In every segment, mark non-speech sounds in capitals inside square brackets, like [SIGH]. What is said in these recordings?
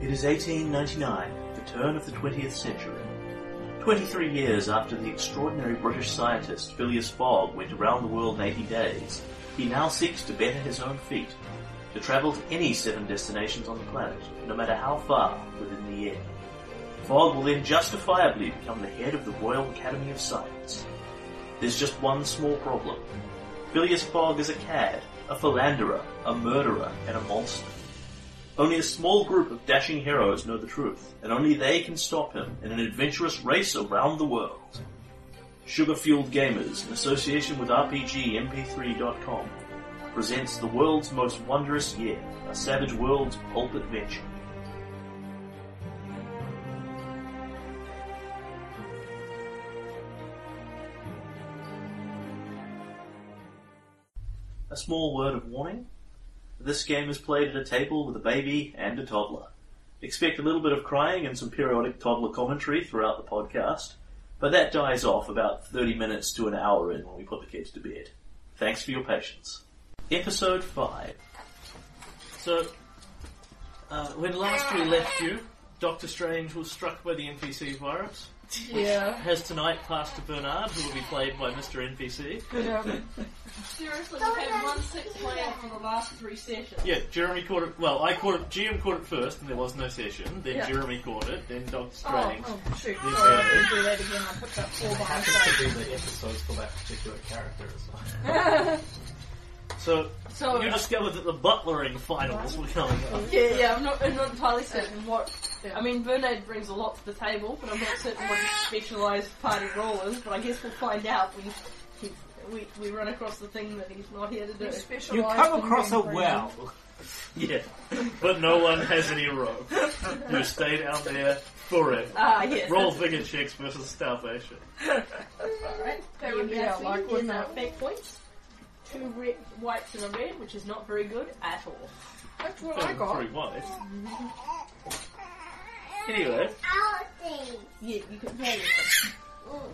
It is 1899, the turn of the 20th century. 23 years after the extraordinary British scientist Phileas Fogg went around the world in 80 days, he now seeks to better his own feat, to travel to any seven destinations on the planet, no matter how far within the year. Fogg will then justifiably become the head of the Royal Academy of Science. There's just one small problem. Phileas Fogg is a cad, a philanderer, a murderer, and a monster. Only a small group of dashing heroes know the truth, and only they can stop him in an adventurous race around the world. Sugar Fueled Gamers, in association with RPGMP3.com, presents the world's most wondrous year, a savage world's pulp adventure. A small word of warning. This game is played at a table with a baby and a toddler. Expect a little bit of crying and some periodic toddler commentary throughout the podcast, but that dies off about 30 minutes to an hour in when we put the kids to bed. Thanks for your patience. Episode 5. So, uh, when last we left you, Doctor Strange was struck by the NPC virus. Yeah. Has tonight passed to Bernard, who will be played by Mr. NPC. Seriously, we've had one six player for the last three sessions. Yeah, Jeremy caught it. Well, I caught it. GM caught it first, and there was no session. Then Yeah. Jeremy caught it. Then Doctor Oh, Strange. oh shoot. Yes, Sorry, yeah. I didn't do that again. I picked up four by to mistake. be the episodes for that particular character as well. So [LAUGHS] So, you yeah, discovered that the butlering finals were coming up. yeah, I'm not, I'm not entirely certain what. I mean, Bernard brings a lot to the table, but I'm not certain what his specialised party role is, but I guess we'll find out when he, we, we run across the thing that he's not here to do. You come across a well. [LAUGHS] Yeah, but no one has any rope. You stayed out there forever. Ah, yes. Roll vigor checks versus starvation. Alright. That would be our luck, wouldn't it? Fake points. Two red, whites and a red, which is not very good at all. That's Oh, what I got. Three wives. Anyway, Yeah, you can play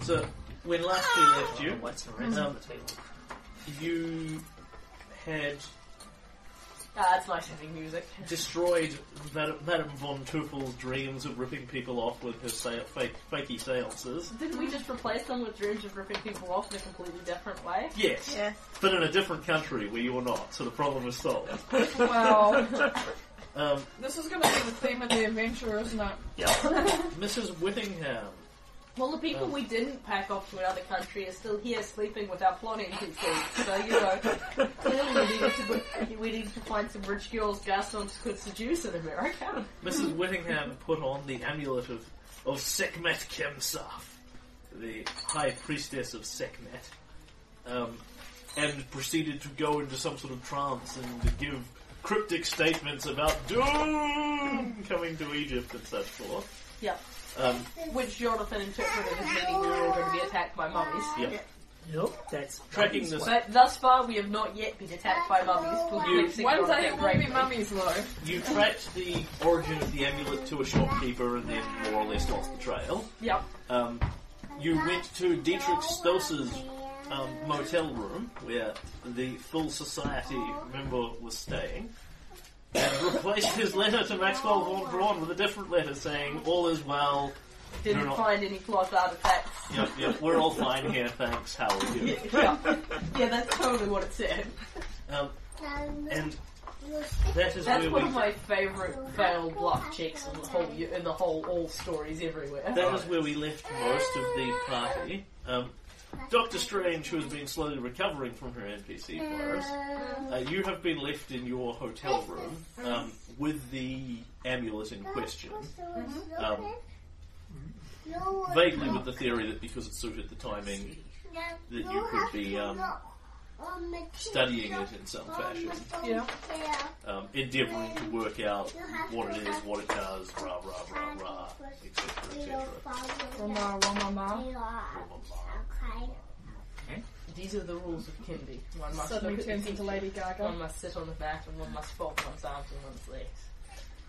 so when last we left Oh, you, um, What's the rest of the table? you had Ah, it's nice having music. destroyed Madame, Madame von Tufel's dreams of ripping people off with her sa fake, fakey seances. Didn't we just replace them with dreams of ripping people off in a completely different way? Yes, Yes. but in a different country where you were not, so the problem was solved. Well, [LAUGHS] Um, this is going to be the theme of the adventure, isn't it? yeah. Mrs. Whittingham. Well, the people we didn't pack off to another country are still here sleeping with our plot NPCs, so you know, clearly we needed to, we needed to find some rich girls Gaston could seduce in America. Mrs. Whittingham put on the amulet of, of Sekmet Kemsaf, the high priestess of Sekmet, um, and proceeded to go into some sort of trance and to give cryptic statements about doom coming to Egypt and such forth. Yep. Um, Which Jonathan interpreted as meaning we were all going to be attacked by mummies. yeah. Nope, that's Tracking this, But thus far, we have not yet been attacked by mummies. but You- we've seen One Jonathan day it will be bravely. mummies, though. you tracked the origin of the amulet to a shopkeeper and then more or less lost the trail. Yep. Um, you went to Dietrich Stoss's um, motel room where the full society member was staying and replaced his letter to Maxwell von Braun with a different letter saying, All is well, Didn't not- find any plot artifacts. yep, yep, we're all fine here, thanks, how are you? yeah. yeah, that's totally what it said. Um, and that is That's where one we. of my favourite failed bluff checks in the whole u- in the whole all stories everywhere. That is where we left most of the party. Um, Doctor Strange, who has been slowly recovering from her NPC virus, uh, you have been left in your hotel room um, with the amulet in question, um, vaguely with the theory that because it suited the timing, that that you could be, um, studying it in some fashion, Yeah. um, endeavouring to work out what it is, what it does, rah rah rah rah, etc. etc. Roma, Roma, Ma. These are the rules of Kimby. One must Suddenly look at turns the picture, into Lady Gaga. One must sit on the back, and one must fold one's arms and one's legs.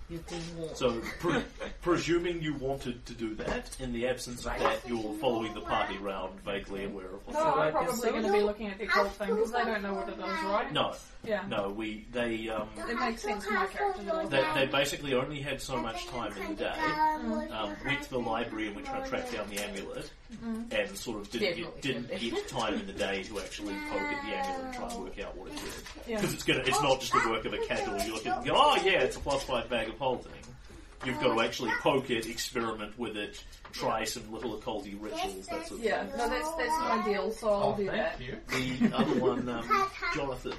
You've been warned. So, pre- presuming you wanted to do that, in the absence of that, you're following the party round, vaguely aware of what's No, going I'm on. probably going to be looking at the occult thing because they don't know what it is, right? No, Yeah. no, we they um It makes sense to my character. they, they basically only had so much time in the day. Um, went to the library and we tried to track down the amulet, and sort of didn't get, didn't get time in the day to actually poke at the amulet and try and work out what it did. Yeah. Because it's gonna, it's not just the work of a candle. You look at it and go, oh yeah, it's a plus five bag of holding. You've got to actually poke it, experiment with it, try some little occulty rituals, that sort of Yeah, no, that's that's not ideal, so I'll oh, do thank that. you. thing. The other one, um, Jonathan,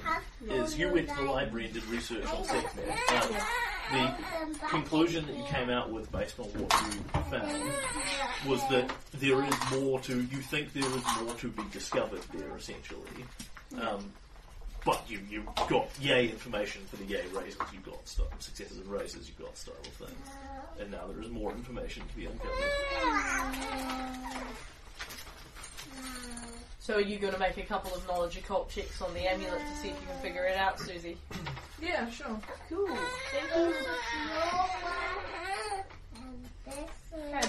is you went to the library and did research on Setman. Um, the conclusion that you came out with based on what you found was that there is more to, you think there is more to be discovered there essentially. Um, but you, you got yay information for the yay raises, you got stuff, successes and raises, you got style of things. And now there is more information to be uncovered. So are you going to make a couple of knowledge occult checks on the amulet to see if you can figure it out, Susie? Yeah, sure. Cool. Okay,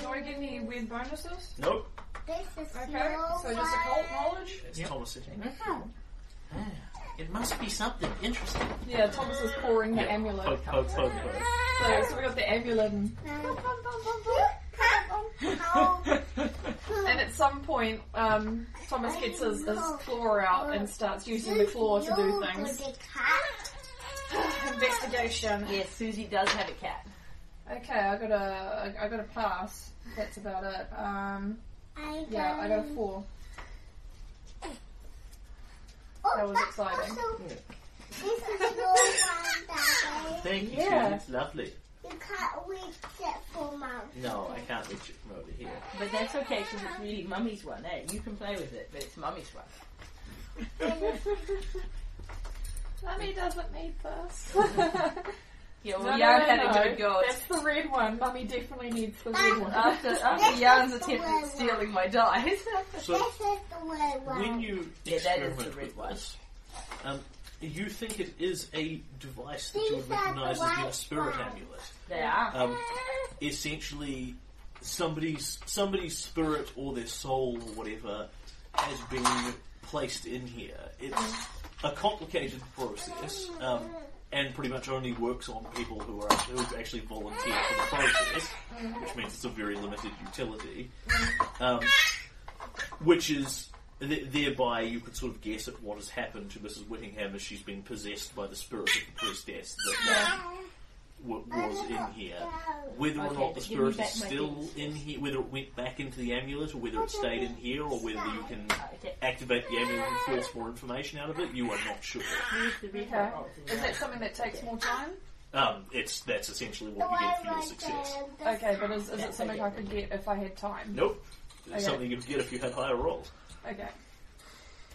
do I get any weird bonuses? Nope, Okay, so just occult knowledge? it's Thomas sitting. It must be something interesting. Yeah, Thomas is pouring the amulet. Poke, poke, poke, poke. So, so we got the amulet, and, and at some point, um, Thomas gets his, his claw out and starts using the claw to do things. [LAUGHS] Investigation. Yes, Susie does have a cat. Okay, I got a I got a pass. That's about it. Um, yeah, I got a four. That was exciting. Oh, This is your [LAUGHS] one, Daddy. Thank you, Yeah. Susan. It's lovely. You can't reach it for mum. No, I can't reach it from over here. But that's okay because it's really mummy's one, eh? You can play with it, but it's mummy's one. Mummy doesn't need [LAUGHS] this. Yeah, well, No, Jan no, no, had no. a good Ah. go. at- That's the red one. Mummy definitely needs the red one. After, after Jan's attempt at stealing my [LAUGHS] dice. This So is the way one. when you Yeah, that is experiment the red with one. this, um, you think it is a device that These you are would the recognise as your white spirit ones. amulet. they are. Um, essentially, somebody's somebody's spirit or their soul or whatever has been placed in here. It's a complicated process, um, and pretty much only works on people who are who actually volunteer for the process, which means it's a very limited utility. Um, which is th- thereby you could sort of guess at what has happened to Mrs. Whittingham as she's been possessed by the spirit of the priestess that um, w- was in here. Whether or Okay, not the but give me spirit is back my still things. in here, whether it went back into the amulet, or whether it stayed in here, or whether you can Okay. activate the amulet and force more information out of it, you are not sure. Here's the red Okay. one. Is that something that takes more time? Um, it's that's essentially The what you way get for your one success. does this Okay, but is, is it something I could get if I had time? Nope. It's Okay. something you could get if you had higher rolls. Okay.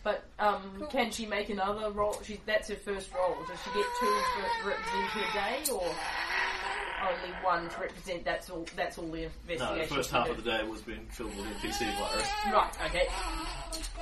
But um, can she make another roll? She, that's her first roll. Does she get two to represent her day, or only one to represent? That's all. That's all the investigation. No, the first she half did? of the day was being filled with NPC virus. Right. Okay.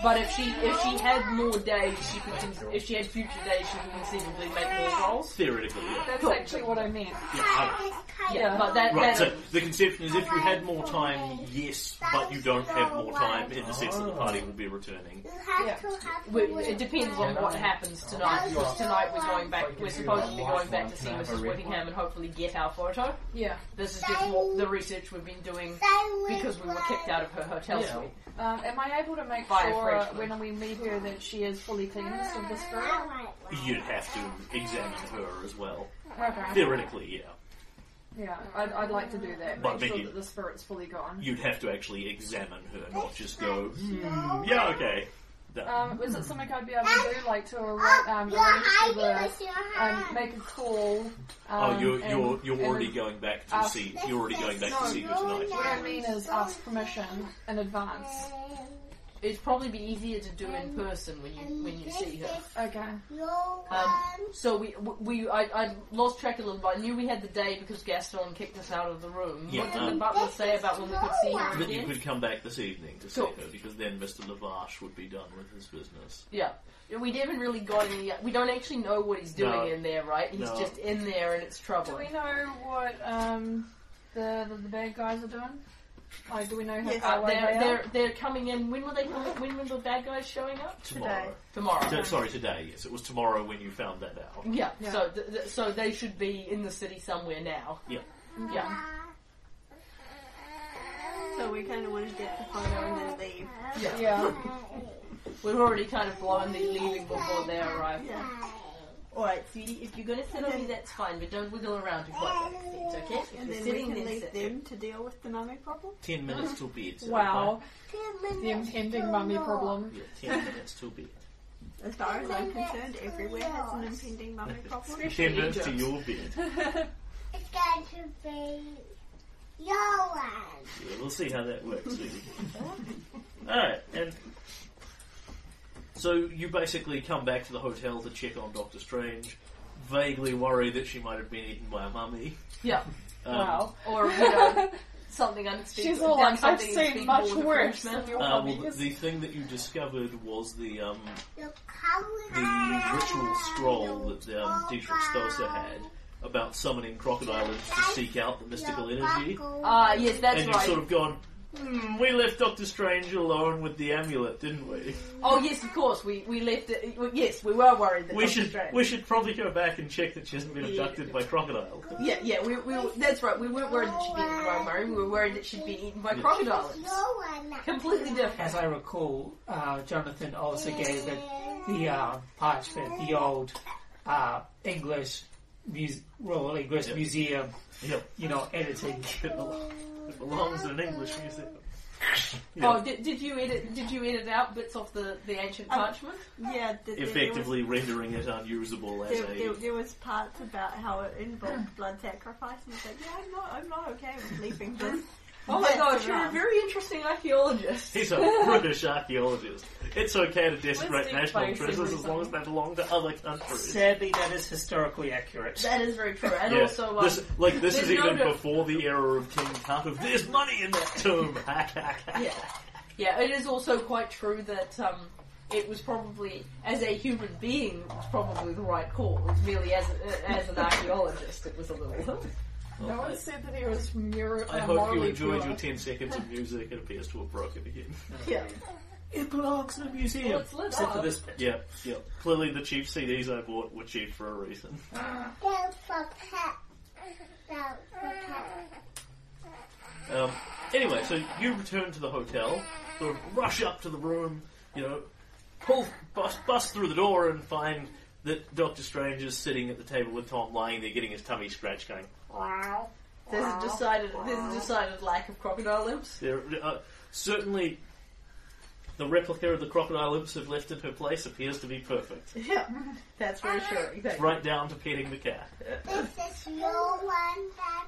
But if she if she had more days, she could. con- If she had future days, she could conceivably make more rolls. Theoretically, yeah. That's Cool. actually what I meant. Yeah, I- kind Yeah, Yeah. but that, Right, so that the conception is if you had more time, yes, but you don't have more time in the sense Oh. that the party will be returning. You have Yeah. to have we- to it depends on what happens tonight. Because tonight we're going back. We're supposed to be going back to see Mrs. Whittingham and hopefully get our photo. Yeah. This is just what the research we've been doing because we were kicked out of her hotel Yeah. suite. Um, am I able to make By a sure uh, freshman. when we meet her that she is fully cleansed of the spirit? You'd have to examine her as well. Okay. Theoretically, yeah. Yeah, I'd, I'd like to do that. But Make sure Vicky- that the spirit's fully gone. You'd have to actually examine her, not just go, "Hmm, yeah, okay. No. Um, is it something I'd be able to do, like to arra- um, arrange for the, um, make a call? Um, oh, you're, and- you're, you're and already going back to uh, see, you're already going back to see her tonight. What I mean is ask permission in advance. it'd probably be easier to do in person when you And when you this see her. is Okay. your Um, one. so we we I, I lost track a little, but I knew we had the day because Gaston kicked us out of the room. Yeah, what did the um, butler say about when we could see her That you again? could come back this evening to Cool. see her, because then Mr. Lavash would be done with his business. Yeah. We haven't really got any. We don't actually know what he's doing No. in there, right? He's No. just in there and it's Do we troubling. know what um, the, the the bad guys are doing? Like, do we know how Yes. far Uh, away they're, they are? they're they're coming in. When were they? Coming, when were the bad guys showing up? Tomorrow. Tomorrow. So- sorry, today. Yes, it was tomorrow when you found that out. Yeah. Yeah. So th- th- so they should be in the city somewhere now. Yeah. Yeah. So we kind of wanted to get the photo and then leave. Yeah. Yeah. We've already kind of blown the leaving before they arrive. Yeah. All right, sweetie. If you're gonna sit on me, that's fine, but don't wiggle around to quite that extent, okay? If And you're then we sitting can there, leave sit. them to deal with the mummy problem. Ten minutes till bed. so Wow. Ten The minutes impending till mummy dawn. problem. [LAUGHS] fine. Yeah, ten minutes till bed. As far as I'm concerned, everywhere has an impending [LAUGHS] mummy problem. ten minutes to your bed. Yeah, It's going to be your one. we'll see how that works. really. All right, and so you basically come back to the hotel to check on Doctor Strange, vaguely worried that she might have been eaten by a mummy. Yeah. Um, [LAUGHS] wow. Or you know, [LAUGHS] something unexpected. She's done all like, I've something seen unspeakable much with a worse Frenchman." than your Uh, mummy. well, the, the thing that you discovered was the um, The the color. ritual scroll that um, Dietrich Stosa had about summoning crocodiles to seek out the mystical energy. Ah, yes, that's and you've right. sort of gone, hmm, we left Doctor Strange alone with the amulet, didn't we? Oh yes, of course. We we left it. well, Yes, we were worried that We Doctor should Strange. we should probably go back and check that she hasn't been Yeah. abducted by crocodile. yeah, yeah. We, we that's right. We weren't worried that she'd been eaten by a murray. We were worried that she'd been eaten by Yeah. crocodiles. one. Completely different. As I recall, uh, Jonathan also gave the, the uh, parchment, the old uh, English Muse- Royal English Yeah. Museum, Yep. you know, editing. It, belo- it belongs in an English museum. Yeah. Oh, did, did you edit? Did you edit out bits of the the ancient Um, parchment? Yeah, th- there- Effectively rendering it unusable as There was, there, there, a there was parts about how it [CLEARS THROAT] involved blood sacrifice, and it's like, yeah, I'm not, I'm not okay with leaving this. Oh my That's gosh, you're a around. very interesting archaeologist. He's a British archaeologist. It's okay to desecrate do national both and treasures as long as they belong to other countries. Sadly, that is historically accurate. That is very true. And Yeah, also, um, this, like this is there's no even diff- before the era of King Tut of there's money in that tomb. [LAUGHS] Hack, hack, hack. yeah, yeah. It is also quite true that um, it was probably, as a human being, it was probably the right call. It was merely as a, as an archaeologist, it was a little. [LAUGHS] No one said that he was mur- I uh, hope you morally enjoyed pure. your 10 seconds of music. It appears to have broken [LAUGHS] again. yeah. It belongs in a Well, museum. it's lit Except for up. this bit. Yeah, yeah. Clearly, the cheap CDs I bought were cheap for a reason. Go for pet. Go for pet. Um, anyway, so you return to the hotel, sort of rush up to the room, you know, pull, bust, bust through the door, and find that Doctor Strange is sitting at the table with Tom, lying there, getting his tummy scratched, going. There's a decided there's a decided lack of crocodile limbs. There, uh, certainly, the replica of the crocodile imps have left in her place appears to be perfect, [LAUGHS] Yeah, that's reassuring. Thank you. right down to petting the cat. This is your one,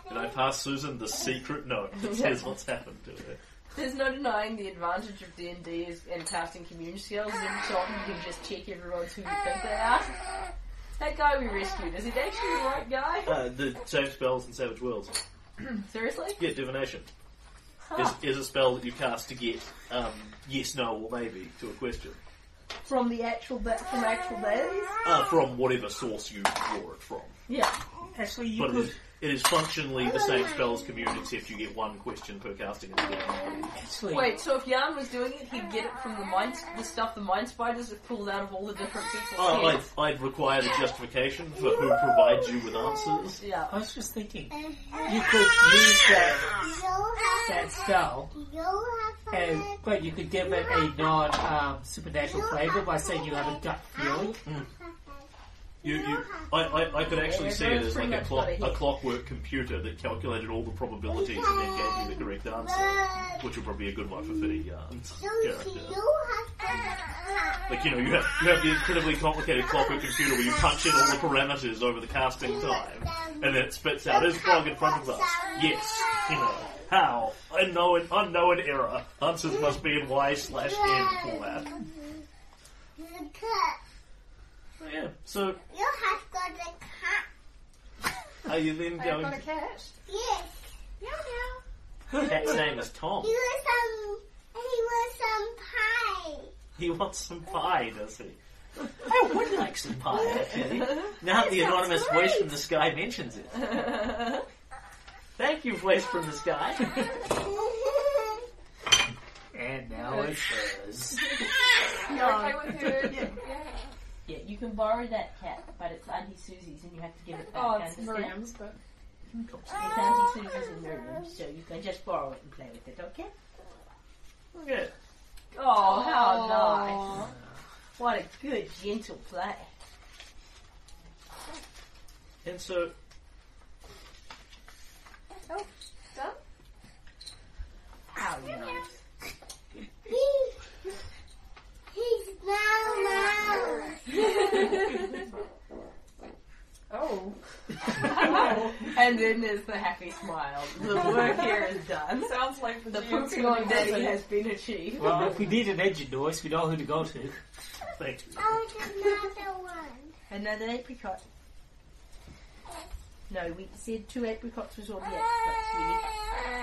And I Daddy. pass Susan the secret note that says what's happened to her. There's no denying the advantage of D and D is and casting community skills. is Ah. Every so often you can just check everyone's who you think they are. That guy we rescued is he actually the right guy? Uh, the same spells in Savage Worlds. Seriously? Yeah, divination is, Huh. is a spell that you cast to get um, yes, no, or maybe to a question From the actual ba- from actual dailies? uh, from whatever source you draw it from. Yeah. Actually, you But it could. is, it is functionally the same spell as commune, except you get one question per casting. of the spell. Actually, Wait, so if Jan was doing it, he'd get it from the mind the stuff the mind spiders have pulled out of all the different people's Oh, I'd, heads. I'd require the justification for who provides you with answers. Yeah. [LAUGHS] I was just thinking, you could use that, You that have, spell, you have and, but you could give it a non um, supernatural flavour by saying you have a gut feeling. You, you, I, I, I could actually see it as like a, clock, a clockwork computer that calculated all the probabilities and then gave you the correct answer, But which would probably be a good one for fitting yarns. Lucy, character. you have to. Like you know, you have you have the incredibly complicated clockwork computer where you punch in all the parameters over the casting time, and then it spits out is fog in front of us. Yes, you know, How? Unknown, unknown error. Answers must be in Y slash N format. The cat. So, yeah, so You have got a cat. are you then I've going got a to... cat. Yes. Cat's name is Tom. He was some. He was some pie. He wants some pie, does he? I would like some pie, [LAUGHS] actually. Now that the anonymous voice from the sky mentions it. Thank you, voice from the [LAUGHS] sky. and [LAUGHS] now it's hers. You're okay with her. [LAUGHS] Yeah. [LAUGHS] Yeah, you can borrow that cat, but it's Auntie Susie's and you have to give it back. Oh, it's understand? Miriam's, but It's Auntie Susie's and Miriam's, so you can just borrow it and play with it, okay? Okay. Oh, how nice. What a good, gentle [LAUGHS] play. And so, How nice. He, he's now now. Oh. and then there's the happy smile. The work here is done. sounds like The the pooping Pokemon on daddy daddy. has been achieved. Well, if we need an engine noise, we know who to go to. thank you. I want another one. Another apricot. No, we said two apricots was all the apricots, sweetie.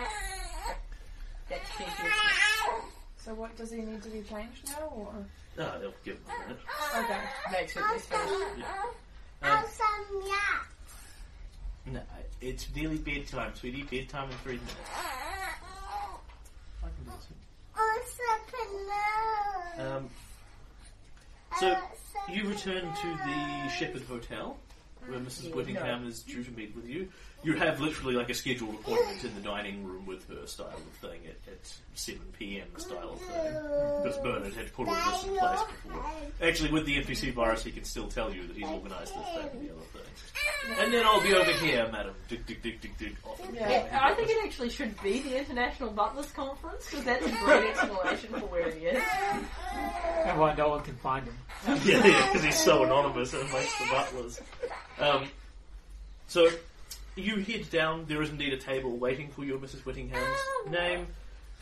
That's ridiculous. So what does he need to be changed now? Or No, Oh, they'll give him a minute. [LAUGHS] okay. Makes it Uh, I'll this better. some. Um, I'll some yak. no, it's nearly bedtime, sweetie. Bedtime in three minutes. I can do this. Also canoe. Um, so, you return to the Shepherd Hotel, where Mrs. Whittingham is due to meet with you. You have literally like a scheduled appointment in the dining room with her style of thing at, at 7 pm style of thing. Because Bernard had put all this in place before. Actually, with the NPC virus, he can still tell you that he's organised this, that, and the other thing. And then I'll be over here, madam. Dig, dig, dig, dig, dig. Off you go. Yeah, I think it actually should be the International Butlers Conference because that's a great explanation for where he is. And why no one can find him. [LAUGHS] yeah, yeah, because he's so anonymous amongst the butlers. Um, so you head down. There is indeed a table waiting for you, Mrs. Whittingham's name.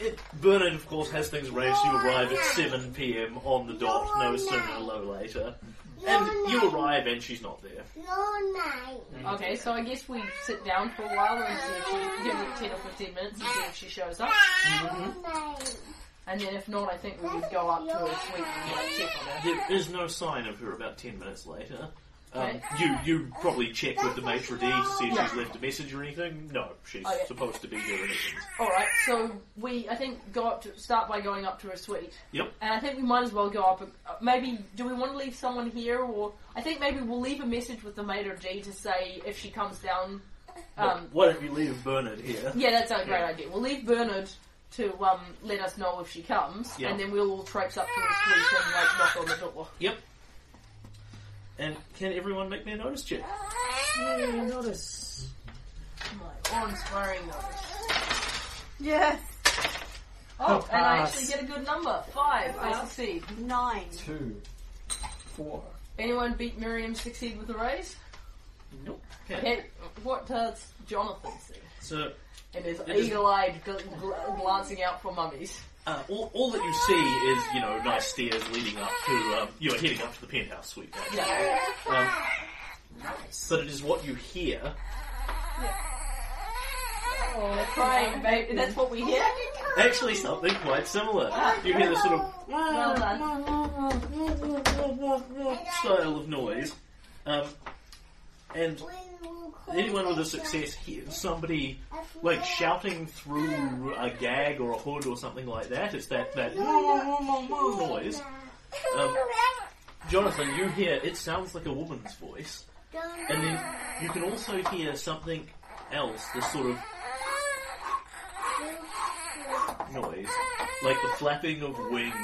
It, Bernard, of course, has things arranged. You arrive at 7 p.m. on the dot, no sooner, no later. And you arrive, and she's not there. No night. Okay, so I guess we sit down for a while and see if she give it ten or fifteen minutes and see if she shows up. Mm-hmm. No night. And then if not, I think we would go up to her suite and like check on her. There is no sign of her about 10 minutes later. Um, Right. you you probably check with the maitre d' to see if she's left a message or anything. No, she's Oh, yeah. supposed to be there. and isn't. All right, so we I think go up to start by going up to her suite. Yep. And I think we might as well go up. uh, Maybe do we want to leave someone here, or I think maybe we'll leave a message with the maitre d to say if she comes down. Um, Why don't you leave Bernard here? yeah, that's a great Yeah. idea. We'll leave Bernard to um, let us know if she comes, Yeah. and then we'll all traipse up to her suite and like knock on the door. Yep. And can everyone make me a notice check? notice. My awe-inspiring notice. Yes. Oh, and I pass. actually get a good number. Five. I succeed. [LAUGHS] Nine. Two. Four. Anyone beat Miriam succeed with a raise? Nope. Hey, what does Jonathan see? So And is is- eagle-eyed gl- gl- glancing out for mummies. uh, all, all that you see is you know nice stairs leading up to um, you know heading up to the penthouse suite. basically. Yeah. Um, But it is what you hear. Oh, Crying, baby. That's what we hear. Actually, something quite similar. You hear this sort of Well done. style of noise. Um, and anyone with a success. success hears somebody like shouting through a gag or a hood or something like that. It's that that noise. Um, Jonathan, you hear it sounds like a woman's voice, and then you can also hear something else, the sort of noise, like the flapping of wings.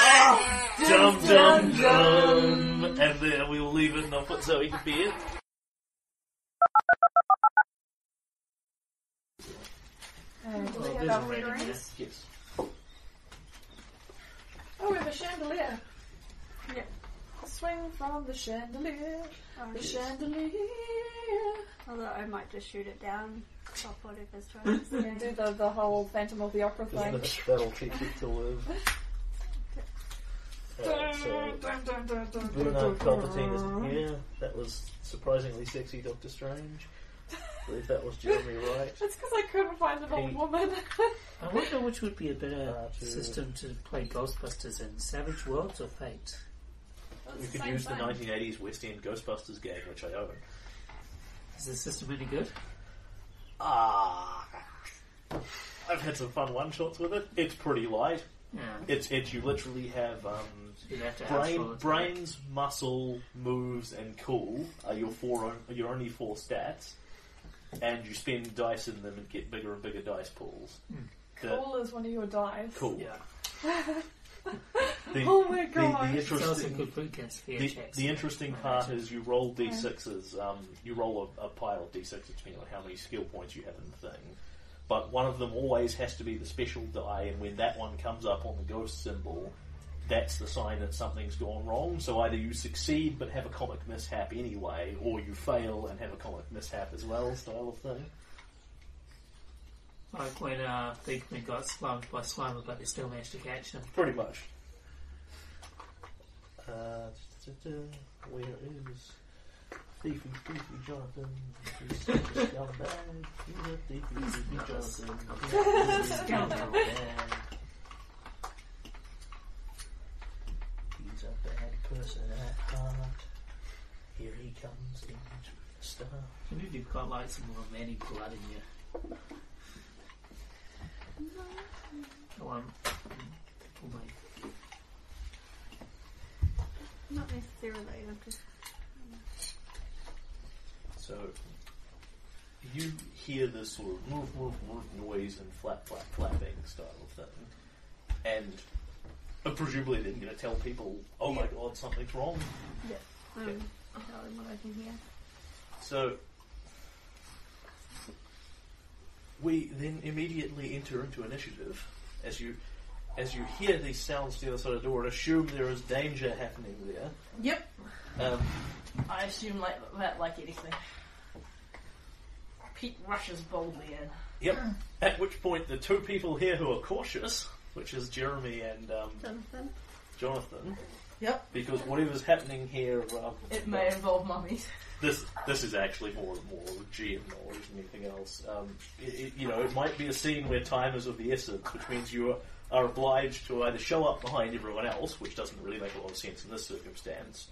Ah! Dum dum dum! And there we'll leave it and I'll put Zoe to bed. Um, There's a random yes. yes. oh, we have a chandelier. Yeah. Swing from the chandelier. Oh, The chandelier. Although I might just shoot it down. Stop [LAUGHS] whatever's trying to You can do the, the whole Phantom of the Opera Isn't thing. it? That'll teach you to live. Alright, so Bruno Palpatine isn't here. That was surprisingly sexy Doctor Strange. I believe that was Jeremy Wright. That's because I couldn't find an old Hey. woman. [LAUGHS] I wonder which would be a better Uh, to- system to play Ghostbusters in Savage Worlds or Fate? We could use the 1980s West End Ghostbusters game, which I own. Is the system any good? Ah. I've had some fun one shots with it. It's pretty light. Yeah. It's it. You literally have um, You'd have to brain, outsource it. brains, muscle, moves, and cool are your four on- your only four stats, and you spend dice in them and get bigger and bigger dice pools. Hmm. The- uh, All is one of your dies. cool. Yeah. The, Oh my the- God. The, It's also interesting, good for against fear the, checks. the interesting part is you roll d6s. Um, you roll a, a pile of d6s depending on how many skill points you have in the thing. But one of them always has to be the special die, and when that one comes up on the ghost symbol, that's the sign that something's gone wrong. So either you succeed but have a comic mishap anyway, or you fail and have a comic mishap as well, style of thing. Like when uh, Bigman got slimed by Slimer, but they still managed to catch him. Pretty much. Uh, where is Thiefy Thiefy Jonathan? He's such a scumbag. He's a thiefy, thiefy Jonathan. He's [LAUGHS] a Scoundrel. scumbag. He's a bad person at heart. Here he comes in through the stuff. Maybe if you've got like some more manny blood in you. Oh, I'm. Oh my. Not necessarily. I'm just So you hear this sort of woof woof woof noise and flap flap flapping style of thing, and uh, presumably they're going to tell people, "Oh my god, something's wrong." um, telling what I can hear. So we then immediately enter into initiative as you as you hear these sounds to the other side of the door and assume there is danger happening there. Yep. Um, I assume like that, like anything. Pete rushes boldly in. yep. At which point the two people here who are cautious, which is Jeremy and um, Jonathan. Jonathan. Yep. Because whatever's happening here, um, It may involve mummies. this this is actually more more GM knowledge than anything else. Um, it, it- you know, it might be a scene where time is of the essence, which means you are, are obliged to either show up behind everyone else, which doesn't really make a lot of sense in this circumstance,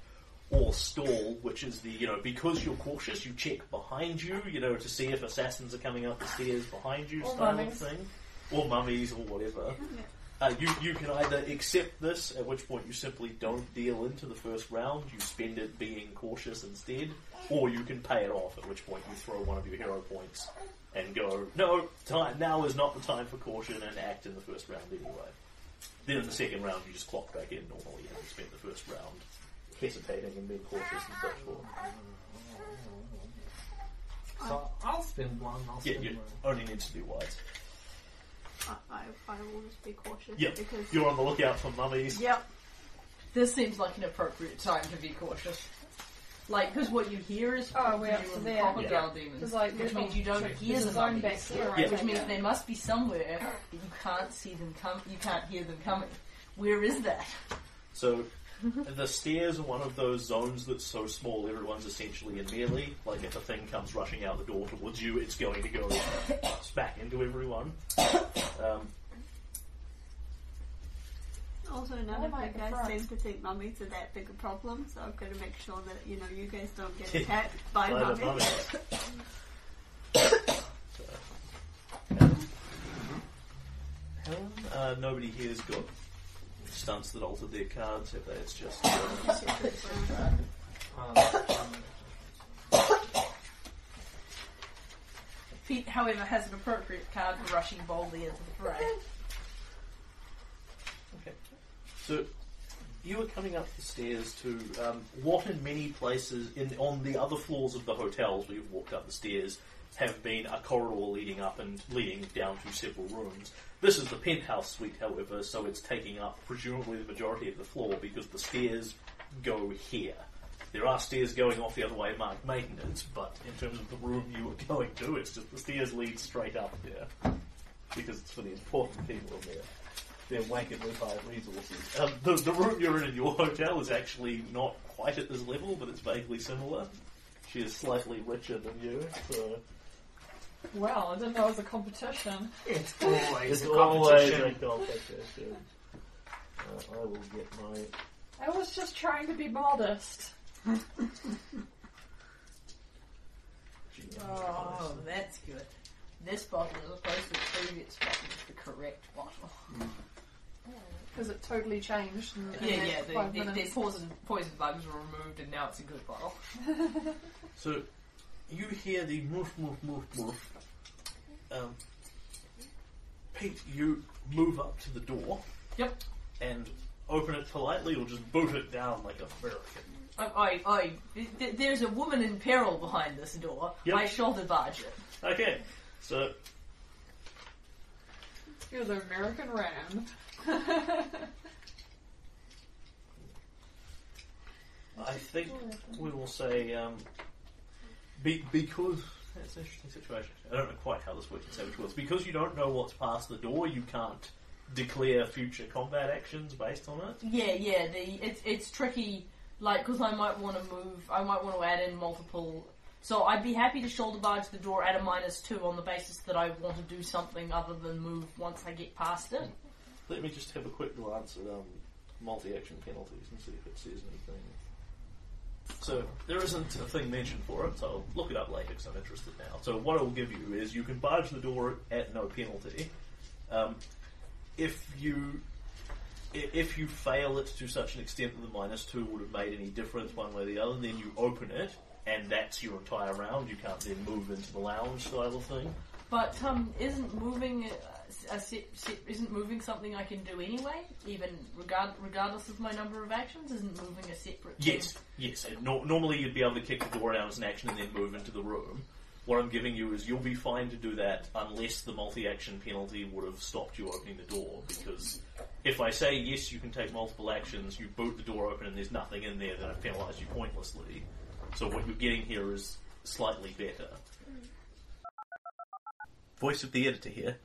or stall, which is the you know because you're cautious, you check behind you, you know, to see if assassins are coming up the stairs behind you, Or style mummies. Mm-hmm. of thing, or mummies or whatever. Uh, you, you can either accept this, at which point you simply don't deal into the first round, you spend it being cautious instead, or you can pay it off, at which point you throw one of your hero points and go, no, time, now is not the time for caution, and act in the first round anyway. Then in the second round, you just clock back in normally and spend the first round hesitating and being cautious and such forth. So I'll spend one. I'll Yeah, spend you one. only need to do wise. I, I, I will just be cautious Yeah, because you're on the lookout for mummies. yep. This seems like an appropriate time to be cautious. Like, because what you hear is Oh, we're up to from there. crocodile Yeah. demons, It's like, which means you don't hear There's the a zone back mummies, here, right? Yeah. which means they must be somewhere that you can't see them come, you can't hear them coming. Where is that? So the stairs are one of those zones that's so small everyone's essentially in melee. Like if a thing comes rushing out the door towards you, it's going to go smack into everyone. Um, Also, none What of am I you guys afraid? seem to think mummies are that big a problem, so I've got to make sure that you know you guys don't get [LAUGHS] Yeah. attacked by by the mummies. mummies. Helen, uh, nobody here's got stunts that alter their cards. Have they? It's just uh, Pete, however, has an appropriate card for rushing boldly into the fray. Okay. So you were coming up the stairs to um, what, in many places, in on the other floors of the hotels where you've walked up the stairs, have been a corridor leading up and leading down to several rooms. This is the penthouse suite, however, so it's taking up presumably the majority of the floor because the stairs go here. They're- There are stairs going off the other way marked maintenance, but in terms of the room you were going to, it's just the stairs lead straight up there. Because it's for the important people in there. They're wanking with high resources. Um, the, the room you're in in your hotel is actually not quite at this level, but it's vaguely similar. She is slightly richer than you, so Well, I didn't know it was a competition. It's always it's a always a competition. competition. Uh, I will get my I was just trying to be modest. GM Oh, that's good. This bottle, as opposed to the previous bottle, is the correct bottle. Because it totally changed. In, in Yeah, that yeah. five The, the, the minutes. poison poison bugs were removed, and now it's a good bottle. So you hear the moof moof moof moof. Um, Pete, you move up to the door. Yep. And open it politely, or just boot it down like a American. I, I, I th- th- there's a woman in peril behind this door. Yep. I shoulder barge it. Okay. So You're the American Ram. [LAUGHS] I think we will say um, be, because it's an interesting situation. I don't know quite how this works in Savage Worlds because you don't know what's past the door. You can't declare future combat actions based on it. Yeah, yeah. The it's it's tricky. Like, because I might want to move. I might want to add in multiple. So I'd be happy to shoulder barge the door at a minus two on the basis that I want to do something other than move once I get past it. Let me just have a quick glance at um, multi-action penalties and see if it says anything. So there isn't a thing mentioned for it, so I'll look it up later because I'm interested now. So what I will give you is you can barge the door at no penalty. Um, if you i- if you fail it to such an extent that the minus two would have made any difference one way or the other, then you open it, and that's your entire round. You can't then move into the lounge style of thing. But um, isn't moving uh, a, a se- se- isn't moving something I can do anyway, even regard regardless of my number of actions? Isn't moving a separate? thing? Yes, yes. And nor normally you'd be able to kick the door down as an action and then move into the room. What I'm giving you is you'll be fine to do that unless the multi-action penalty would have stopped you opening the door. Because if I say yes, you can take multiple actions, you boot the door open and there's nothing in there, then I've penalised you pointlessly. So what you're getting here is slightly better. Voice of the editor here.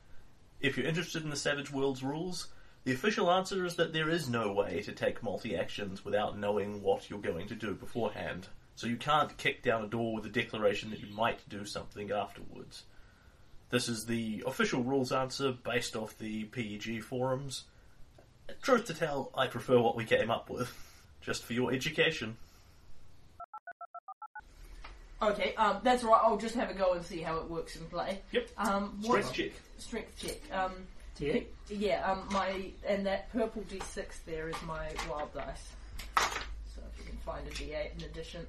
If you're interested in the Savage Worlds rules, the official answer is that there is no way to take multi actions without knowing what you're going to do beforehand. So you can't kick down a door with a declaration that you might do something afterwards. This is the official rules answer based off the PEG forums. Truth to tell, I prefer what we came up with, [LAUGHS] just for your education. Okay. Um, that's right. I'll just have a go and see how it works in play. Yep. Um, what, Strength check. strength check. Um, Yeah. yeah. Um, my and that purple d6 there is my wild dice. So if you can find a d8 in addition.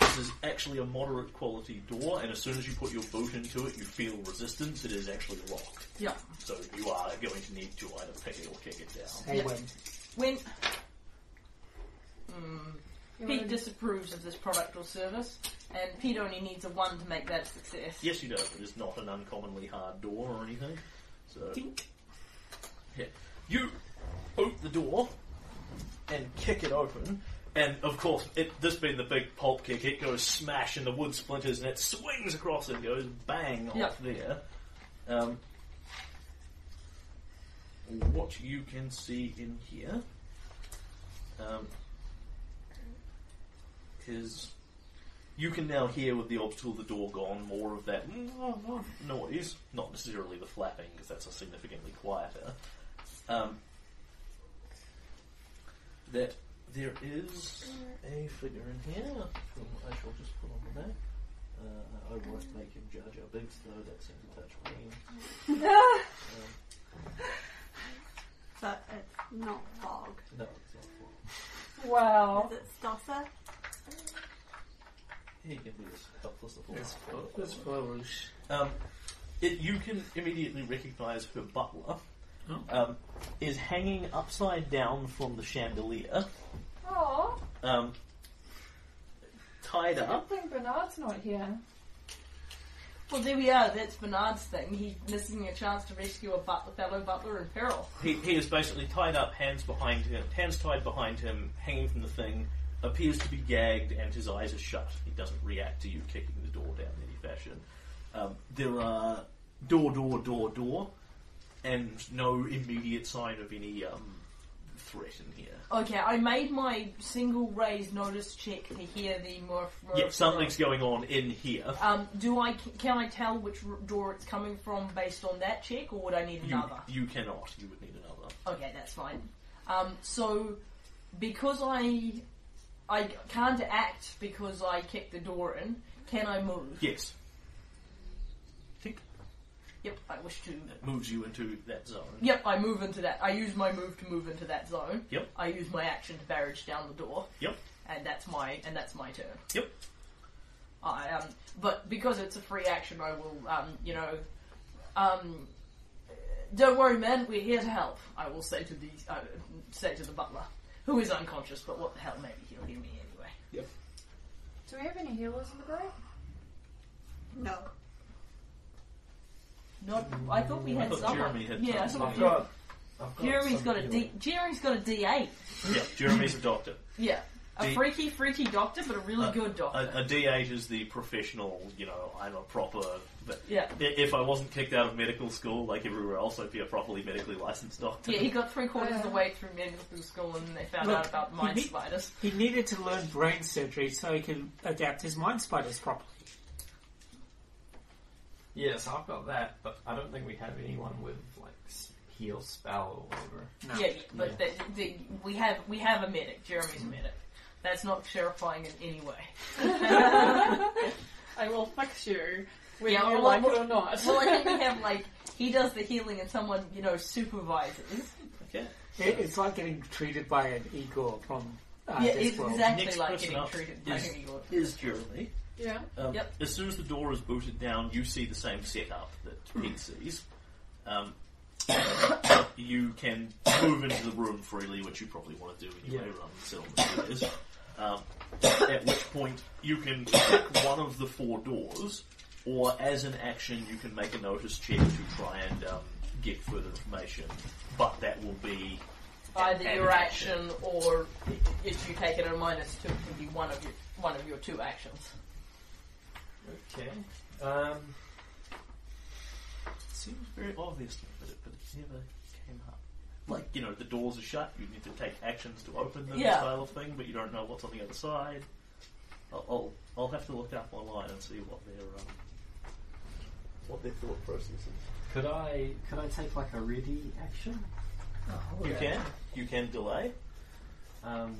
This is actually a moderate quality door, and as soon as you put your boot into it, you feel resistance. It is actually locked. Yeah. So you are going to need to either pick it or kick it down. They win. When You Pete wanna- disapproves of this product or service, and Pete only needs a one to make that a success. Yes, you do. It is not an uncommonly hard door or anything. So Yeah. you boot the door and kick it open, and of course, it, this being the big pulp kick, it goes smash, and the wood splinters, and it swings across and goes bang off there. Um, what you can see in here um, is you can now hear with the obstacle the door gone more of that noise, not necessarily the flapping because that's a significantly quieter. Um, that there is a figure in here whom I shall just put on the back. Uh, I won't make him Jar Jar Binks though, that seems a touch mean. So it's not fog. No, it's not for Wow. Is it Stosser? He can be as helpless a It's fool. it's close. Um, it, you can immediately recognise her butler Oh. um, is hanging upside down from the chandelier, Aw, um, tied I up. think Bernard's not here. Well, there we are. That's Bernard's thing. He's missing a chance to rescue a butler, fellow butler in peril. He, he is basically tied up, hands behind him, hands tied behind him, hanging from the thing. Appears to be gagged, and his eyes are shut. He doesn't react to you kicking the door down in any fashion. Um, there are door, door, door, door, and no immediate sign of any um, threat in here. Okay, I made my single raise notice check to hear the more. Yeah, something's going on in here. Um, do I can I tell which r- door it's coming from based on that check, or would I need You, another? you cannot. You would need another. Okay, that's fine. Um, so because I I can't act because I kicked the door in, can I move? Yes. Tick. Yep, I wish to. That moves you into that zone. Yep, I move into that. I use my move to move into that zone. Yep. I use my action to barrage down the door, Yep. and that's my and that's my turn. Yep. I um, but because it's a free action, I will um, you know, um, don't worry, man, we're here to help. I will say to the uh, say to the butler, who is unconscious, but what the hell, maybe he'll hear me anyway. Do we have any healers in the group? No. No, I thought we I had thought someone. Jeremy had yeah, I done thought something. I've got. I've got Jeremy's some got a here. D. Jeremy's got a D eight. Yeah, Jeremy's a doctor. Yeah, a D- Uh, freaky, freaky doctor, but a really good doctor. A, a D8 is the professional, you know, I'm a proper. But yeah. i- if I wasn't kicked out of medical school like everywhere else, I'd be a properly medically licensed doctor. Yeah, he got three quarters of the Uh, way through medical school and they found Look, out about he mind need- spiders. He needed to learn brain surgery so he could adapt his mind spiders properly. Yes, I've got that, but I don't think we have anyone with like s- heal spell or whatever. No. Yeah, yeah, but Yeah. They, they, we have we have a medic. Jeremy's a medic. That's not terrifying in any way. I will fix you, whether Yeah, you well, like well- it or not. [LAUGHS] well, I [LAUGHS] think we have like he does the healing and someone you know supervises. Okay. It, it's like getting treated by an Igor from uh, yeah, it's Discworld. exactly Next like person getting up treated by is- an Igor. Is Jeremy. yeah. Um, Yep. As soon as the door is booted down, you see the same setup that he sees. Um, [COUGHS] you can move into the room freely, which you probably want to do anyway, Yeah. rather than sit on the stairs. Um, at which point, you can pick one of the four doors, or as an action, you can make a notice check to try and um, get further information. But that will be Either and your action. action or i- if you take it a minus two, it can be one of your one of your two actions. Okay. Um, seems very obvious, but it, but it never came up. Like you know, the doors are shut. You need to take actions to open them, Yeah. style of thing, but you don't know what's on the other side. I'll I'll, I'll have to look up online and see what their um, What their thought process is. could I could I take like a ready action? Oh, Oh, You can you can delay. Um,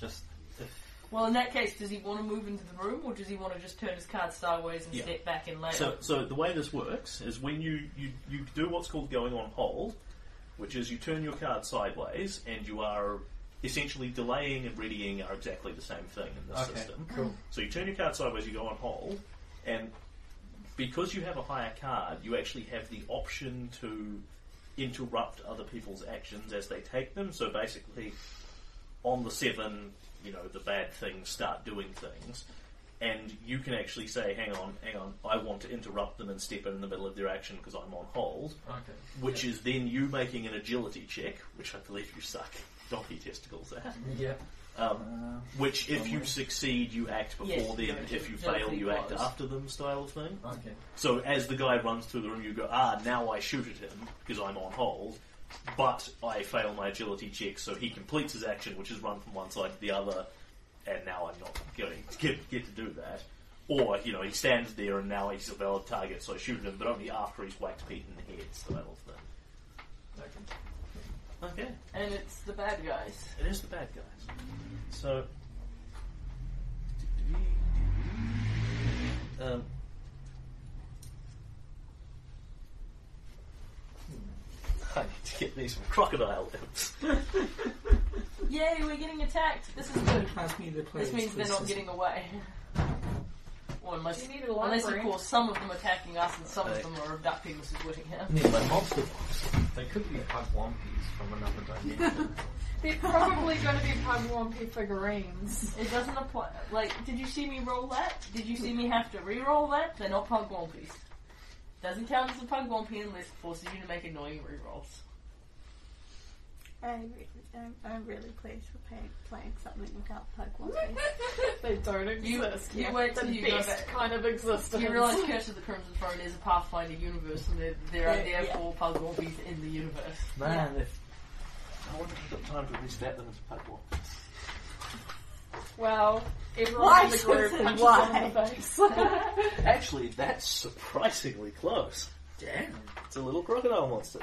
just if Well, in that case, does he want to move into the room or does he want to just turn his card sideways and Yeah. step back in later? So so the way this works is when you you you do what's called going on hold, which is you turn your card sideways and you are. Essentially, delaying and readying are exactly the same thing in this okay, system. cool. So you turn your card sideways, you go on hold, and because you have a higher card, you actually have the option to interrupt other people's actions as they take them. So basically, on the seven, you know, the bad things start doing things. And you can actually say, hang on, hang on, I want to interrupt them and step in, in the middle of their action because I'm on hold. Okay. Which is then you making an agility check, which I believe you suck donkey testicles at. Yeah. Um, Uh, which, if you succeed, you act before Yes, them. yeah, If you exactly fail, you act was. after them, style of thing. okay. So as the guy runs through the room, you go, ah, now I shoot at him because I'm on hold, but I fail my agility check, so he completes his action, which is run from one side to the other, and now I'm not going to get, get to do that. Or, you know, he stands there and now he's a valid target, so I shoot at him, but only after he's whacked Pete in the head, style of thing. Okay. Okay. and it's the bad guys. It is the bad guys. So. Um, I need to get these from crocodile lips. Yay, we're getting attacked. This is good. Pass me the players. This means they're not list. getting away. [LAUGHS] Or unless, You need a unless of library. course, some of them are attacking us and some of Right. them are abducting Mrs. Whittingham. Yeah, my monster box. They could be pugwampies from another [LAUGHS] dimension. [LAUGHS] They're probably going to be Pugwampy figurines. [LAUGHS] It doesn't apply. Like, did you see me roll that? Did you see me have to re-roll that? They're not pugwampies. Doesn't count as a pugwampy unless it forces you to make annoying [LAUGHS] re-rolls. I re- I'm, I'm really pleased with playing, playing something without plug one they don't You- exist. you They're wait till the you go best back. kind of existence. You realise Curse of the Crimson Throne is a Pathfinder universe, and there, there are Yeah, yeah. therefore pugwampies in the universe. Man, if I wonder if you've got time to restat them into Pugwall. Well, everyone Why, in the group Susan, punches why? him in [LAUGHS] the face. Actually, that's surprisingly close. Damn, it's a little crocodile monster.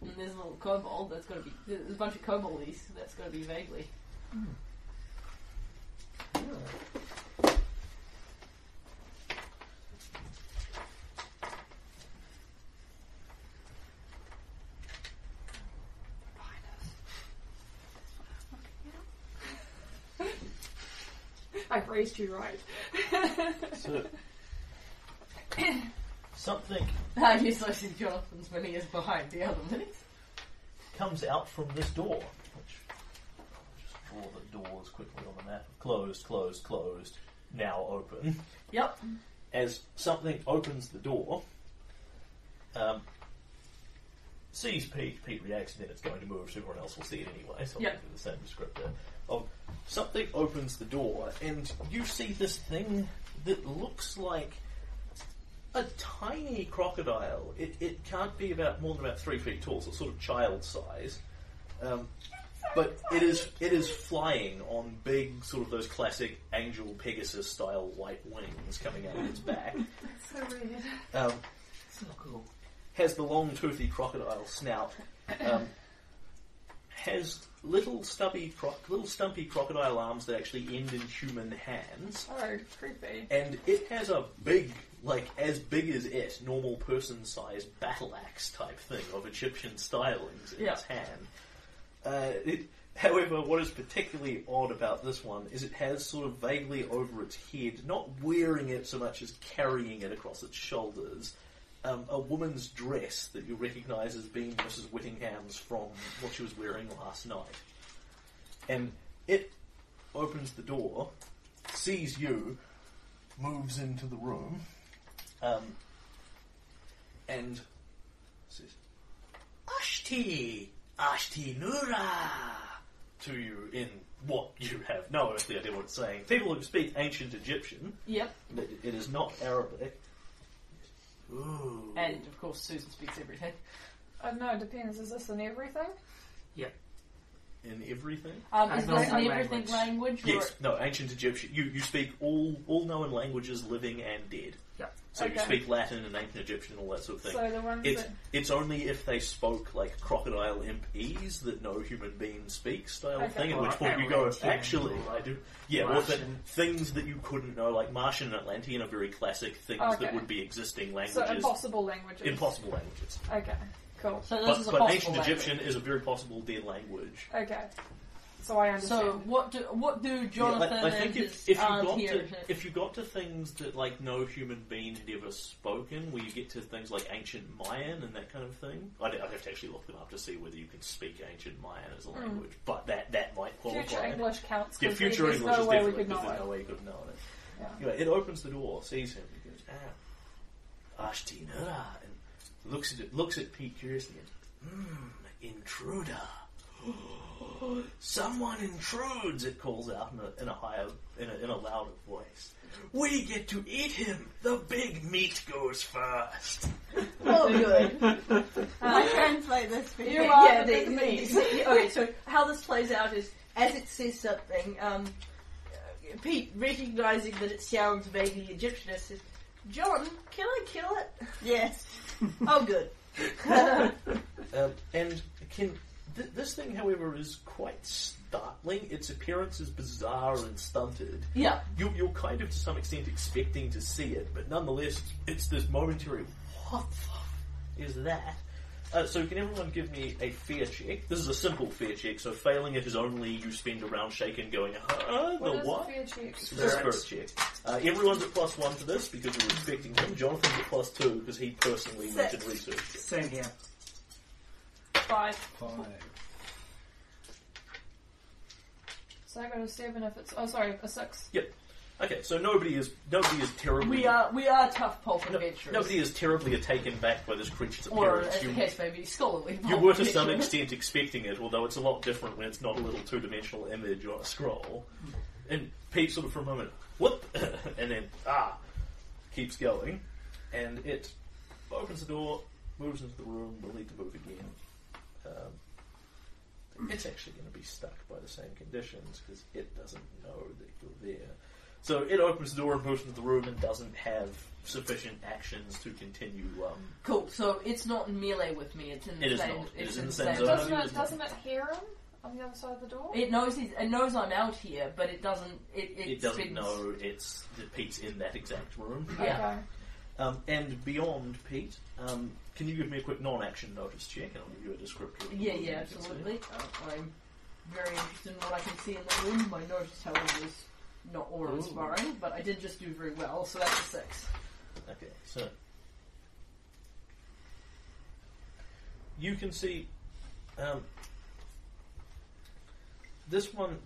And there's a little kobold that's going to be. There's a bunch of koboldies that's going to be vaguely. I've raised you right. So, something Ah, yes, I see Jonathan's mini is behind the other minis. comes out from this door, which I'll just draw the doors quickly on the map. Closed, closed, closed. Now open. Yep. as something opens the door, um, sees Pete, Pete reacts, and then it's going to move, so everyone else will see it anyway, so Yep. I'll do the same descriptor. Of something opens the door, and you see this thing that looks like a tiny crocodile. It, it can't be about more than about three feet tall, so it's sort of child size. Um, but it is it is flying on big sort of those classic angel Pegasus style white wings coming out of its back. So weird. Um, It's not cool. has the long toothy crocodile snout. Um, has little stubby croc- little stumpy crocodile arms that actually end in human hands. Oh, creepy. and it has a big, like as big as it, normal person sized battle axe type thing of Egyptian stylings in Yeah. its hand. Uh, it, however, what is particularly odd about this one is it has sort of vaguely over its head, not wearing it so much as carrying it across its shoulders. Um, a woman's dress that you recognise as being Mrs. Whittingham's from what she was wearing last night. And it opens the door, sees you, moves into the room, um, and says, "Ashti, Ashti Nura," to you in what you have no earthly idea what it's saying. People who speak ancient Egyptian, Yep. it, it is not Arabic. Ooh. And of course, Susan speaks everything. I don't know, it depends. Is this in everything? in everything. Um, I is know this my an everything language? or- Yes, no, ancient Egyptian. You you speak all all known languages, living and dead. Yeah. So you Okay. speak Latin and ancient Egyptian and all that sort of thing. So the ones It's that. it's only if they spoke like crocodile impees that no human being speaks style Okay. thing. At Or which point you go, Atlantean actually, or I do. Yeah, or the Martian. things that you couldn't know, like Martian and Atlantean, are very classic things that Okay. would be existing So languages, impossible languages. impossible languages. Okay, cool. So this But, is a but possible ancient language. Egyptian is a very possible dead language. Okay. So I understand. So what do what do Yeah, I- Jonathan I, think and if, his if you aunt got here? to [LAUGHS] if you got to things that like no human being had ever spoken, where you get to things like ancient Mayan and that kind of thing, I'd, I'd have to actually look them up to see whether you can speak ancient Mayan as a Hmm. language. But that that might qualify. Future English counts. Yeah, 'cause future there's English no is way definitely we could there's know it. no way you could know it. Yeah. Anyway, it opens the door, sees him, he goes, ah, Ashti Nura, and looks at it, looks at Pete curiously, and, hmm, intruder. [GASPS] Someone intrudes, it calls out in a, in a higher, in a, in a louder voice. We get to eat him! The big meat goes first! [LAUGHS] Oh, good. [LAUGHS] I Uh, translate this for you. You are yeah, the they- big meat. they- okay, so how this plays out is as it says something, um, uh, Pete recognizing that it sounds vaguely Egyptian says, "John, can I kill it?" [LAUGHS] Yes. oh, good. Um, and can th- this thing, however, is quite startling. Its appearance is bizarre and stunted. Yeah, you, you're kind of to some extent expecting to see it, but nonetheless, it's this momentary what the f- is that? Uh, so can everyone give me a fear check? This is a simple fear check, so failing it is only you spend a round shaken going, huh, the What is what? the fear check? It's a spirit check. Uh, everyone's at plus one to this because we're expecting him. Jonathan's at plus two because he personally went and researched it. Same here. Five. Five. So I got a seven if it's. Oh, sorry, a six. Okay, so nobody is nobody is terribly We are we are tough pulp no- adventurers. nobody is terribly taken back by this creature's or appearance. as [LAUGHS] the You, case may be, scholarly. you pulp were to [LAUGHS] some adventurers. extent expecting it, although it's a lot different when it's not a little two dimensional image or a scroll. And Pete sort of for a moment, what? the-" [LAUGHS] and then ah, keeps going, and it opens the door, moves into the room. We'll need to move again. Um, it's actually going to be stuck by the same conditions because it doesn't know that you're there. So it opens the door and moves into the room and doesn't have sufficient actions to continue. Um, [LAUGHS] Cool. So it's not in melee with me. It's in the It is same. not. It It's is in the same. zone. zone. Doesn't it, doesn't it hear him on the other side of the door? It knows he's, it knows I'm out here, but it doesn't. It, it, it doesn't spins- know it's that Pete's in that exact room. Yeah. Okay. Um, and beyond Pete, um, can you give me a quick non-action notice check, and I'll give you a descriptor. of the Yeah, room yeah, you can see. absolutely. Uh, I'm very interested in what I can see in the room. My notice, however, is not awe inspiring, but I did just do very well, so that's a six. Okay, so you can see um, this one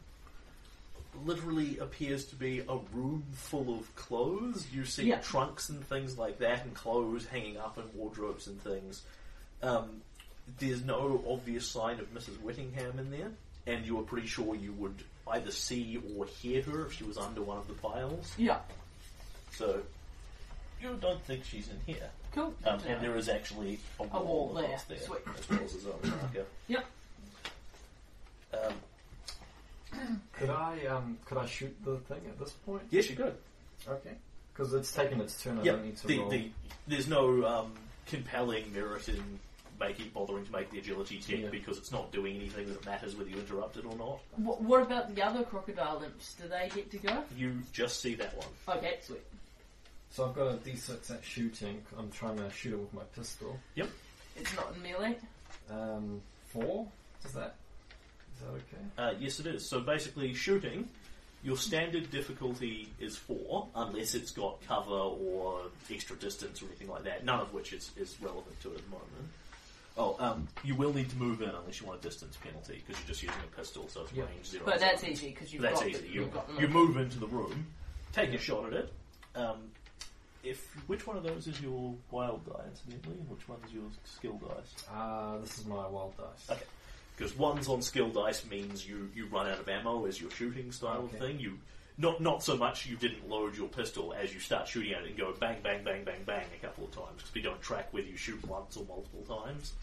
literally appears to be a room full of clothes. You see Yeah. trunks and things like that, and clothes hanging up in wardrobes and things. Um, there's no obvious sign of Mrs. Whittingham in there, and you are pretty sure you would either see or hear her if she was under one of the piles. Yeah, So you don't think she's in here. cool. Um, and there is actually a wall, wall there. across there, Sweet. as well as a zone marker. Yep. Um, Could I um could I shoot the thing at this point? yes, you could. Okay. Because it's taken its turn. I Yeah, don't need to the, roll. the, there's no um, compelling merit in making bothering to make the agility check Yeah. because it's not doing anything that matters whether you interrupt it or not. What, what about the other crocodile imps? Do they get to go? You just see that one. Okay, sweet. So I've got a D6 at shooting. I'm trying to shoot it with my pistol. It's not in melee. Um, four. Is that is that okay? Uh, yes, it is. So basically, shooting. Your standard difficulty is four, unless it's got cover or extra distance or anything like that. None of which is, is relevant to it at the moment. Oh, um, you will need to move in unless you want a distance penalty because you're just using a pistol, so it's Yeah. range zero. But that's zero. easy, because you've That's got easy. The, You, you've got them. you move into the room, take a shot at it. Um, if which one of those is your wild die, incidentally, and which one is your skill dice? Uh, this is my wild dice. Okay. Because ones on skill dice means you, you run out of ammo as your shooting style Okay. thing. You not not so much you didn't load your pistol as you start shooting at it and go bang bang bang bang bang a couple of times because we don't track whether you shoot once or multiple times.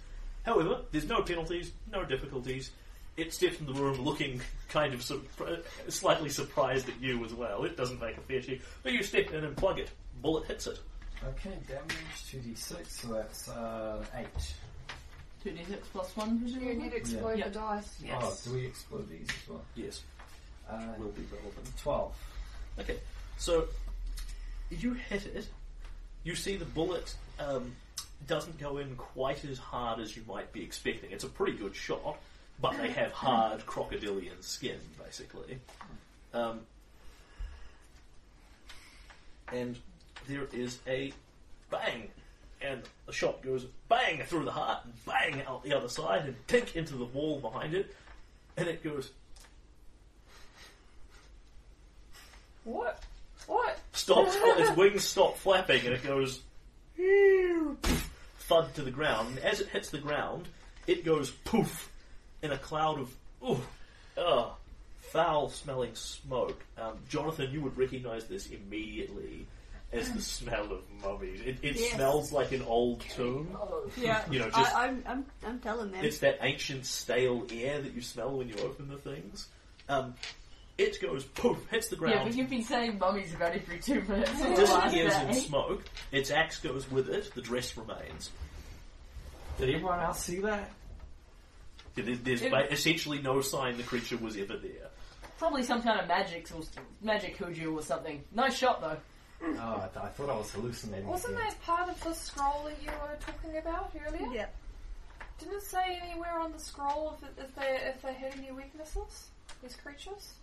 However, there's no penalties, no difficulties. It steps in the room looking [LAUGHS] kind of surpri- slightly surprised at you as well. It doesn't make a fair shake, but you step in and plug it. Bullet hits it. Okay, damage two D6. So that's uh, eight. 2d6 plus 1, You need presumably? to explode Yeah. the dice. Oh, do we explode these as well? Yes, Uh, will be relevant. Twelve. Okay, so you hit it. You see the bullet um, doesn't go in quite as hard as you might be expecting. It's a pretty good shot, but they have hard crocodilian skin, basically. Um, and there is a bang, and the shot goes bang through the heart, and bang out the other side, and tink into the wall behind it, and it goes What? What? [LAUGHS] stops, its wings stop flapping, and it goes thud to the ground. And as it hits the ground, it goes poof in a cloud of ooh, uh, foul-smelling smoke. Um, Jonathan, you would recognise this immediately as [LAUGHS] the smell of mummies. It, it Yes. smells like an old tomb. Yeah. You know, just- I, I'm, I'm, I'm telling them. It's that ancient stale air that you smell when you open the things. Um, it goes poof, hits the ground. Yeah, but you've been saying mummies about every two minutes. for the last disappears in day. smoke. Its axe goes with it. The dress remains. Did everyone else see that? Yeah, There's, there's It- ba- essentially no sign the creature was ever there. Probably some kind of magic, or magic hoodoo or something. Nice shot, though. Oh, I, th- I thought I was hallucinating. Wasn't that part of the scroll that you were talking about earlier? yeah. Didn't it say anywhere on the scroll if, it- if they if they had any weaknesses? These creatures.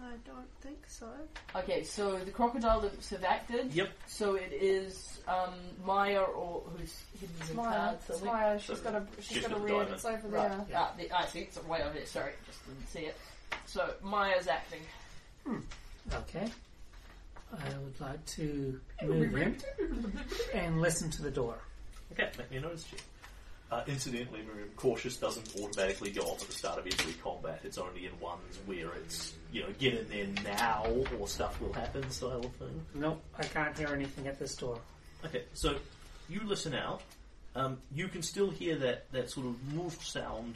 I don't think so. Okay, so the crocodile that's have acted. Yep. So it is um, Maya or who's hidden in the Maya. card It's somewhere. Maya. She's got a She's she's got a got the red. diamond. It's over Right. there. Ah, the, I see it's way over there. Sorry, just didn't see it. So Maya's acting. Okay. I would like to move in and listen to the door. Okay, make me a notice check. Uh, incidentally, Miriam, cautious doesn't automatically go off at the start of every combat. It's only in ones where it's, you know, get in there now or stuff will happen style of thing. Nope, I can't hear anything at this door. Okay, so you listen out. Um, you can still hear that, that sort of moof sound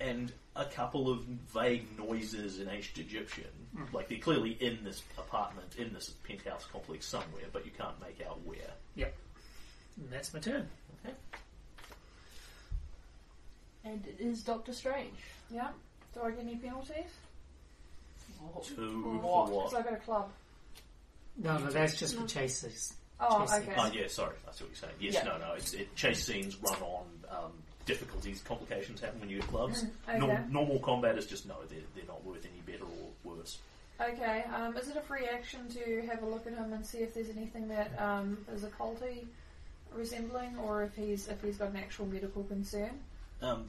and a couple of vague noises in ancient Egyptian. Hmm. Like they're clearly in this apartment, in this penthouse complex somewhere, but you can't make out where. Yep. And that's my turn. And it is Doctor Strange. Yeah. Do I get any penalties? Two for What? what? Because I got a club. No, no, that's just for chases. Oh, Chasing. okay. Oh, yeah, sorry. I see what you're saying. Yes, Yeah. no, no. It's, it, chase scenes run on um, difficulties, complications happen when you get clubs. Mm-hmm. Oh, okay. Nor- normal combat is just no, they're, they're not worth any better or worse. Okay, um, is it a free action to have a look at him and see if there's anything that um, is occulty resembling, or if he's if he's got an actual medical concern? Um,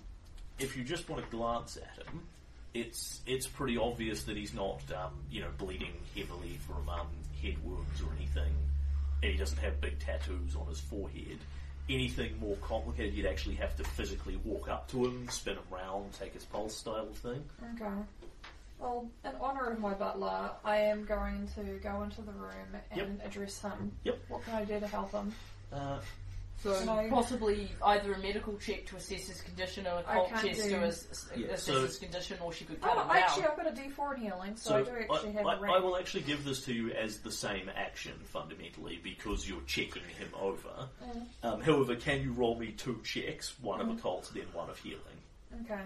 if you just want to glance at him, it's it's pretty obvious that he's not um, you know bleeding heavily from um, head wounds or anything, and he doesn't have big tattoos on his forehead. Anything more complicated, you'd actually have to physically walk up to him, spin him round, take his pulse style of thing. Okay. Well, in honour of my butler, I am going to go into the room and address him. Yep. What can I do to help him? Uh, So No. possibly either a medical check to assess his condition or a I cult can't test do- to ass- Yeah, assess so- his condition, or she could cut Oh, him actually, down. I've got a D4 in healing, so, So I do actually I, have I- a rank. I will actually give this to you as the same action fundamentally because you're checking him over. Mm. Um, however, can you roll me two checks, one of occult, then one of healing? Okay.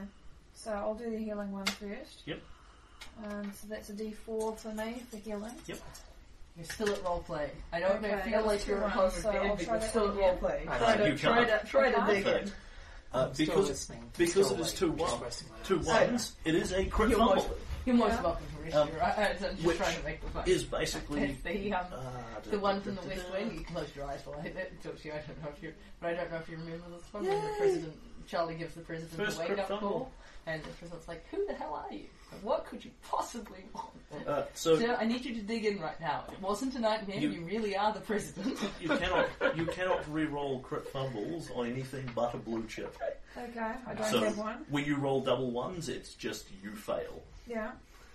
So I'll do the healing one first. Yep. Um, so that's a D4 for me for healing. Yep. You're still at roleplay. I don't know Okay, feel that was like you're two at home rounds, in so I'll bed, but try you're that still at again. roleplay. I Try know. to You try can't. to try to Okay. dig in. Uh, I'm still because listening. because Still it is waiting, two just ones, resting my two eyes. ones, it is a crit You're most, fumble. you're most Yeah. welcome to rest Um, your eyes. I'm just which trying to make the fun. Is basically It's [LAUGHS] the, um, Ah, The one [LAUGHS] from the da-da-da-da-da. West Wing, you close your eyes while I it talks to you. I don't know if you, but I don't know if you remember this one. When the president, Charlie gives the president First a wake-up cryptumble. call, and the president's like, "Who the hell are you? And What could you possibly want?" Uh, so So I need you to dig in right now. It wasn't a nightmare. You, You- really are the president. you cannot you cannot re-roll crit fumbles on anything but a blue chip. Okay, I don't So have one. when you roll double ones, it's just you fail. Yeah.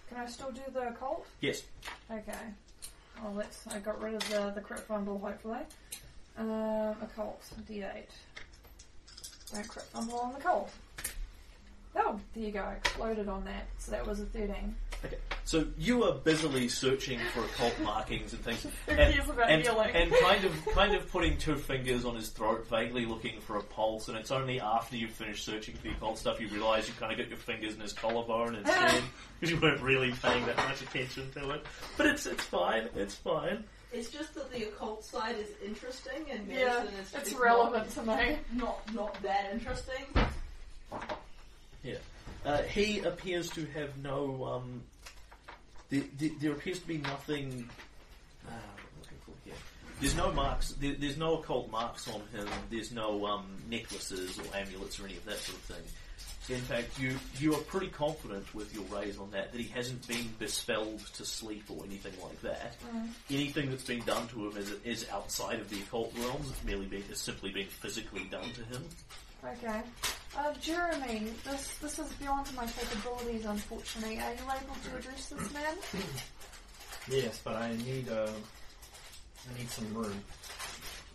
Can I still do the occult? Yes, Okay. Well, let's. I got rid of the, the crit fumble, hopefully. Um, occult, d8. Don't crit fumble on the cult. Oh, there you go. Exploded on that. So that was a 13. Okay. So you are busily searching for occult markings and things, and, and, and kind of kind of putting two fingers on his throat, vaguely looking for a pulse. And it's only after you've finished searching for the occult stuff you realise you kind of got your fingers in his collarbone instead because you weren't really paying that much attention to it. But it's it's fine. It's fine. [LAUGHS] it's just that the occult side is interesting, and it's relevant to me. Not, not that interesting. Yeah. Uh, he appears to have no. Um, the, the, there appears to be nothing. Uh, what am I looking for here? There's no marks. There, there's no occult marks on him. There's no um, necklaces or amulets or any of that sort of thing. In fact, you you are pretty confident with your raise on that that he hasn't been bespelled to sleep or anything like that. Anything that's been done to him is, is outside of the occult realms. It's merely been it's simply been physically done to him. Okay. Uh, Jeremy, this this is beyond my capabilities, unfortunately. Are you able to address this man? Yes, but I need uh, I need some room.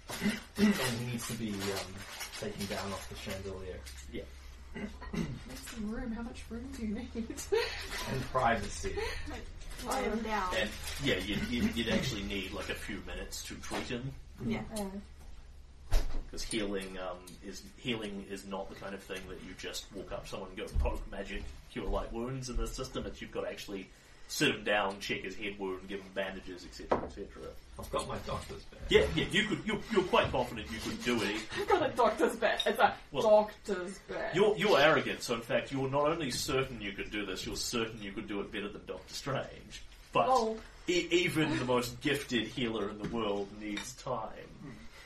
Something needs to be um, taken down off the chandelier Need some room. How much room do you [LAUGHS] need? and privacy. I am now. And yeah, you'd, you'd, you'd actually need like a few minutes to treat him Yeah. Oh, because healing um, is healing is not the kind of "Oh, thing that you just walk up to someone and go poke magic cure light wounds in the system. It's you've got to actually sit him down, check his head wound, give him bandages, etc., etc. I've got my doctor's bag. Yeah, yeah, you could. You're, you're quite confident you could do it. I've got a doctor's bed. It's a Well- doctor's bed. You're, you're arrogant, so in fact, you're not only certain you could do this, you're certain you could do it better than Doctor Strange. But Oh, e- even the most gifted healer in the world needs time.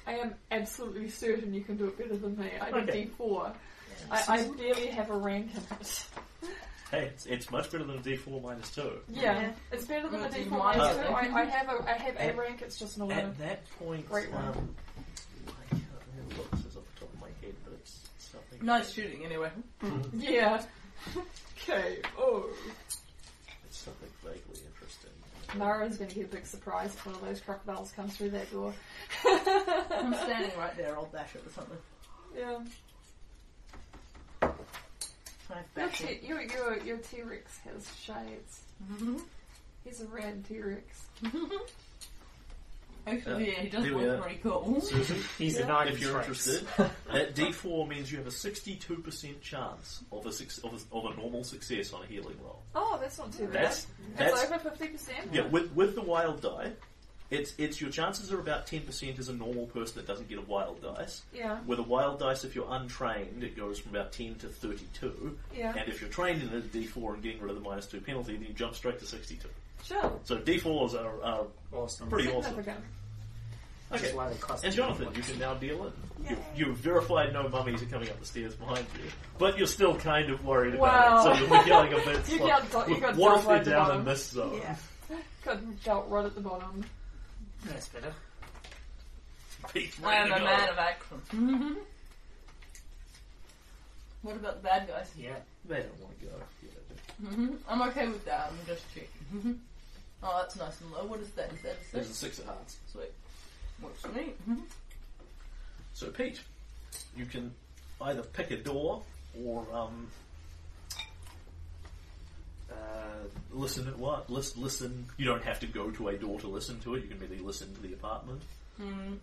I am absolutely certain you can do it better than me. I did Okay. D4. I, [LAUGHS] I barely have a rank in it. Hey, it's, it's much better than a D4 minus 2. Yeah, Yeah. it's better than the Well, D4 mine minus is- two. I, I have a I have a rank. It's just an eleven. At that point, Great one. um, I can't remember what this is off the top of my head, but it's something. Nice shooting, anyway. Yeah. [LAUGHS] Okay. Oh. It's something vaguely interesting. Mara's gonna get a big surprise if one of those crocodiles comes through that [LAUGHS] door. I'm standing right there. I'll dash it or something. Yeah. I Your, bash t- it. your, your, your T-Rex has shades. Mm-hmm. He's a red T-Rex. Actually, yeah, he does There we look are. pretty cool. Susan, He's a nine if you're tricks. interested, that D4 means you have a 62% chance of a, suc- of a, of a normal success on a healing roll. Oh, that's not too bad. That's That's, that's over 50%? yeah. With with the wild die, it's it's your chances are about ten percent as a normal person that doesn't get a wild dice. Yeah, With a wild dice, if you're untrained, it goes from about ten to thirty-two, yeah. and if you're trained in a D4 and getting rid of the minus two penalty, then you jump straight to sixty-two. Sure. So D4s are, are Awesome. pretty awesome. Significant. Which is Okay. why they cost And me Jonathan, so you much. can now deal in. You, you've verified no mummies are coming up the stairs behind you, but you're still kind of worried about Wow. it, so you're yelling a bit. You like, got do- you got what double if they're at the down bottom." in this zone? [LAUGHS] Yeah. Got dealt right at the bottom. That's better. Pete's I am ready a to go. man of action. Mm-hmm. what about the bad guys? Yeah. They don't want to go. Yeah, they do. hmm I'm okay with that. I'm just checking. hmm Oh, that's nice and low. What is that? Is that a There's six? a six of hearts. Sweet. Works for me. hmm So Pete, you can either pick a door or um, uh, listen at what? Listen, listen. You don't have to go to a door to listen to it. You can merely listen to the apartment. Mm.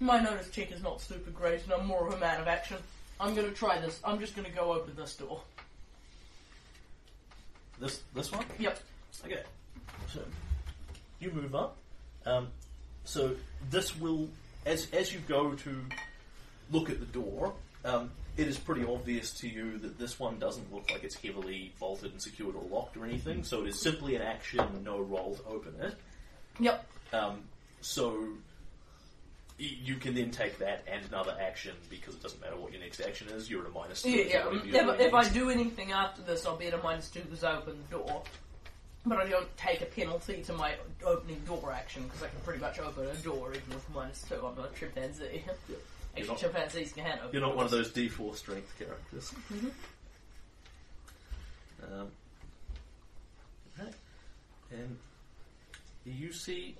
My notice check is not super great, and I'm more of a man of action. I'm gonna try this. I'm just gonna go open this door. This this one. Yep. Okay. So you move up. Um, so this will, as as you go to look at the door, um, it is pretty obvious to you that this one doesn't look like it's heavily bolted and secured or locked or anything. So it is simply an action, no roll to open it. Yep. Um, so y- you can then take that and another action because it doesn't matter what your next action is. You're at a minus two. Yeah, so yeah. whatever you're If, doing if I next. do anything after this, I'll be at a minus two because I opened the door. But I don't take a penalty to my opening door action because I can pretty much open a door even with minus two. I'm not a chimpanzee. [LAUGHS] You're Actually, not- chimpanzees can handle. You're not one of those D4 strength characters. Um, right. And you see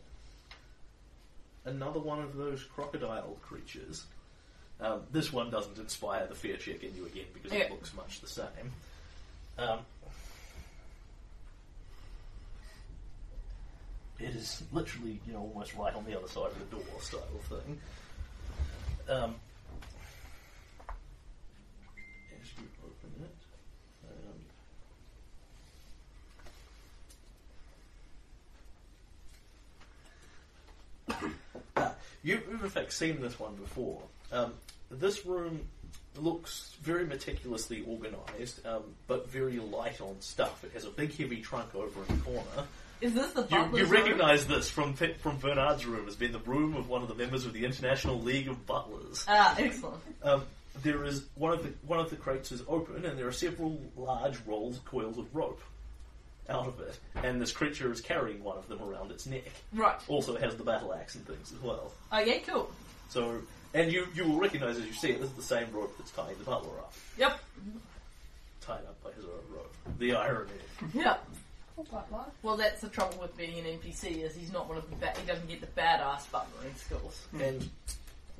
another one of those crocodile creatures. Um, this one doesn't inspire the fear check in you again because it Yeah. looks much the same. Um, it is literally, you know, almost right on the other side of the door style of thing. Um, as you open it, um, Ah, You've in fact seen this one before. Um, this room looks very meticulously organised, um, but very light on stuff. It has a big, heavy trunk over in the corner. Is this the You, you butler's room? recognise this from Pe- from Bernard's room as being the room of one of the members of the International League of Butlers. Ah, excellent. Um, there is one of the one of the crates is open, and there are several large rolled coils of rope out of it, and this creature is carrying one of them around its neck. Right. Also has the battle axe and things as well. Okay, cool. So, and you you will recognise as you see it, this is the same rope that's tying the butler up, Yep. tied up by his own rope. The irony. Yep. Oh, blah, blah. Well, that's the trouble with being an NPC is he's not one of the ba- he doesn't get the badass butlering skills. And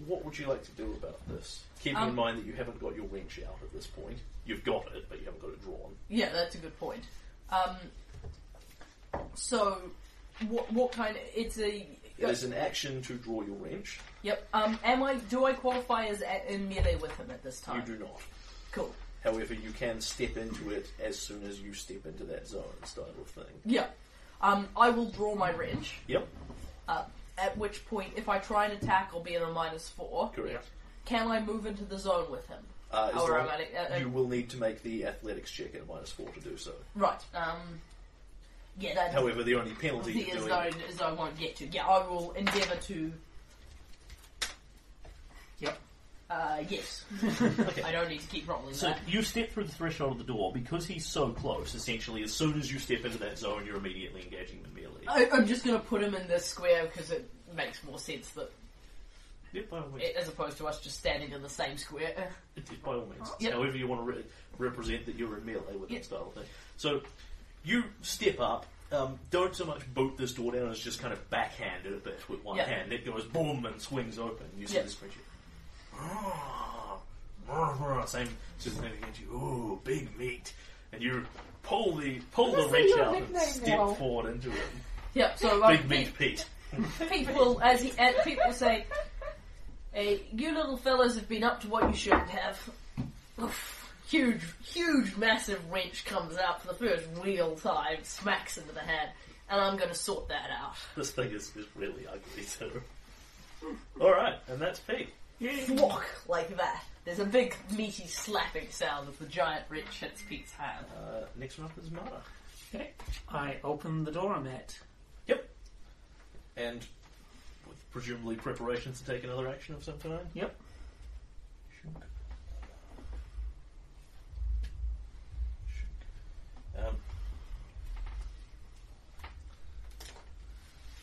what would you like to do about this? Keeping Um, in mind that you haven't got your wrench out at this point. You've got it, but you haven't got it drawn. Yeah, that's a good point. Um, so, what what kind of it's a It is an action to draw your wrench. yep. Um, am I do I qualify as a, in melee with him at this You time? do not. Cool. However, you can step into it as soon as you step into that zone style of thing. Yeah. Um, I will draw my wrench. Yep, Uh, at which point, if I try and attack, I'll be in a minus four. correct. Can I move into the zone with him? Uh, as Oh, long- right, uh, uh, you will need to make the athletics check at minus four to do so. Right. Um. Yeah. That However, the only penalty the to is doing zone is I won't get to. Yeah, I will endeavour to. Yep. Uh, [LAUGHS] yes. I don't need to keep rolling So that. you step through the threshold of the door because he's so close. Essentially, as soon as you step into that zone, you're immediately engaging the melee. Uh, I, I'm just going to put him in this square because it makes more sense that Yeah, by all means. as opposed to us just standing in the same square. It- by all means. It's Yep. However, you want to re- represent that you're in melee with Yep. that style of thing. So you step up. Um, don't so much boot this door down as just kind of backhand it a bit with one Yep. hand. It goes boom and swings open. You see Yep. this creature. Same, just name against you. Ooh, big meat, and you pull the pull the That's wrench a out nickname and step now. forward into it. Yeah, so um, Big meat, Pete. pe- people, as he, as people say, hey, you little fellas have been up to what you shouldn't have. Oof. Huge, huge, massive wrench comes out for the first real time, smacks into the head, and I'm going to sort that out. This thing is, is really ugly too. All right, and that's Pete. Walk like that. There's a big meaty slapping sound as the giant wrench hits Pete's hand. Uh, next one up is Mara. Okay. I open the door I'm at. Yep. And with presumably preparations to take another action of some kind. Yep. Um,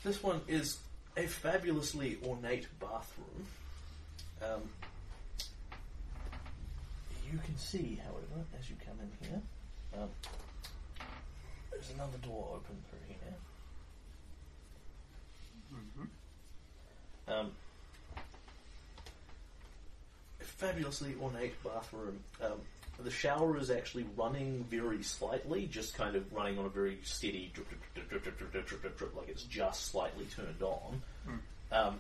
this one is a fabulously ornate bathroom. Um, you can see, however, as you come in here, um, there's another door open through here. Um, a fabulously ornate bathroom. Um, the shower is actually running very slightly, just kind of running on a very steady drip, drip, drip, drip, drip, drip, drip, drip, drip, drip like it's just slightly turned on. Um,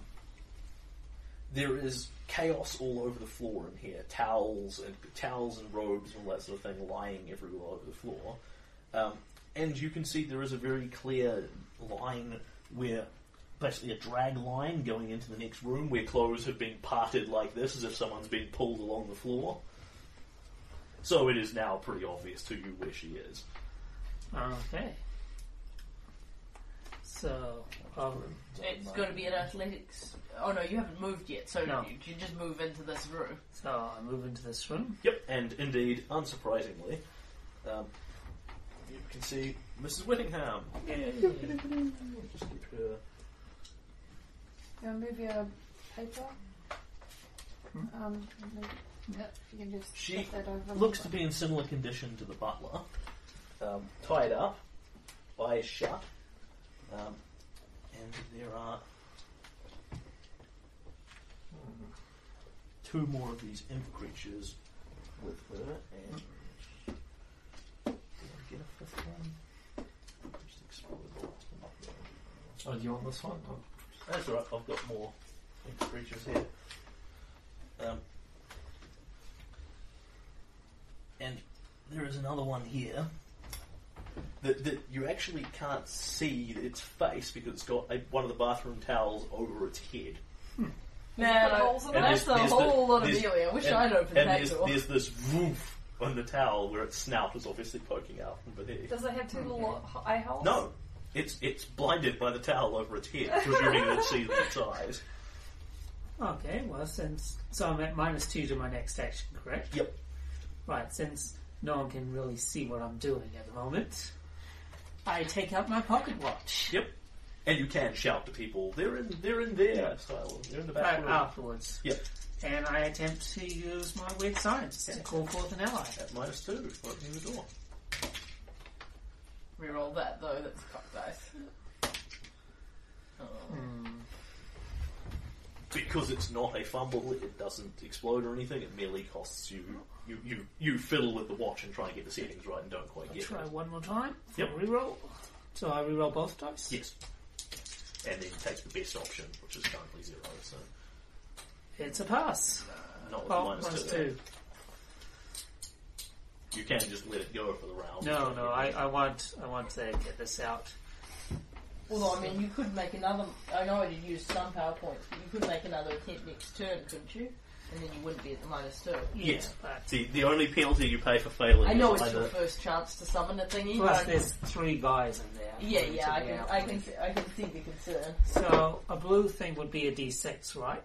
there is chaos all over the floor in here. Towels and towels and robes and all that sort of thing lying everywhere all over the floor. Um, and you can see there is a very clear line where, basically a drag line going into the next room where clothes have been parted like this as if someone's been pulled along the floor. So it is now pretty obvious to you where she is. Okay. So, um, It's going to be an athletics. Oh no, you haven't moved yet, so No. you can just move into this room. so I move into this room. Yep, and indeed, unsurprisingly, um, you can see Mrs. Whittingham. Just keep her- You want to move your paper? Um, move- yep, you can just Hmm? She shift that over. looks to be in similar condition to the butler, um, tied up, eyes shut, um, and there are two more of these imp creatures with her, and did I get a fifth one? Just explore the last one up there. Oh, do you want this one? Oh, That's alright, I've got more imp creatures here. Um, and there is another one here that, that you actually can't see its face because it's got a, one of the bathroom towels over its head. Man, put I- holes in and it? that's a there's- there's whole the- lot of there's- dealing. I wish and- I'd opened and that there's, door. there's this woof on the towel where its snout is obviously poking out from beneath. Does it have two little h- eye holes? No, it's it's blinded by the towel over its head, presuming that it sees its eyes. Okay, well, since. So I'm at minus two to my next action, correct? Yep. Right, since no one can really see what I'm doing at the moment, I take out my pocket watch. Yep. And you can shout to people. They're in. They're in there. Style. They're in the back Right ah. room. afterwards. Yep. And I attempt to use my weird science and call forth an ally. At minus two, opening the door. Reroll that though. That's cock dice. Oh. Because it's not a fumble, it doesn't explode or anything. It merely costs you. You you you fiddle with the watch and try and get the settings right and don't quite get Try it. one more time. for Yep. Reroll. So I reroll both dice. Yes. And then take the best option, which is currently zero. So It's a pass. not with Oh, minus minus two. two. You can't just let it go for the round. No, no, I, I want I want to get this out. Although, I mean, you could make another. I know I did use some power points, but you could make another attempt next turn, couldn't you? And then you wouldn't be at the minus two. Yeah, Yes. but See, the only penalty you pay for failing I know is it's your either first chance to summon a thingy. plus but- there's three guys in there. yeah, Need yeah, to I be can, out. I can, I can see the concern. So a blue thing would be a D6, right?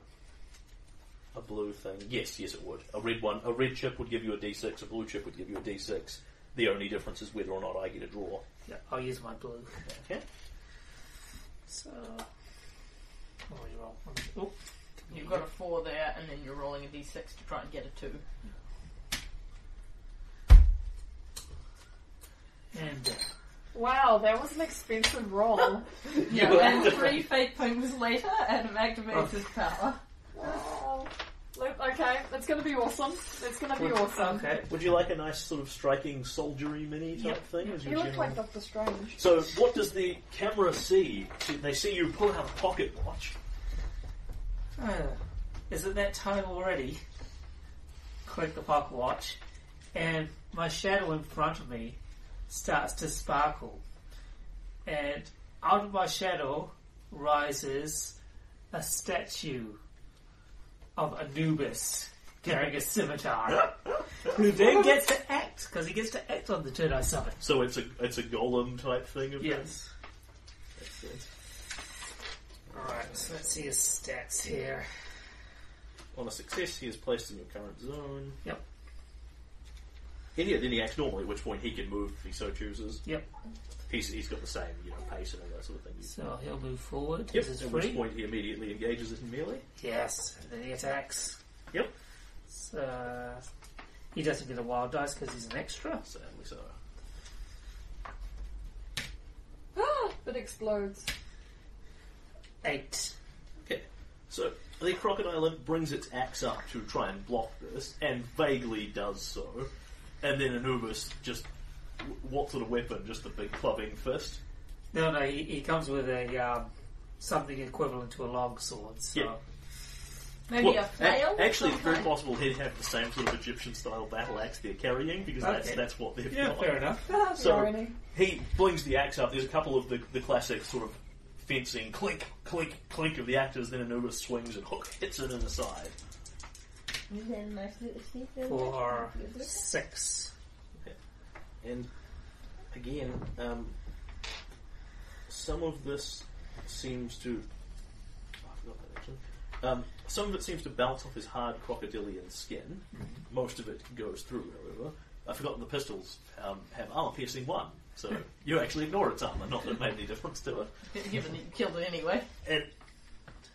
a blue thing. Yes, yes, it would. A red one, a red chip would give you a d6. A blue chip would give you a d6. The only difference is whether or not I get a draw. Yeah, I'll use my blue. Okay. So what do you roll? Oh, You've got a four there, and then you're rolling a d6 to try and get a two. and uh, Wow, that was an expensive roll. [LAUGHS] Yeah, [LAUGHS] and three fate things later, Adam activates Oh. his power. Wow. Look, okay, it's gonna be awesome. It's gonna be awesome. okay. Would you like a nice sort of striking soldiery mini type Yep. thing? As He your looked general- like Doctor Strange. [GASPS] So, what does the camera see? See- They see you pull out a pocket watch. Uh, is it that time already? Click the pocket watch, and my shadow in front of me starts to sparkle. And out of my shadow rises a statue of Anubis carrying a scimitar, who then gets to act, because he gets to act on the turn I summon. So it's a it's a golem type thing. Of Yes. That's it. Alright, so let's see his stats here. On a success, he is placed in your current zone. Yep. And yeah, then he acts normally, at which point he can move if he so chooses. Yep. He's, he's got the same, you know, pace and all that sort of thing. So he'll move forward. Yep, This is at free. which point he immediately engages it in melee. Yes, and then he attacks. Yep. So, he doesn't get a wild dice because he's an extra. Sadly so. it explodes. Eight. Okay. So the crocodile imp brings its axe up to try and block this, and vaguely does so. And then Anubis just. wh- What sort of weapon? Just a big clubbing fist? No, no, he, he comes with a um, something equivalent to a long sword. So Yeah. Maybe Well, a flail? a- actually, it's very sometime? possible he'd have the same sort of Egyptian style battle axe they're carrying, because that's, Okay. that's what they've yeah, got. fair enough. So he flings the axe up. There's a couple of the, the classic sort of fencing clink, clink, clink of the actors. Then Anubis swings and hook hits it in the side. [LAUGHS] Four, six. And again, um, some of this seems to. oh, I forgot that actually. Um, some of it seems to bounce off his hard crocodilian skin. Most of it goes through, however. I've forgotten the pistols um, have armor piercing one, so you actually ignore its armor, not that it made any difference to it. Given that you killed it anyway. and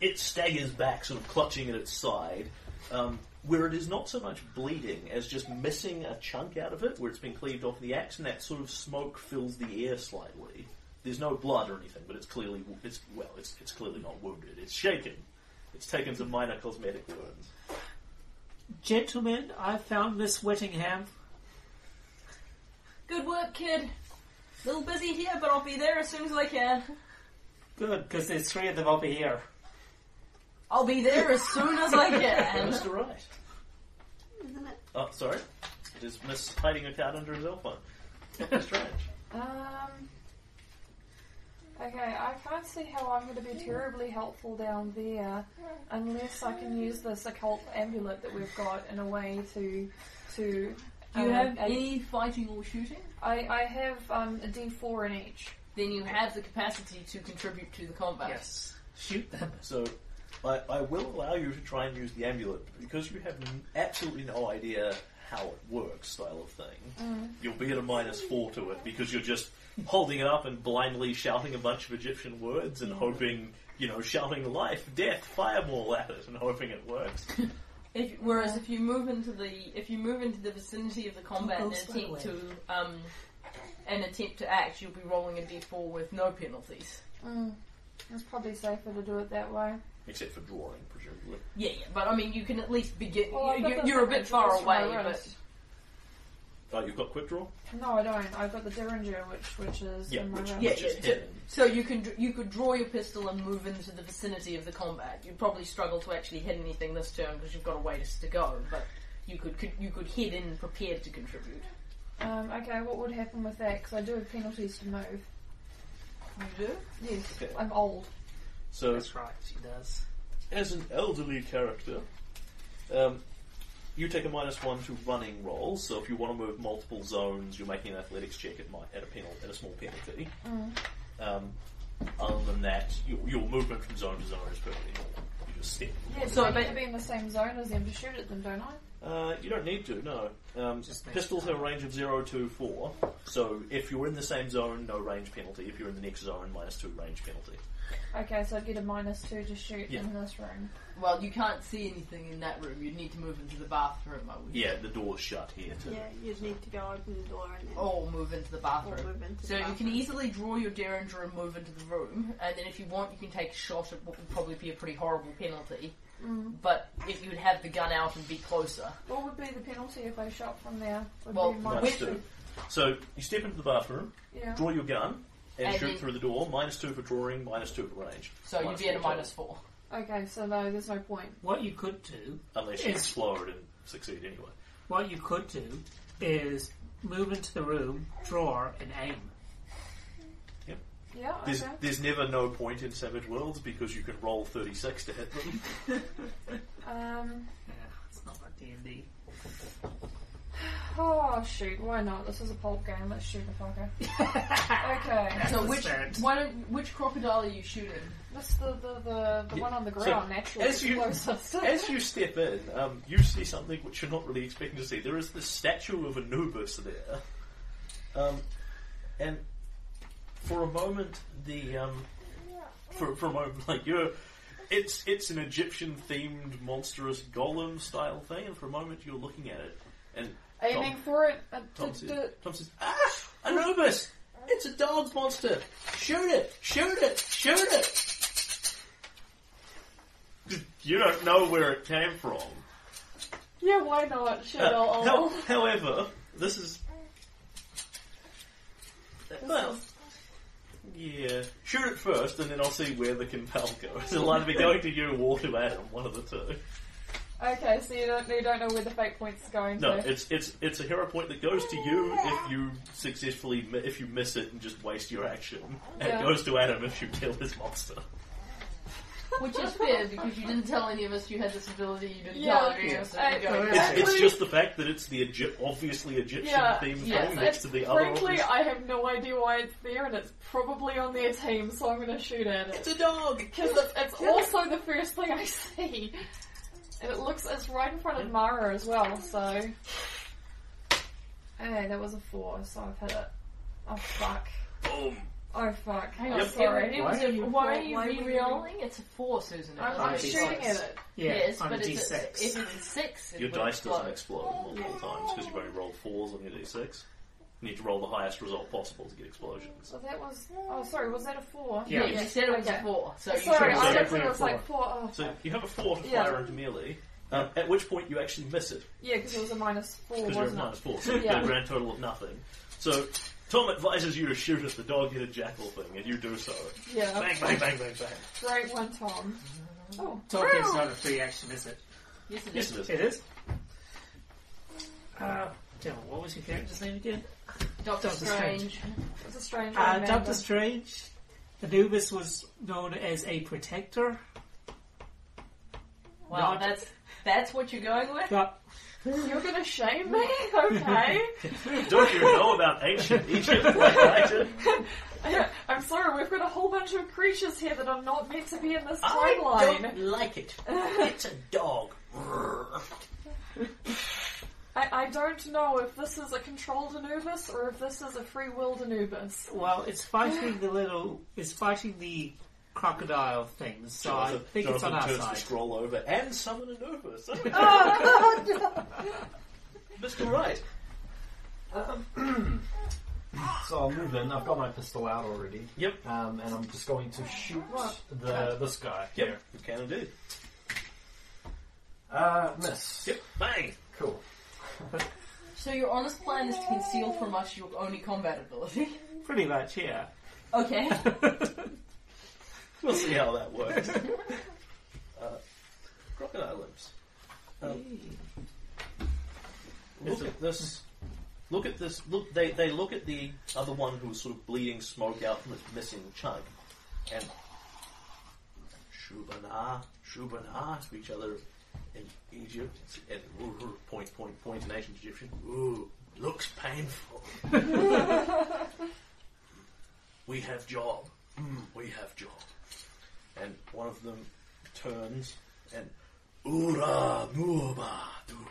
it staggers back, sort of clutching at its side, um, where it is not so much bleeding as just missing a chunk out of it, where it's been cleaved off the axe, and that sort of smoke fills the air slightly. There's no blood or anything, but it's clearly it's well, it's it's clearly not wounded. It's shaken. It's taken some minor cosmetic wounds. Gentlemen, I found Miss Whittingham. Good work, kid. Little busy here, but I'll be there as soon as I can. Good, because there's three of them over here. I'll be there as soon as I [LAUGHS] can. Mr. Right. Isn't it? Oh, sorry. It is Miss hiding a card under his elbow. Strange. Um. Okay, I can't see how I'm going to be terribly helpful down there unless I can use this occult amulet that we've got in a way to to. Do you um, have a- any fighting or shooting? I I have um, a D4 in each. Then you have the capacity to contribute to the combat. Yes. Shoot them. So I, I will allow you to try and use the amulet but because you have n- absolutely no idea how it works, style of thing. You'll be at a minus four to it because you're just holding it up and blindly shouting a bunch of Egyptian words and hoping, you know, shouting life, death, fireball at it and hoping it works. If, whereas if you move into the if you move into the vicinity of the combat and attempt to um, an attempt to act, you'll be rolling a d4 with no penalties. Mm. It's probably safer to do it that way. Except for drawing, presumably. Yeah, yeah, but I mean you can at least begin. Well, I've you, got you, the you're a bit syringe far just for my away, but wrist. Oh, you've got quick draw? No, I don't. I've got the Derringer, which which is Yeah, in my which, room. Yeah, which is yeah, hidden. so you can dr- you could draw your pistol and move into the vicinity of the combat. You'd probably struggle to actually hit anything this turn because you've got a ways to go, but you could, could you could head in prepared to contribute. Um, okay, what would happen with that? Because I do have penalties to move. You do? Yes, Okay. I'm old. So, That's right, she does. as an elderly character, um, you take a minus one to running rolls. So, if you want to move multiple zones, you're making an athletics check at, mi- at a penal- at a small penalty. Um, other than that, your, your movement from zone to zone is perfectly normal. You just step. Yeah, So so I ba- need to be in the same zone as them to shoot at them, don't I? Uh, you don't need to, no. Um, Just make pistols have a range of 0 to 4, so if you're in the same zone, no range penalty. If you're in the next zone, minus 2 range penalty. Okay, so I'd get a minus two to shoot Yeah. in this room. Well, you can't see anything in that room. You'd need to move into the bathroom, I would. Yeah, the door's shut here, too. Yeah, you'd need to go open the door and then Oh, Or move into the or bathroom. move into So the you can bathroom. easily draw your derringer and move into the room, and then if you want, you can take a shot at what would probably be a pretty horrible penalty. Mm. But if you would have the gun out and be closer, What would be the penalty if I shot from there? Would Well, be Minus minus 2. So you step into the bathroom, Yeah. draw your gun, and, And shoot then- through the door, minus 2 for drawing, minus 2 for range. so Minus you'd be at a four minus four. Okay, so no, there's no point. What you could do total, Unless you Yes. explode and succeed anyway. What you could do is move into the room, draw, and [LAUGHS] aim. Yeah, There's, okay. there's never no point in Savage Worlds because you can roll 36 to hit them. Um, Yeah, it's not like D and D. oh, shoot, why not? This is a pulp game, let's shoot [LAUGHS] the fucker. okay, So the which spirit. why don't which crocodile are you shooting? that's the, the, the, the Yeah, one on the so ground, natural as you- explosives. As you step in, um, you see something which you're not really expecting to see. There is the statue of Anubis there, um, and for a moment, the um, for, for a moment, [LAUGHS] like you're, it's it's an Egyptian themed monstrous golem style thing, and for a moment you're looking at it, and [LAUGHS] Aiming Tom- for it. Uh, Tom d- says, d- Tom says, "Ah, Anubis! It's a dog monster! Shoot it! Shoot it! Shoot it!" [LAUGHS] You don't know where it came from. yeah, why not? Shit, Uh, I'll- I'll- how- however, this is. Well, yeah. Shoot it first, and then I'll see where the compel goes. [LAUGHS] It'll either be going to you or to Adam, one of the two. Okay, so you don't, you don't know where the fate point's going No, to. it's it's it's a hero point that goes to you if you successfully mi- if you miss it and just waste your action, and Yeah. it goes to Adam if you kill his monster. Which is fair because you didn't tell any of us you had this ability. You didn't Yeah, tell any of us. that you're yeah. going. It's, it's Actually- just the fact that it's the Egy- obviously Egyptian Yeah, themed yes, thing next to the other. Frankly, obvious- I have no idea why it's there, and it's probably on their team, so I'm going to shoot at it. a dog. Because it's, it's also the first thing I [LAUGHS] see. And it looks, it's right in front of Mara as well, so. Hey, that was a four, so I've hit it. Oh fuck. Boom. Oh fuck. Hang on, Yep. sorry. it Why was a- are you- why are you why would you- re-rolling? It's a four, Susan. It I'm, doesn't I'm make shooting at sense. it. Yeah, yes, on but a it's D6. A, if it's a six, it Your would dice doesn't explode. explode multiple times because you've only rolled fours on your d6. You need to roll the highest result possible to get explosions. So that was. Oh, sorry, was that a four? Yeah. Yeah, you said it was Okay. a four, so you Sorry, should- I Exactly don't think a it was like four. Oh, So you have a four to Yeah. fire into melee, um, at which point you actually miss it yeah, because it was a minus four, because you're at wasn't minus it? four, so you get Yeah. a grand total of nothing. So Tom advises you to shoot at the dog headed jackal thing, and you do so. Yeah. Bang, bang, bang, bang, bang. Great one, Tom. Oh, Talking's not a free action, is it? Yes, it Yes, is. it is. [LAUGHS] It is. Uh, Dylan, what was your character's name again? Doctor Doctor Strange. Strange. it's a strange one. Uh, Amanda. Doctor Strange. Anubis was known as a protector. Wow, Not- that's that's what you're going with. Not You're gonna shame me? [LAUGHS] Okay. Don't you know about ancient [LAUGHS] Egypt? my writer? I'm sorry, we've got a whole bunch of creatures here that are not meant to be in this timeline. like it. It's a dog. I, I don't know if this is a controlled Anubis or if this is a free willed Anubis. well, it's fighting the little. It's fighting the crocodile thing. So I Jonathan, think it's on our turns side. the scroll over and summon a Nova. [LAUGHS] So- Mr. Wright. So I'll move in. I've got my pistol out already. Yep. Um, and I'm just going to shoot the this guy. Yep, you can indeed. Uh, miss. Yep, bang. Cool. So your honest plan is to conceal from us your only combat ability. [LAUGHS] Pretty much, yeah. [LAUGHS] Okay. We'll see how that works. [LAUGHS] uh, crocodile lips. Um, look at this Look at this. Look, they, they look at the other one who was sort of bleeding smoke out from its missing chunk, and Shubana, Shubana to each other in Egypt, and ooh, point, point, point in ancient Egyptian. Ooh, looks painful. we have job. Mm, we have job. And one of them turns and Ura Muba Dura.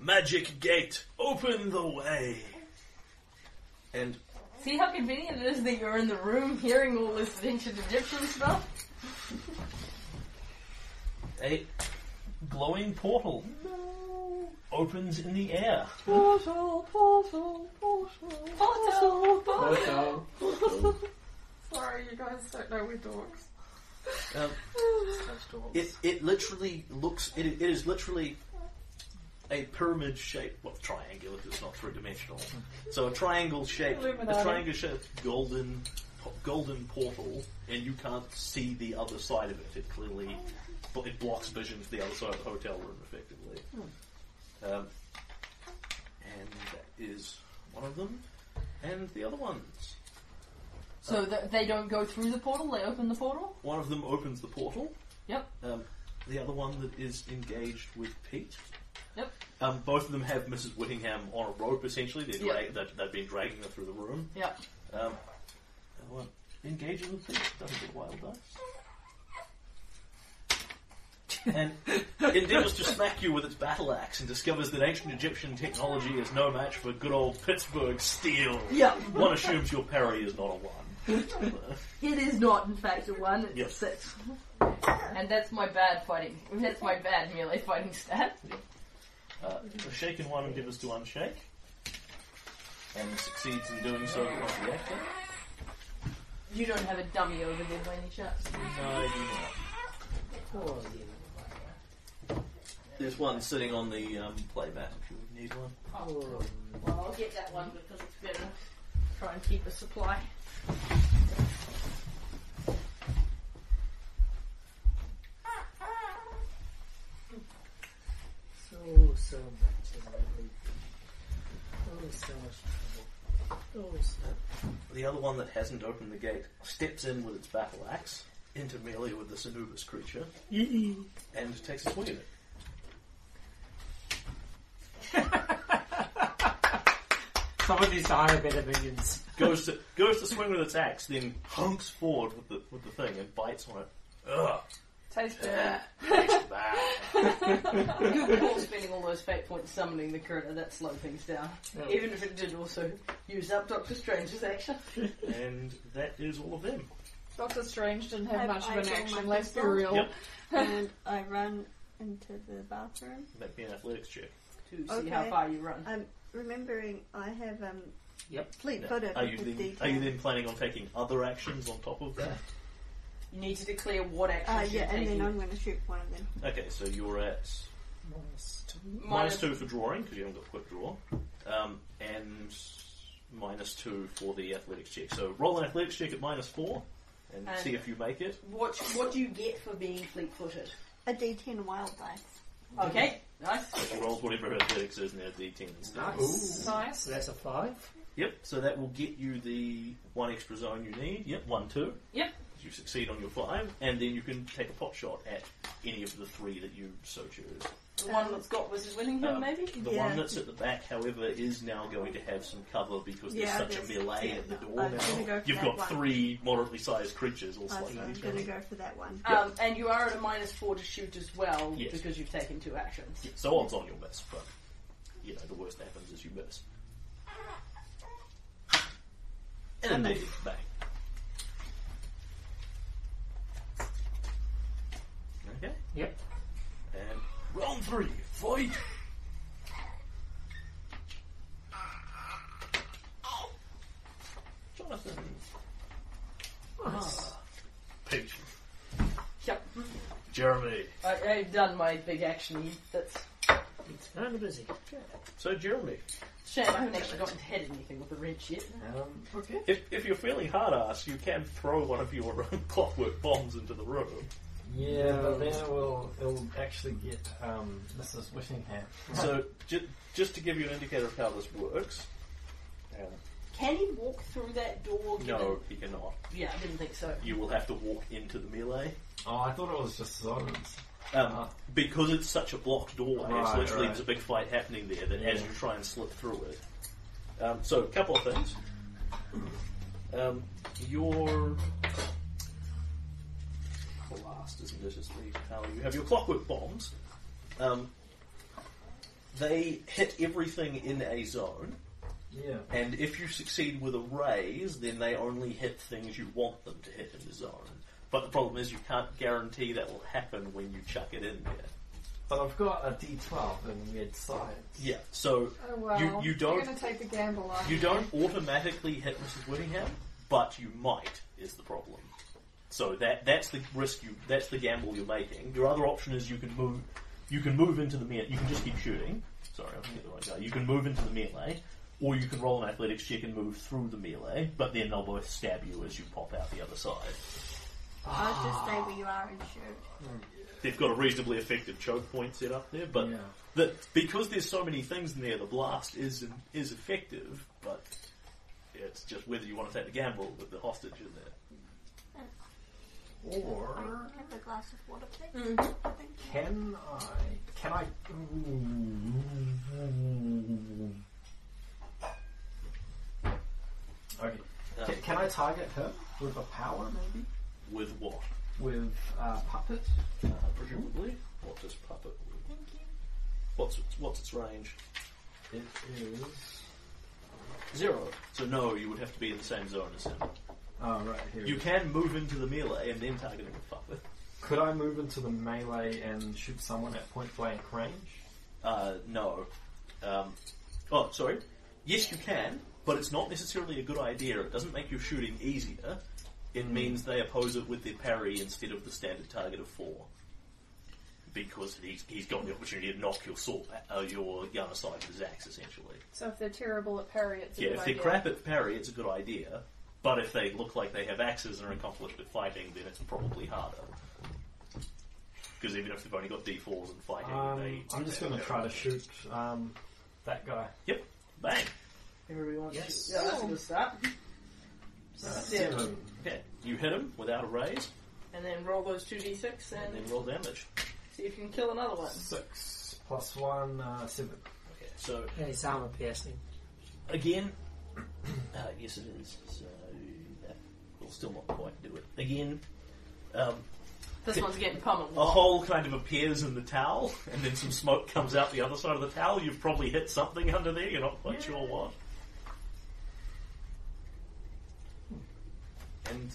Magic gate, open the way. And See how convenient it is that you're in the room hearing all this ancient Egyptian stuff? a glowing portal opens in the air. Portal, portal, portal. Portal, portal. Portal. Sorry, you guys don't know we're dogs. Um, Such dogs. It it literally looks it, it is literally a pyramid shape well triangular 'cause it's not three dimensional. So a triangle shape a Illuminati. triangle shaped golden po- golden portal and you can't see the other side of it. It clearly but it blocks vision to the other side of the hotel room effectively. Um, and that is one of them. And the other ones. So th- they don't go through the portal, they open the portal? One of them opens the portal. Yep. Um, the other one that is engaged with Pete. Yep. Um, both of them have Mrs. Whittingham on a rope, essentially. They're Yep. dra- they've, they've been dragging her through the room. Yep. Um, the other one engages with Pete, doesn't get wild dice. and endeavors to smack you with its battle axe and discovers that ancient Egyptian technology is no match for good old Pittsburgh steel. Yep. One assumes your parry is not a one. It is not, in fact, a one. It's Yes. a six. And that's my bad fighting. That's my bad melee fighting stat. Uh, the shaken one endeavors to unshake, and succeeds in doing so with the actor. You don't have a dummy over there by any chance. No, I do not. There's one sitting on the um, play mat if you would need one. Well, I'll get that one because it's better. Try and keep a supply. So, so much. lovely. Oh, so much trouble. Oh, so. The other one that hasn't opened the gate steps in with its battle axe, intermelee with this Anubis creature, and takes a swing at it. Some of these are higher better minions. Goes to goes to swing with its axe, then hunks forward with the with the thing and bites on it. Ugh. Tastes good. Bah. Good call spending all those fate points summoning the critter. That slowed things down. Yeah. Even if it did also use up Doctor Strange's action. and that is all of them. Doctor Strange didn't have Have much of I an got action, my let's be pistol? real. Yep. and I run into the bathroom. Make me an athletics check. To see how Okay. far you run. I'm remembering I have um Yep. fleet Are footed you, with then, detail. are you then planning on taking other actions on top of that? You need to declare what action Uh, you're yeah, and taking. then I'm going to shoot one of them. Okay, so you're at Minus two. minus Minus- two for drawing because you haven't got quick draw, um, and minus two for the athletics check. So roll an athletics check at minus four and And- see if you make it. What, what do you get for being fleet-footed? A D10 wild dice. Okay, nice. It rolls whatever her athletics is and add the d10 instead. Nice. Nice. So that's a five. Yep. So that will get you the one extra zone you need. Yep. One two. Yep. You succeed on your five, and then you can take a pot shot at any of the three that you so choose. The one Um, that's got Mrs. Willingham, Um, maybe? The Yeah. one that's at the back, however, is now going to have some cover because Yeah, there's such a there's- melee yeah, at the no, door I'm now. gonna go for You've that got one. three moderately sized creatures all Uh, so slightly I'm each going to other. go for that one. Um, and you are at a minus four to shoot as well Yes. because you've taken two actions. Yeah, so odds on you'll miss, but you know, the worst that happens is you miss. And indeed, bang. Okay, Yep. and round three, fight! Jonathan. Nice. Pete. Yep. Jeremy. I, I've done my big action. That's It's kind of busy. So, Jeremy, shame. I haven't actually gotten to hit anything with the wrench yet. Um, if, if you're feeling hard ass, you can throw one of your um, [LAUGHS] clockwork bombs into the room. yeah, Um, but then it will, it will actually get um, Mrs. Whittingham. So, ju- just to give you an indicator of how this works, Can he walk through that door? Given? No, he cannot. Yeah, I didn't think so. You will have to walk into the melee. Oh, I thought it was just silence. Um, Ah. Because it's such a blocked doorway, it's Right, literally right. Mm. there's a big fight happening there that as Yeah. you try and slip through it. Um, so, a couple of things. Um, your blast isn't it? It's the power. You have your clockwork bombs. Um, they hit everything in a zone. Yeah. And if you succeed with a raise, then they only hit things you want them to hit in the zone. But the problem is you can't guarantee that will happen when you chuck it in there. But I've got a D12 in weird science. Yeah. So Oh well. You- you don't- You're gonna take the gamble, are you don't automatically hit Mrs. Whittingham, but you might is the problem. So that that's the risk you that's the gamble you're making. Your other option is you can move you can move into the melee. You can just keep shooting. Sorry, I'm thinking the right guy. You can move into the melee, or you can roll an athletics check and move through the melee. But then they'll both stab you as you pop out the other side. I'll just stay where you are and shoot. they've got a reasonably effective choke point set up there, but Yeah. the, because there's so many things in there, the blast is is effective, but it's just whether you want to take the gamble with the hostage in there. Or Have a glass of water, please. can I? Can I? Okay. Can, can I target her with a power, maybe? With what? With uh, puppet? Uh, presumably, what does puppet? Thank you. What's its, what's its range? It is. Zero. So no, you would have to be in the same zone as him. Oh, right here. You can move into the melee and then target him with puppet. Could I move into the melee and shoot someone at point blank range? Uh, no. Um, oh, sorry. Yes, you can, but it's not necessarily a good idea. It doesn't make your shooting easier. It Hmm. means they oppose it with their parry instead of the standard target of four. Because he's, he's got the opportunity to knock your sword, uh, your gun aside with his axe, essentially. So if they're terrible at parry, it's a yeah, good if idea. they're crap at parry, it's a good idea. But if they look like they have axes and are accomplished at fighting, then it's probably harder. Because even if they've only got d4s and fighting, Um, they. I'm just going to try to shoot um, that guy. Yep, bang. Everybody wants Yes. to. Yeah, that's a good start. Seven. Okay, you hit him without a raise, And then roll those 2d6 and then and roll damage. see if you can kill another one. Six plus one, uh, seven. Okay, so And it's armor piercing. again, [CLEARS THROAT] uh, yes, it is. So that will still not quite do it. Again, um, This one's getting pummeled. a hole kind of appears in the towel, and then some smoke comes out the other side of the towel. You've probably hit something under there. You're not quite sure what. And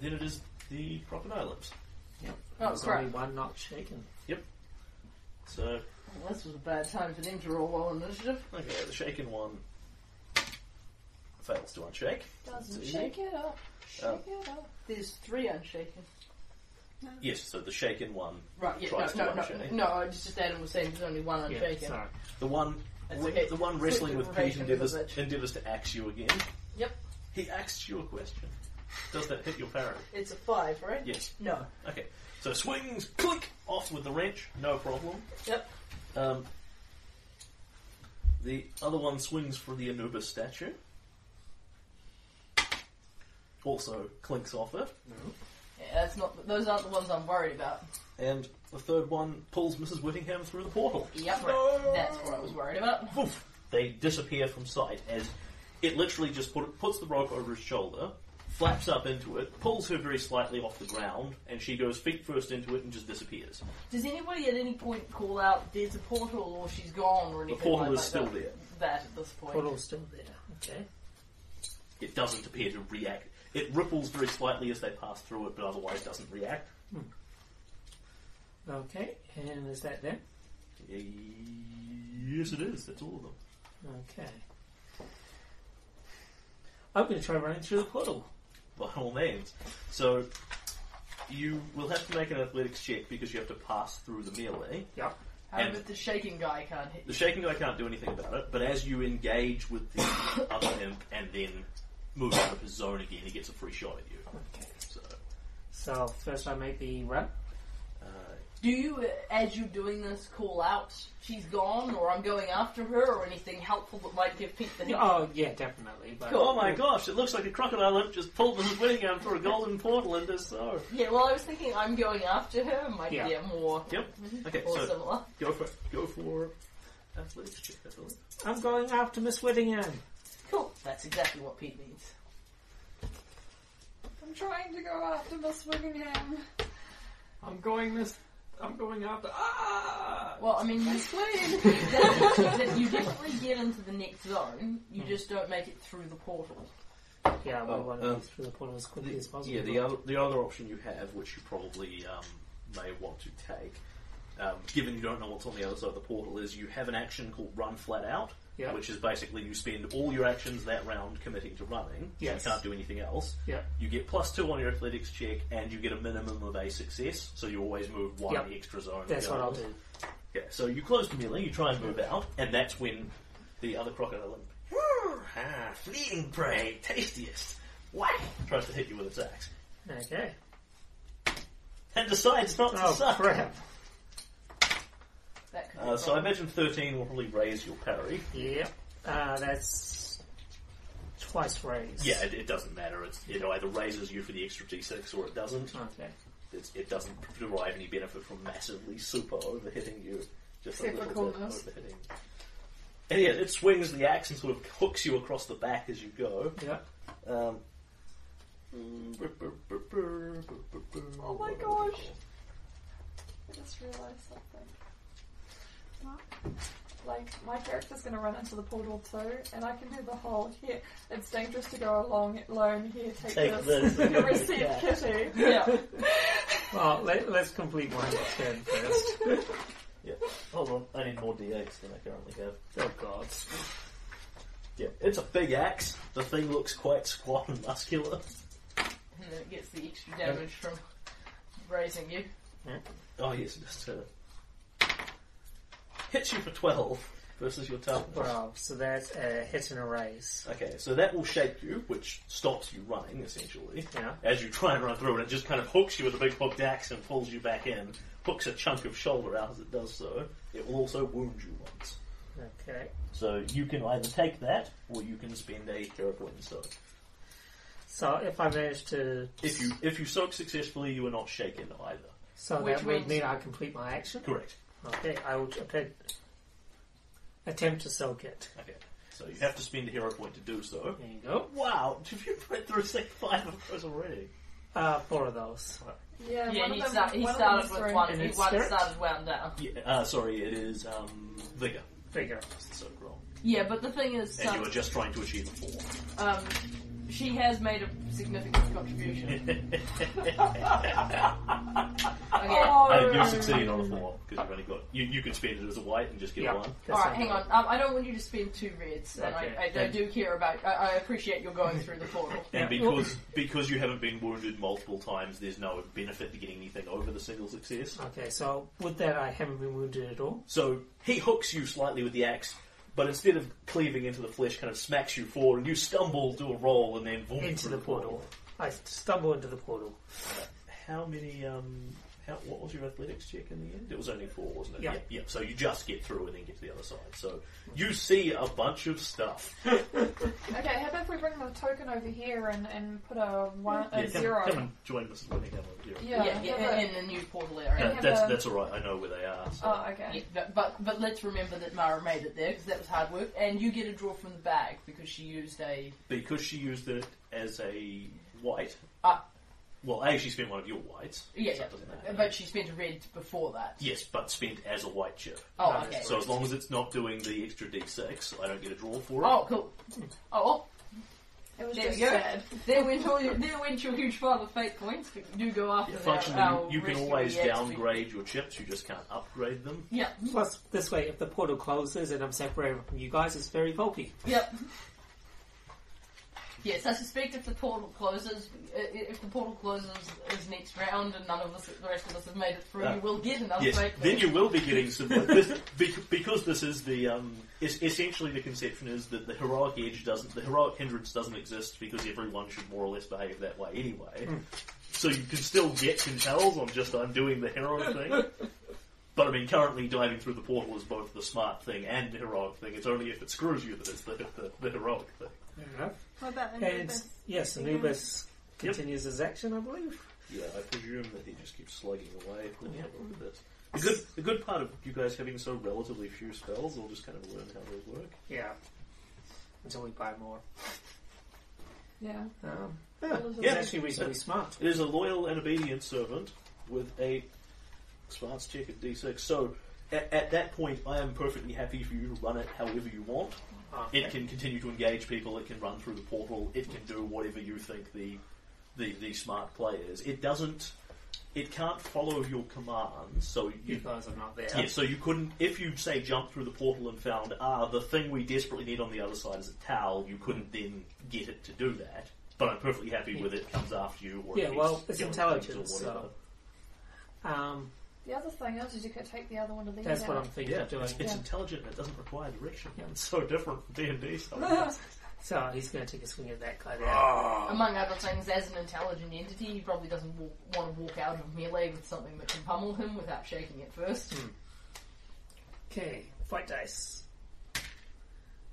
then it is the crocodile's. Oh, There's crap. only one not shaken. So Well, this was a bad time for them to roll well initiative. okay, the shaken one fails to unshake. Doesn't See? shake it up. Shake Um, it up. There's three unshaken. Yes, so the shaken one Right, yeah, Tries no, no, to no, unshake. no, I just, just Adam was saying there's only one Yeah, unshaken. sorry. The one, That's okay. the one wrestling with Pete Quick endeavors, intervention. endeavors to axe you again. Yep, He axed you a question. Does that hit your parry? it's a five, right? Yes. No. Okay. So swings, click, off with the wrench, no problem. Yep. Um, the other one swings for the Anubis statue. Also clinks off it. Yeah, that's not. Those aren't the ones I'm worried about. And the third one pulls Mrs. Whittingham through the portal. Yep, that's what I was worried about. poof, they disappear from sight as it literally just put, puts the rock over his shoulder, flaps up into it, pulls her very slightly off the ground, and she goes feet first into it and just disappears. Does anybody at any point call out there's a portal or she's gone or The anything portal like is that? still there. That at this point. Portal's still there. Okay. It doesn't appear to react. It ripples very slightly as they pass through it, but otherwise doesn't react. Okay. And is that them? Yes, it is. That's all of them. Okay. I'm going to try running through the portal. By all means. So, you will have to make an athletics check because you have to pass through the melee. Yep. How And- about the shaking guy can't hit? The shaking guy can't do anything about it, but as you engage with the other imp and then move out of his zone again, he gets a free shot at you. Okay. So, So first I make the run. uh, Do you, uh, as you're doing this, call out, she's gone, or I'm going after her, or anything helpful that might give Pete the hint? uh, Oh yeah, definitely. But Oh my gosh, it looks like a crocodile imp just pulled Mrs. Whittingham through a golden portal and just so. Yeah, well, I was thinking I'm going after her might Yeah. be a more Yep. Okay, or so similar. go for go for athletics check, I believe. I'm going after Miss Whittingham. Cool. That's exactly what Pete needs. I'm trying to go after Miss Wigingham. I'm going this. I'm going after. Ah! Well, I mean, that's that, [LAUGHS] that you definitely get into the next zone. Hmm. You just don't make it through the portal. Yeah, we Oh, want to um, get through the portal as quickly as The, possible. yeah, the other, the other option you have, which you probably um, may want to take, um, given you don't know what's on the other side of the portal, is you have an action called Run Flat Out, Yeah. which is basically you spend all your actions that round committing to running. so Yes. You can't do anything else. Yeah. You get plus two on your athletics check, and you get a minimum of a success, so you always move one Yep. extra zone. That's what I'll do. Yeah, so you close the melee, you try and move out, and that's when the other crocodile imp, "Whew, ah, fleeing prey, tastiest, whack, tries to hit you with its axe, Okay. and decides not to Oh suck. crap! That could be Uh, a so I problem. imagine 13 will probably raise your parry. Yep. Uh, that's twice raised. Yeah, it, it doesn't matter. It's, it either raises you for the extra d6 or it doesn't. Okay. It's, it doesn't derive any benefit from massively super overhitting you. Just Except a for little bit coolness. overhitting. And yeah, it swings the axe and sort of hooks you across the back as you go. Yeah. Um, Oh my gosh. I just realised something. Like, my character's gonna run into the portal too, and I can do the whole here. It's dangerous to go along alone here, take, Take this. this. [LAUGHS] You'll [LAUGHS] receive Yeah. kitty. yeah. Well, let, let's complete one turn first. [LAUGHS] Yeah. Hold on, I need more d8s than I currently have. oh god. Yeah, it's a big axe. The thing looks quite squat and muscular. And then it gets the extra damage from raising you. Oh yes, it does. Uh, hits you for 12 versus your toughness. Well, so that's a hit and a raise. Okay, so that will shake you, which stops you running, essentially. Yeah. As you try and run through it, it just kind of hooks you with a big hooked axe and pulls you back in. Hooks a chunk of shoulder out as it does so. It will also wound you once. Okay. So you can either take that, or you can spend a hero point and soak. So if I manage to, If you if you soak successfully, you are not shaken either. so Which that would means- mean I complete my action. Correct. Okay, I will attempt, attempt to soak it. Okay. So you have to spend a hero point to do so. There you go. Wow, [LAUGHS] have you read through say five of those already? Uh, four of those. Yeah, Yeah, one he, of them, start, he one started of them with one. And He it's one spirit? started wound down. Yeah, uh, sorry, it is um, vigor. Figure. So roll. Yeah, but the thing is, And you um, are just trying to achieve a four. um, she has made a significant [LAUGHS] contribution. [LAUGHS] Okay. Uh, you Oh, succeed on a four because you've only got you. You could spend it as a white and just get Yeah. one. that's Alright, not hang on. bad. Um, I don't want you to spend two reds, and Okay. I, I, I do care about. I, I appreciate you're going through the [LAUGHS] portal. And Yeah. because because you haven't been wounded multiple times, there's no benefit to getting anything over the single success. Okay, so with that, I haven't been wounded at all. So he hooks you slightly with the axe, but instead of cleaving into the flesh, kind of smacks you forward, and you stumble, do a roll, and then vault Into through the portal. I stumble into the portal. How many? Um, how, what was your athletics check in the end? It was only four, wasn't it? Yeah. Yep, yep. So you just get through and then get to the other side. So you see a bunch of stuff. okay, how about if we bring the token over here and, and put a, one, a Yeah, come, zero? come and join Mrs. Whittingham over here. Yeah, Yeah, have yeah, a- in, in the new portal area. That- have that's a- that's all right. I know where they are. So. Oh, okay. Yeah, but, but but let's remember that Mara made it there because that was hard work, and you get a draw from the bag because she used a. because she used it as a white. Ah. well, a she spent one of your whites. Yeah, so yeah, it doesn't matter. but she spent a red before that. yes, but spent as a white chip. Oh, No, okay. So as long as it's not doing the extra d6, I don't get a draw for it. Oh, cool. Oh, well, It was there just you go. [LAUGHS] sad. There went all your, there went your huge father fate points. But you do go after Yeah, that. functionally, our you, you can rescue always EXP. downgrade your chips. You just can't upgrade them. Yeah. Plus, this way, if the portal closes and I'm separated from you guys, it's very bulky. Yep. Yes, I suspect if the portal closes, i- i- if the portal closes is next round and none of us, the rest of us have made it through, Ah. you will get another Yes, fate then point. you will be getting some. this, be- because this is the um, is essentially the conception is that the heroic edge doesn't, the heroic hindrance doesn't exist because everyone should more or less behave that way anyway. So you can still get compels on just undoing the hero thing. But I mean, currently diving through the portal is both the smart thing and the heroic thing. It's only if it screws you that it's the, the, the heroic thing. Fair enough. What about And Anubis? yes, Anubis continues his action, I believe. Yeah, I presume that he just keeps slugging away. at them. Look at this. The good, the good part of you guys having so relatively few spells, I'll just kind of learn how they work. Yeah. Until we buy more. Yeah. Um, Yeah. It's actually reasonably smart. It is a loyal and obedient servant with a smarts check of d6. So at, at that point, I am perfectly happy for you to run it however you want. Ah, It can continue to engage people. It can run through the portal. It can do whatever you think the the, the smart play is. It doesn't. It can't follow your commands. So You you. guys are not there. Yeah, so you couldn't, if you say jump through the portal and found, ah, the thing we desperately need on the other side is a towel, you couldn't then get it to do that. But I'm perfectly happy with it comes after you. Or Yeah, it keeps well, it's yelling intelligence, things or whatever. so. Um, The other thing is, is you could take the other one to the that's end. what I'm thinking Yeah, of doing. it's, it's Yeah. intelligent and it doesn't require direction. Yeah. It's so different from D&D I'm. stuff. [LAUGHS] So he's going to take a swing at that guy Ah. there. Among other things, as an intelligent entity, he probably doesn't walk, want to walk out of melee with something that can pummel him without shaking it first. Okay, fight dice.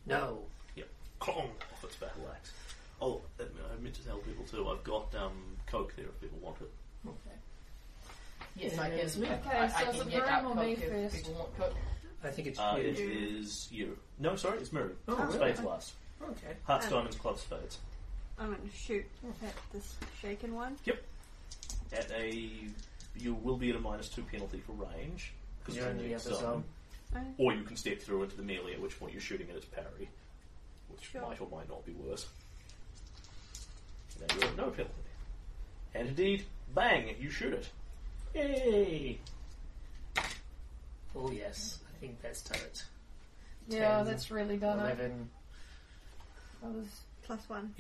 No. Clong off its battle axe. Oh, I mean, I meant to tell people too, I've got um, Coke there if people want it. Okay. Yes, I Yeah, it's me. can. Okay, I, I so can is it yank Miriam out or coke me if first? People want coke. I think it's Uh, you. it is you. No, sorry, it's Miriam. Oh, really? Oh. Spades last. Okay. Hearts, Um, diamonds, clubs, spades. I'm going to shoot at this shaken one. At a, you will be at a minus two penalty for range. 'cause You're in it's the next other zone. Or you can step through into the melee, at which point you're shooting at its parry, which Sure. might or might not be worse. Now you're at no penalty. And indeed, bang, you shoot it. Yay! Oh, yes. I think that's done it. Yeah, Ten, that's really done it. 11. That was Plus one.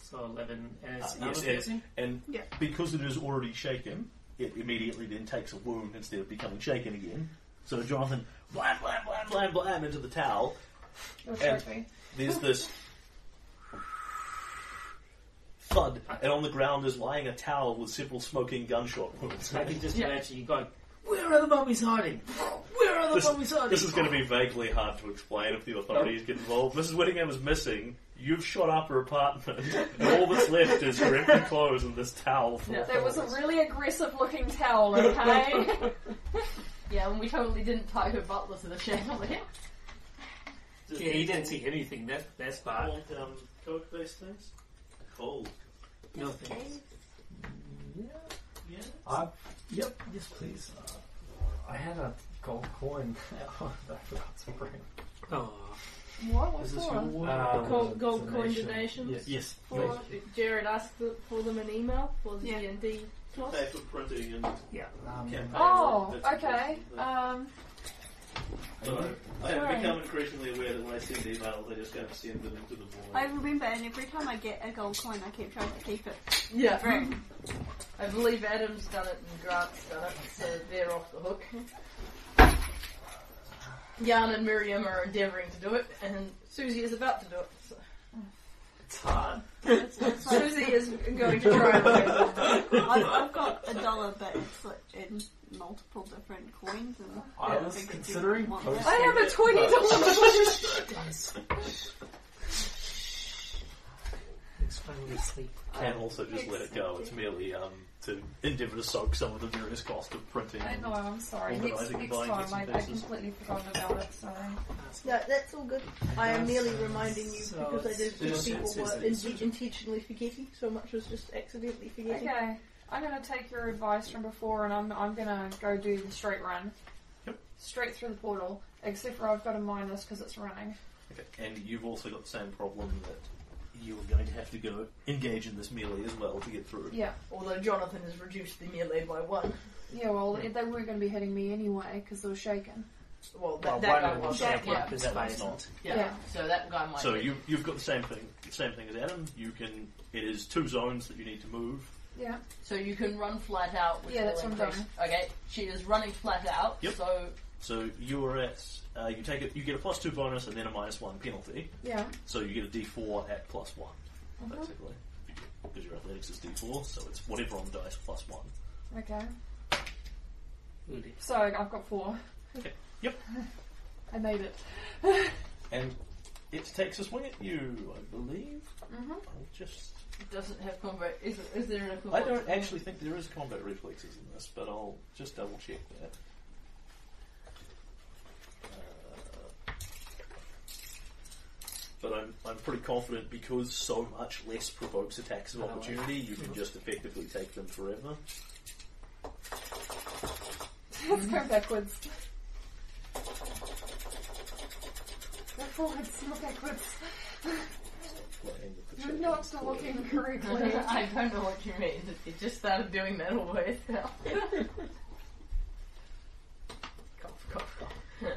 So 11. And Ah, it's yes, armor yes. piercing? And Yeah. because it is already shaken, it immediately then takes a wound instead of becoming shaken again. So Jonathan, blam, blam, blam, blam, blam into the towel. your Yeah. trophy. There's this thud, and on the ground is lying a towel with several smoking gunshot wounds. I can just Yeah. imagine you going, Where are the mummies hiding? Where are the This- mummies hiding? This is going to be vaguely hard to explain if the authorities get involved. Mrs. Whittingham is missing. You've shot up her apartment, and all that's left is her empty clothes and this towel. Full of That was a holes. really aggressive looking towel, okay? [LAUGHS] Yeah, and we totally didn't tie her butler to the chandelier. Yeah, he didn't see anything. That, that's bad. Want, um, coke-based things? Cold. Nothing. Yeah. Uh, yep. Yes, please. Uh, I had a gold coin [LAUGHS] that I forgot to bring. Oh, What? What Is this for? your word? Um, Gold- gold it's a coin nation. donations? Yes. Uh, Yes. For Jared asked the, for them an email for the Yeah. D and D. Pay for printing and yeah. Um, campaign. oh, That's okay. important. Um, But I have Sorry. become increasingly aware that when I send emails, I just kind of send them into the I void. remember, and every time I get a gold coin, I keep trying to keep it. Yeah, Right. I believe Adam's done it and Grant's done it, so they're off the hook. Jan and Miriam are endeavouring to do it, and Susie is about to do it. So. It's hard. It's, it's like, Susie [LAUGHS] is going to try and do it. I've, I've got a dollar, but it's like in multiple different coins. And I don't was think it's considering one. posting- I have a twenty [LAUGHS] dollars. It's finally sleep. Can also just let it go. It's merely um, to endeavour to soak some of the various cost of printing. I know. I'm sorry. Organizing Next, and next buying bits time, I, and I pieces. completely forgot about it. Sorry. No, that's all good. I am merely reminding you So because I don't it's- think it's- people were it's- in- intentionally forgetting. So much was just accidentally forgetting. Okay, I'm gonna take your advice from before, and I'm I'm gonna go do the straight run. Yep. Straight through the portal, except for I've got a minus because it's running. Okay. And you've also got the same problem that you're going to have to go engage in this melee as well to get through. Yeah. Although Jonathan has reduced the melee by one. Yeah. Well, they they weren't gonna be hitting me anyway because they were shaken. Well, Well, that, that why don't guy we was check yeah, what this that guy one's is not. yeah. Yeah. So that guy might. So be- you, you've got the same thing, the same thing as Adam. You can. It is two zones that you need to move. Yeah. so you can run flat out. Which Yeah, that's will what I'm increase- Okay, she is running flat out. Yep. So So you're at. Uh, you take it. You get a plus two bonus and then a minus one penalty. Yeah. So you get a D4 at plus one, basically, because your athletics is D4, so it's whatever on the dice plus one. Okay. Oh dear. So I've got four. Okay. Yep. I made it. [LAUGHS] And it takes a swing at you, I believe. Mm-hmm. I'll just. It doesn't have combat. Is, is there an I equivalent? don't actually think there is combat reflexes in this, but I'll just double check that. Uh, But I'm, I'm pretty confident because so much less provokes attacks of I know. opportunity, you can just effectively take them forever. Let's Mm-hmm. go backwards. Go forwards, not backwards. Playing with the You're children. not still [LAUGHS] looking [LAUGHS] correctly. I don't know what you mean. It just started doing that all [LAUGHS] by itself. cough, cough, cough.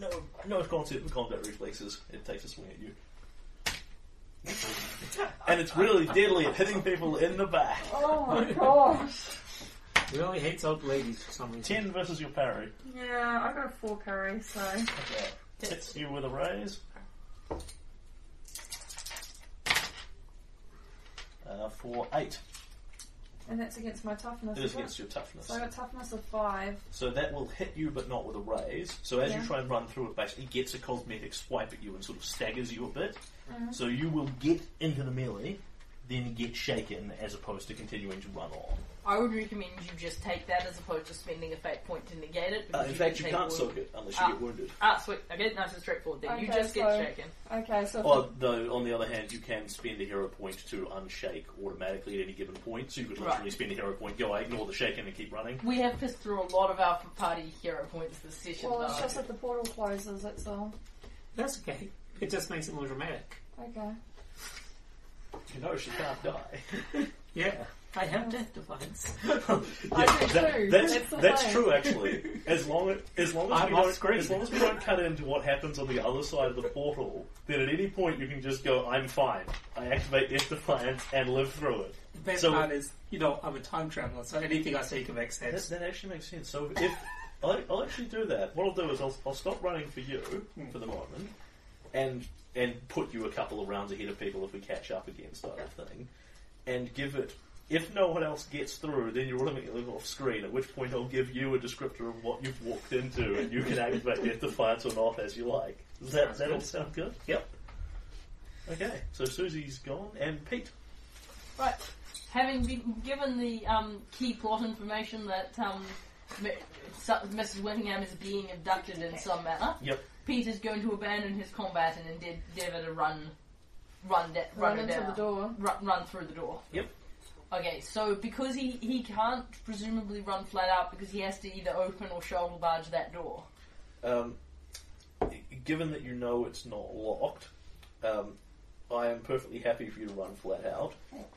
No, no concept of combat reflexes. It takes a swing at you. and it's really deadly at hitting people in the back. oh my gosh. Really hates old ladies for some reason. 10 versus your parry. Yeah, I got four curry, so. Okay. Hits you with a raise. Uh, for 8. And that's against my toughness. It is isn't it? against your toughness. So I got toughness of five. So that will hit you but not with a raise. So as Yeah. you try and run through it, basically gets a cosmetic swipe at you and sort of staggers you a bit. So you will get into the melee, then get shaken as opposed to continuing to run on. I would recommend you just take that as opposed to spending a fate point to negate it. Uh, because in fact, you can take can't wound- soak it unless you Ah. get wounded. Ah, sweet. Okay, nice and straightforward. Then you Okay, just get so- shaken. Okay, so. if Oh, Although, on the other hand, you can spend a hero point to unshake automatically at any given point, so you could literally Right. spend a hero point, go, I ignore the shaken and keep running. We have pissed through a lot of our party hero points this session, well, it's though. just that the portal closes, that's all. That's okay. It just makes it more dramatic. Okay. You know, she can't die. Yeah. I have death defines. [LAUGHS] I Yeah, do that- too. That's, That's the that's thing. [LAUGHS] true, actually. As long as, as, long as, I'm we off don't, screen. as long as we don't cut into what happens on the other side of the portal, then at any point you can just go, I'm fine. I activate Death Defiance and live through it. The best So- part is, you know, I'm a time traveler, so anything I say can make That, sense. that actually makes sense. So if I'll, I'll actually do that. What I'll do is I'll, I'll stop running for you for the moment, and and put you a couple of rounds ahead of people if we catch up again, sort of thing, and give it. If no one else gets through, then you're automatically off screen. At which point, I'll give you a descriptor of what you've walked into, and you can activate Death Defiance or not as you like. Does that Sounds that all good. sound good? Yep. Okay, so Susie's gone, and Pete. Right. Having been given the um, key plot information that um, M- su- Mrs. Whittingham is being abducted in some manner, Yep. Pete is going to abandon his combat and endeavour to run, run, da- run, Run her into down. the door. Run, run through the door. Yep. Okay, so because he, he can't presumably run flat out because he has to either open or shoulder barge that door. Um, given that you know it's not locked, um, I am perfectly happy for you to run flat out.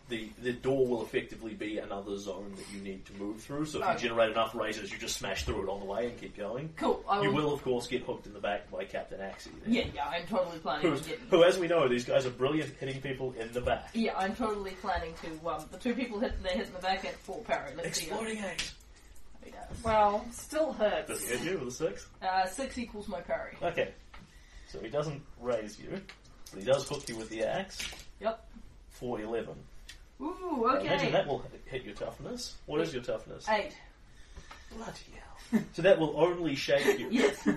The the door will effectively be another zone that you need to move through. So if Oh. you generate enough raises, you just smash through it on the way and keep going. Cool. I You will, of course, get hooked in the back by Captain Axie. then. Um, Yeah, yeah, I'm totally planning Who's, on getting. who, as we know, these guys are brilliant at hitting people in the back. Yeah, I'm totally planning to. Um, the two people hit, they hit in the back at full parry. Let's see how Exploding axe. he does. Well, still Does hurts. he hit you with a six? Uh, six equals my parry. Okay. So he doesn't raise you, but he does hook you with the axe. Yep. For eleven. Ooh, I Imagine okay. that will hit your toughness. What is your toughness? Eight. Bloody hell. so that will only shake you. Yes. [LAUGHS]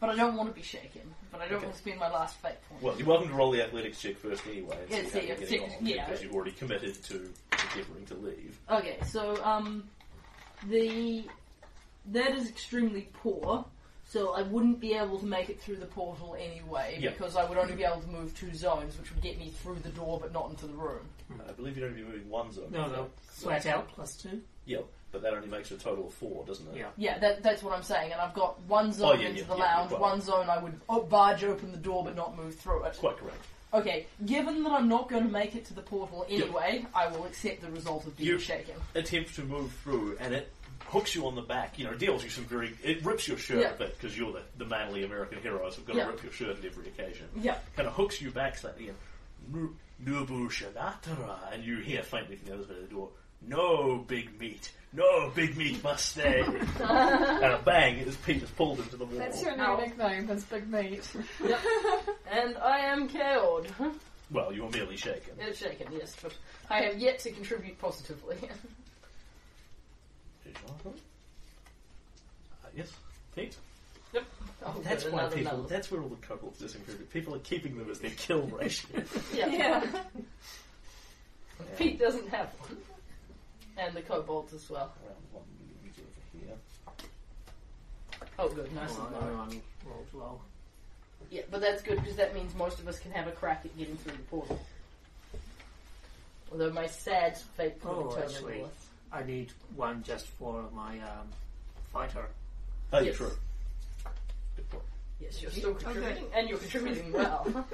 but I don't want to be shaken. But I don't Okay. want to spend my last fate point. Well, you're welcome to roll the athletics check first anyway. and Yeah, see see, how you're yeah, getting see, on, yeah. Because you've already committed to endeavouring to leave. Okay, so um, the that is extremely poor. So I wouldn't be able to make it through the portal anyway Yeah. because I would only be able to move two zones, which would get me through the door but not into the room. Uh, I believe you're only moving one zone. No, no. Flat out plus two. Yep, but that only makes a total of four, doesn't it? Yeah. Yeah, that, that's what I'm saying. And I've got one zone Oh, yeah, into yeah, the yeah, lounge, right. one zone I would o- barge open the door but not move through it. Quite correct. Okay, given that I'm not going to make it to the portal anyway, I will accept the result of being You- shaken. Attempt to move through, and it hooks you on the back, you know, deals you some very. It rips your shirt Yeah. a bit, because you're the, the manly American hero, so I've got Yeah. to rip your shirt at every occasion. Yeah. kind of hooks you back slightly. And, "Nu- Nubu Shanatara," and you hear faintly from the other side of the door, No big meat. No big meat must stay. and a bang as Pete is pulled into the wall. That's your new Ow. nickname, that's Big Meat. And I am KO'd. Well, you were merely shaken. [LAUGHS] It's shaken, yes, but I have yet to contribute positively. [LAUGHS] Did you want to? Uh, yes, Pete. Oh, That's good, why another people. [LAUGHS] level. That's where all the kobolds disimproved. People are keeping them as their kill [LAUGHS] ratio. Yeah. Yeah. [LAUGHS] Pete doesn't have one. And the kobolds as well. Around one millimeter over here. Oh, good, nice and low. Everyone rolled well. Yeah, but that's good because that means most of us can have a crack at getting through the portal. Although my sad fate could Oh, determine actually. what- I need one just for my um, fighter. Oh, Yes. true. Good point. Yes, you're still contributing, and you're contributing well.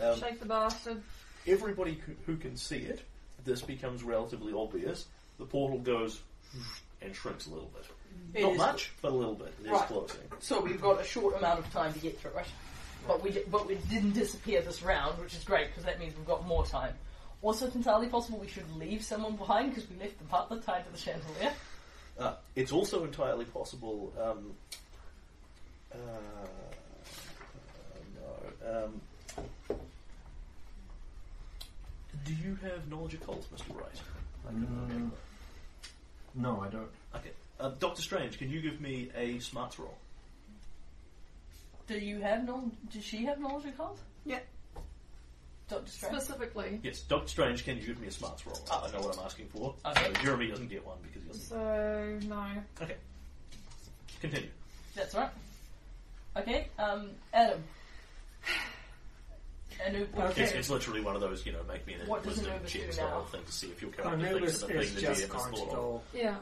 Um, Shake the bastard. everybody c- who can see it, this becomes relatively obvious. The portal goes and shrinks a little bit. It Not is- much, but a little bit. It is Right. closing. So we've got a short amount of time to get through it. But we, but we didn't disappear this round, which is great because that means we've got more time. Also, it's entirely possible we should leave someone behind because we left the butler tied to the chandelier. Uh, it's also entirely possible. Um, uh, no. Um, do you have knowledge of cults, Mr. Wright? I couldn't Mm. remember. No, I don't. Okay. Uh, Doctor Strange, can you give me a smarts roll? Do you have knowledge? Does she have knowledge of cult? Yeah. Doctor Strange. Specifically. Yes, Doctor Strange, can you give me a smarts roll? I know what I'm asking for. Uh, Okay. So Jeremy doesn't get one because he doesn't. So, no. Okay. Continue. That's right. Okay, um, Adam. And who- what- It's, it's literally one of those, you know, make me an What does wisdom Anubis check do style now? thing to see if you're currently thinking of Anubis the is thing the GM just has going to thought of. go Yeah.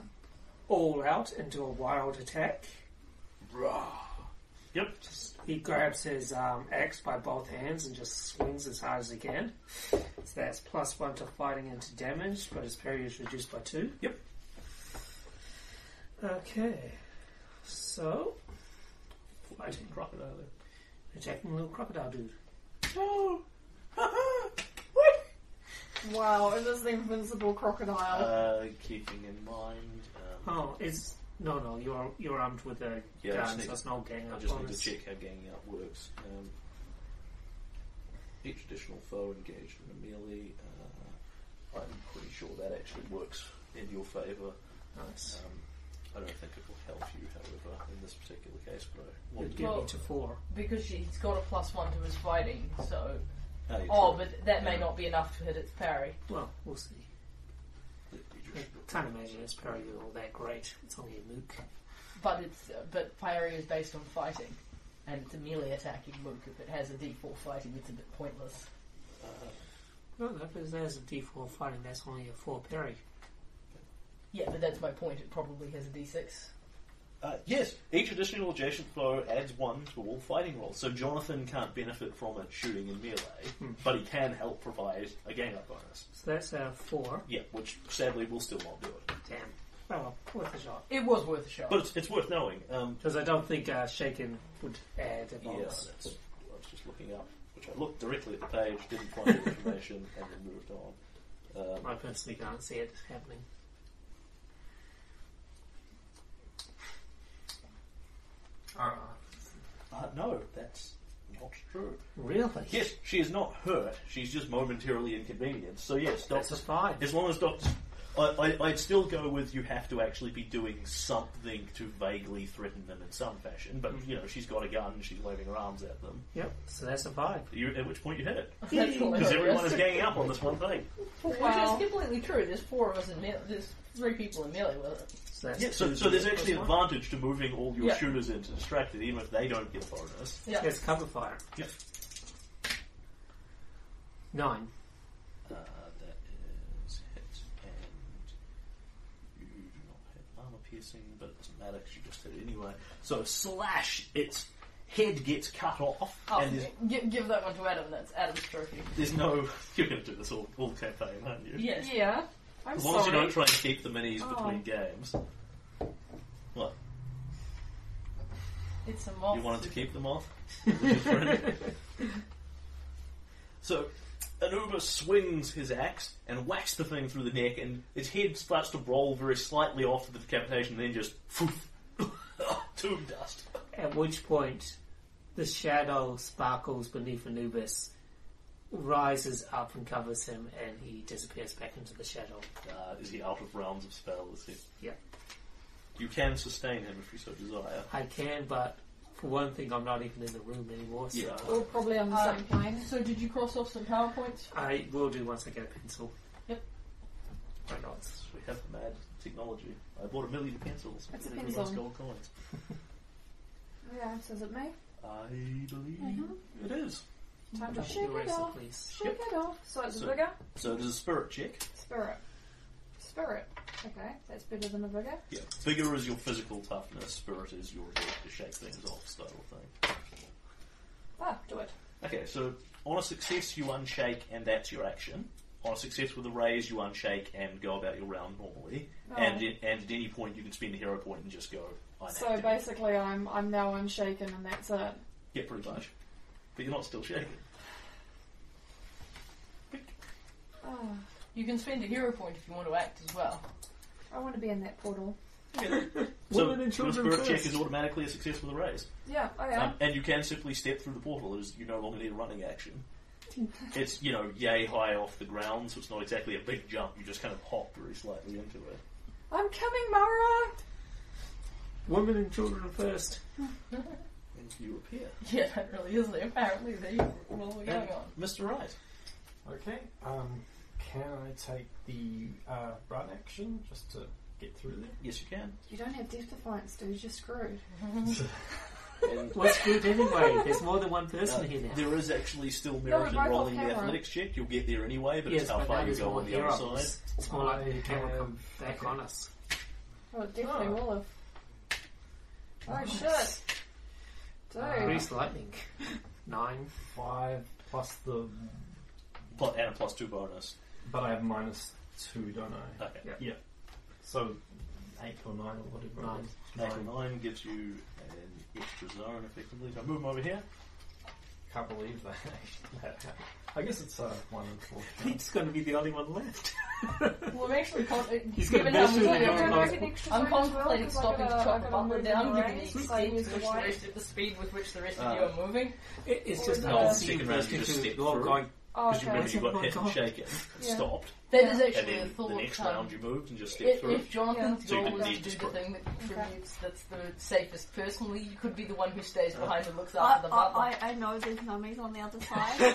all out into a wild attack. Yep. He grabs his um, axe by both hands and just swings as hard as he can. So that's plus one to fighting and to damage, but his parry is reduced by two. Yep. Okay. So, fighting. Crocodile. Attacking little crocodile dude. Wow, it is the invincible crocodile. Uh, keeping in mind, um, Oh, it's. No, no, you're you're armed with a Yeah, I just gun, need- so it's not gang I up just on need to us. check how ganging up works. Um, each additional foe engaged in a melee. Uh, I'm pretty sure that actually works in your favour. Nice. Um, I don't think it will help you, however, in this particular case. But I want You'd get to. Well- me to four. because she's got a plus one to his fighting, so. Ah, yeah, Oh, true. but that may Yeah. not be enough to hit its parry. Well, we'll see. Let me I just- can't imagine it's parry is all that great. It's only a mook. But it's uh, but parry is based on fighting, and it's a melee attacking mook. If it has a D4 fighting, it's a bit pointless. No, no, because there's a D4 fighting, that's only a 4 parry. Yeah, but that's my point. It probably has a D6. Uh, yes, each additional adjacent foe adds one to all fighting rolls, so Jonathan can't benefit from it shooting in melee, Hmm. but he can help provide a gang up bonus. So that's a 4. Yeah, which sadly will still not do it. Damn. Oh, well, worth a shot. It was worth a shot. But it's, it's worth knowing. Um, Because I don't think uh, Shaken would add a yeah, bonus. that's, I was just looking up, which I looked directly at the page, didn't find the information, [LAUGHS] and then moved on. Um, I personally can't see it happening. Uh, uh, no, that's not true. really? Yes, she is not hurt, she's just momentarily inconvenienced. So yes, That's Doctor a 5. As long as Doctor. I, I, I'd still go with you have to actually be doing something to vaguely threaten them in some fashion, but you know, she's got a gun, she's waving her arms at them. Yep, so that's a 5. You, at which point you hit it. [LAUGHS] That's Because hilarious. everyone is ganging up on this one thing. Wow. Which is completely true. There's four of us in melee. There's three people in melee with it. So that's Yeah, so, two so there's plus actually an one. advantage to moving all your Yeah. shooters in to distract it, even if they don't get a bonus. Yeah. That's cover fire. Yep. 9. Uh, that is hit, and you do not have armor piercing, but it doesn't matter because you just hit it anyway. So slash, its head gets cut off, Oh, and there's, gi- give that one to Adam. That's Adam's trophy. there's no. [LAUGHS] You're going to do this all, all campaign, aren't you? Yes. yeah. I'm Uh, As long as you sorry. don't try and keep the minis Oh. between games. What? It's a moth. [LAUGHS] You wanted to keep them off? so, Anuba swings his axe and whacks the thing through the neck, and its head starts to roll very slightly off the decapitation, then just [LAUGHS] tomb dust. At which point, the shadow sparkles beneath Anubis, rises up and covers him, and he disappears back into the shadow. Uh, is he out of realms of spell? Is he? Yep. You can sustain him if you so desire. I can, but for one thing, I'm not even in the room anymore, so Yeah. Or probably on the Uh, same plane. So did you cross off some power points? I will do once I get a pencil. Yep. Why not? We have mad technology. I bought a million pencils That's with a everyone's pencil. gold coins. Yeah, says it me. I believe Mm-hmm. it is. Time to Just shake it erase it, off. please. Shake it off. So it's So- vigor, So it is a spirit check. spirit, spirit. Okay, that's better than a vigor. Yeah. Vigor is your physical toughness. Spirit is your ability to shake things off style thing. Ah, do it. Okay, so on a success you unshake and that's your action. On a success with a raise you unshake and go about your round normally. And, Alright. and at any point you can spend a hero point and just go I'm So active. basically, I'm I'm now unshaken, and that's it. Yeah, pretty much. But you're not still shaking. Ah, You can spend a hero point if you want to act as well. [LAUGHS] I want to be in that portal. So Women and your children spirit check first. is automatically a success with a raise. Yeah, I am. Um, and you can simply step through the portal as you no longer need a running [LAUGHS] action. It's, you know, yay high off the ground, so it's not exactly a big jump, you just kind of hop very slightly into it. I'm coming, Mara. Women and children first. And you appear. Yeah, that really is there. Apparently, they all we're going And on. Mr. Right. Okay. Um, can I take the uh, run action just to get through Yes you can. You don't have death defiance, dude. You're screwed. there? And What's good anyway? There's more than one Uh, person here now. there is actually still No, merit in we're both rolling off the camera. athletics check. You'll get there anyway, but yes, it's how but now far you there's go more on the other side. heroes. It's more like the I camera have- come back okay. on us. Oh, it definitely Oh. will have. Oh Nice. shit, dude. Grease lightning. [LAUGHS] Nine. Five plus the, Plus, and a plus two bonus. but I have minus two, don't I? Okay. Yeah. So eight or nine or whatever. it Nine. is. Natural nine gives you an extra zone effectively. So move them over here. Can't believe that. actually that [LAUGHS] happened. I guess it's uh, one and [LAUGHS] four. Pete's going to be the only one left. Well, I'm actually con- uh, He's given gonna how miss you much then. I- Can I I'm make an extra I'm save as well? contemplating 'Cause I stopping to gotta- chop I the gotta butler move down, my given the range, speed so I with use the which the white. rest, the speed with which the rest Uh, of you are moving. It, it's Or just the- how No, second you round first you just into- step you're all through. going. Oh, Because you okay. remember [LAUGHS] you got Oh my hit and God. shaken, Yeah. stopped, That is and actually a then thought. the next um, round you moved and just stepped if, [LAUGHS] through. if Jonathan's So you goal didn't is need to to do the sprint. thing that contributes, that's the safest. Personally, you could be the one who stays behind and looks I, after the butler. [LAUGHS] I, I, I know there's mummies on the other [LAUGHS] side,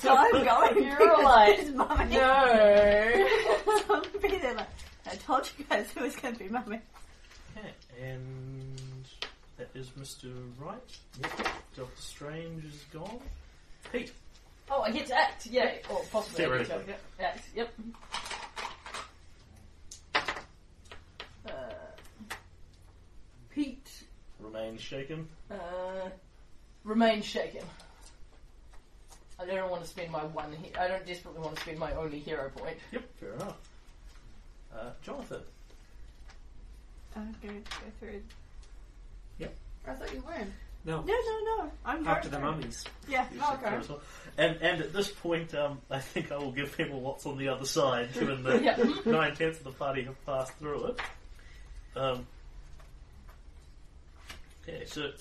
so I'm going. You're because like, there's mummies. no. [LAUGHS] [LAUGHS] so I'm gonna be there like, I told you guys it was going to be mummy. Okay, and that is Mr. Wright. Doctor Strange is gone. Pete. [LAUGHS] Oh, I get to act. Yeah, or possibly. I get to Theoretically. Act. Yep. Uh, Pete Remains shaken. uh, remains shaken. I don't want to spend my one. He- I don't desperately want to spend my only hero point. Yep, fair enough. Uh, Jonathan. Oh, I'm going to go through. I thought you weren't. No. No, no, no. I'm After the going through. mummies. Yeah. You Oh, should okay. as well. And and at this point, um, I think I will give people what's on the other side, given that [LAUGHS] Yeah. nine tenths of the party have passed through it. Um, okay, so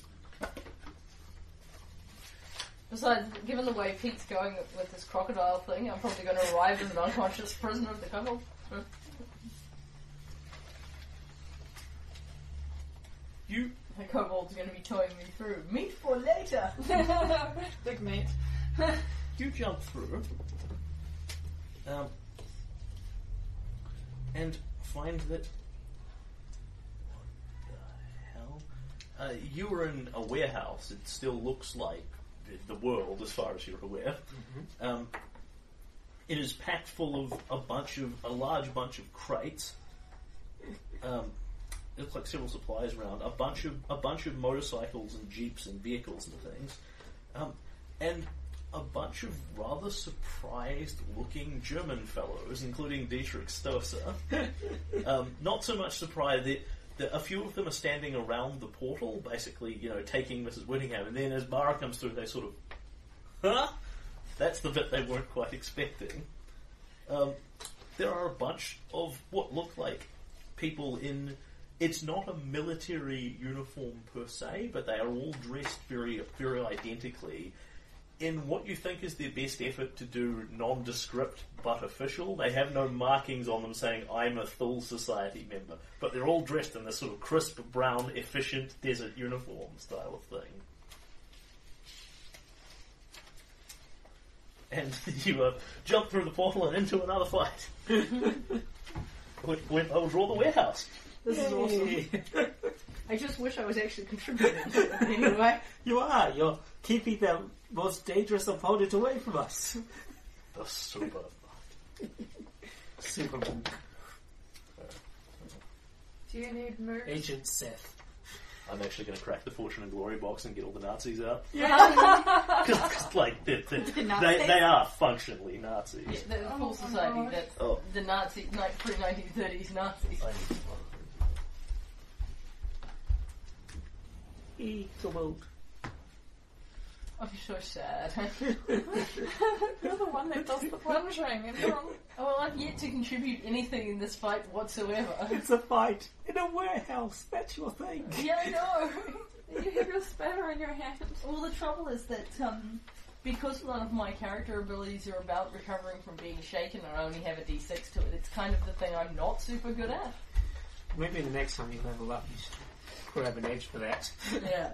Besides, given the way Pete's going with this crocodile thing, I'm probably going to arrive as an unconscious prisoner of the couple. you The kobold's going to be towing me through. Meat for later. [LAUGHS] Big meat. you jump through, um, and find that what the hell? Uh, you were in a warehouse. It still looks like the- the world, as far as you're aware. Um, it is packed full of a bunch of a large bunch of crates. Um, it looks like several supplies around. A bunch of a bunch of motorcycles and jeeps and vehicles and things, um, and a bunch of rather surprised-looking German fellows, including Dietrich Stosser. um, not so much surprised that. that A few of them are standing around the portal, basically, you know, taking Mrs. Whittingham, and then as Mara comes through, they sort of, huh? That's the bit they weren't quite expecting. Um, there are a bunch of what look like people in. It's not a military uniform per se, but they are all dressed very, very identically. In what you think is their best effort to do nondescript but official, they have no markings on them saying "I'm a Thule Society member," but they're all dressed in this sort of crisp brown, efficient desert uniform style of thing. and [LAUGHS] you uh, jump through the portal and into another fight. [LAUGHS] when, when I will draw the warehouse. This is awesome. I just wish I was actually contributing to it anyway. [LAUGHS] You are. You're keeping the most dangerous opponent away from us. The super. Super [LAUGHS] Do you need moves? Agent Seth. I'm actually going to crack the fortune and glory box and get all the Nazis out. [LAUGHS] [LAUGHS] Because like they're, [LAUGHS] they're, they they are functionally Nazis. Yeah, the Oh whole society, that's Oh, the Nazi, like, pre-1930s Nazis. I need to Equal. [LAUGHS] I'm Oh, so sad. [LAUGHS] You're the one [LAUGHS] that does the Plunging and wrong. Oh, well, I've yet to contribute anything in this fight [LAUGHS] whatsoever. It's a fight in a warehouse. That's your thing. yeah, I know. [LAUGHS] You have your spear in your hand. Well, the trouble is that um, because none of my character abilities are about recovering from being shaken, I only have a d6 to it. It's kind of the thing I'm not super good at. Maybe the next time you level up, you should grab an edge for that. Yeah.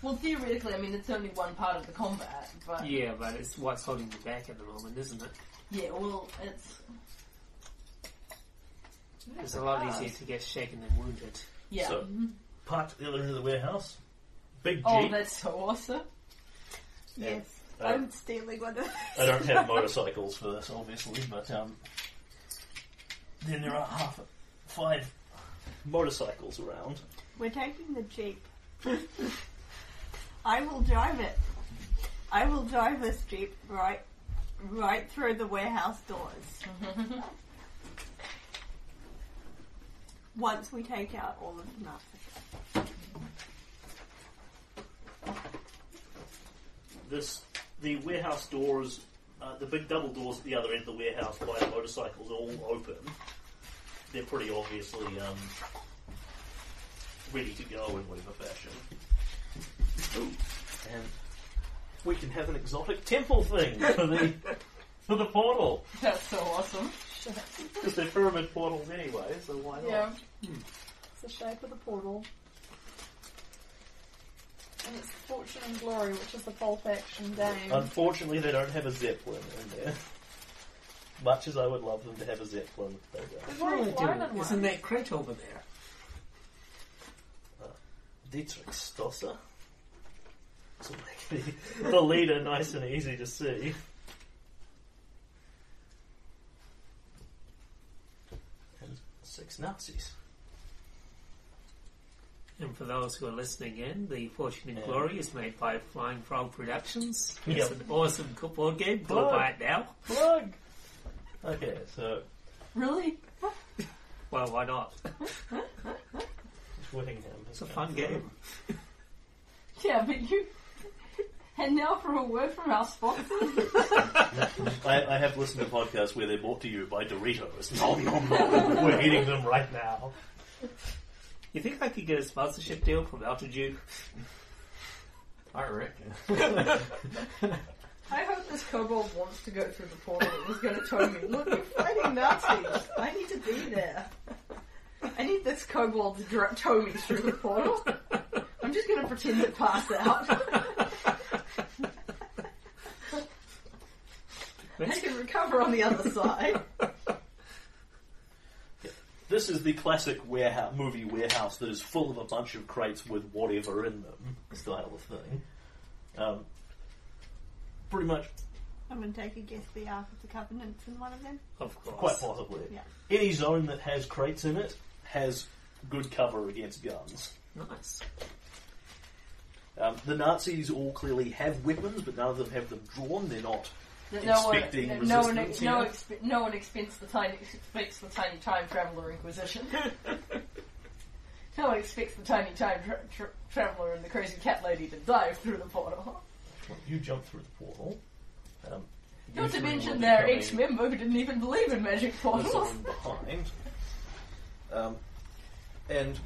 Well, theoretically, I mean, it's only one part of the combat, but yeah, Yeah, but it's what's holding you back at the moment, isn't it? well, it's It's a lot easier to get shaken than wounded. yeah. Mm-hmm. So- park the other end of the warehouse. Big Jeep. oh, that's so awesome. Yes. Uh, I'm stealing one of I don't have motorcycles for this, obviously, but um, then there are half five motorcycles around. We're taking the Jeep. [LAUGHS] I will drive it. I will drive this Jeep right right through the warehouse [LAUGHS] doors. Once we take out all of the Nazis. this the warehouse doors, uh, the big double doors at the other end of the warehouse by the motorcycles are all open. They're pretty obviously um, ready to go in whatever fashion. Ooh, and we can have an exotic temple thing for the [LAUGHS] for the portal That's so awesome. because they're pyramid portals anyway. So why not? Yeah. It's the shape of the portal. And it's Fortune and Glory, which is the pulp action game. Um, Unfortunately, they don't have a zeppelin in there. [LAUGHS] Much as I would love them to have a zeppelin, they don't. We've Oh, already flown in one. Isn't that crate over there? Dietrich Stosser. This will [LAUGHS] make the, the leader nice and easy to see. And six Nazis. And for those who are listening in, the Fortune and Yeah. Glory is made by Flying Frog Productions. Yep. It's an awesome co- board game. Go buy it now. Plug! Okay, so Really? Well, why not? Whittingham. It's a fun game. Yeah, but you. [LAUGHS] And now for a word from our sponsor. I, I have listened to podcasts where they're brought to you by Doritos. [LAUGHS] Nom, nom, nom. We're eating them right now. You think I could get a sponsorship deal from Altitude? I reckon. I hope this kobold wants to go through the portal and is going to tell me, look, you're fighting Nazis. I need to [LAUGHS] be there. I need this kobold to direct tow me through the portal. I'm just going to pretend to pass [LAUGHS] out. I can recover on the other side. This is the classic warehouse, movie warehouse that is full of a bunch of crates with whatever in them style of thing. Um, pretty much, I'm gonna take a guess the Ark of the Covenant's in one of them. Of course. quite possibly. Yeah. Any zone that has crates in it has good cover against guns. Nice. Um, the Nazis all clearly have weapons, but none of them have them drawn. They're not. No one, Expecting no, one, resistance, no, yeah. expe- no one expects the tiny expects the tiny time [LAUGHS] traveler inquisition. no one expects the tiny time tra- tra- traveler and the crazy cat lady to dive through the portal. Well, you jump through the portal. Um, you Not to three will mention be their coming ex member who didn't even believe in magic with portals. someone behind. Um, and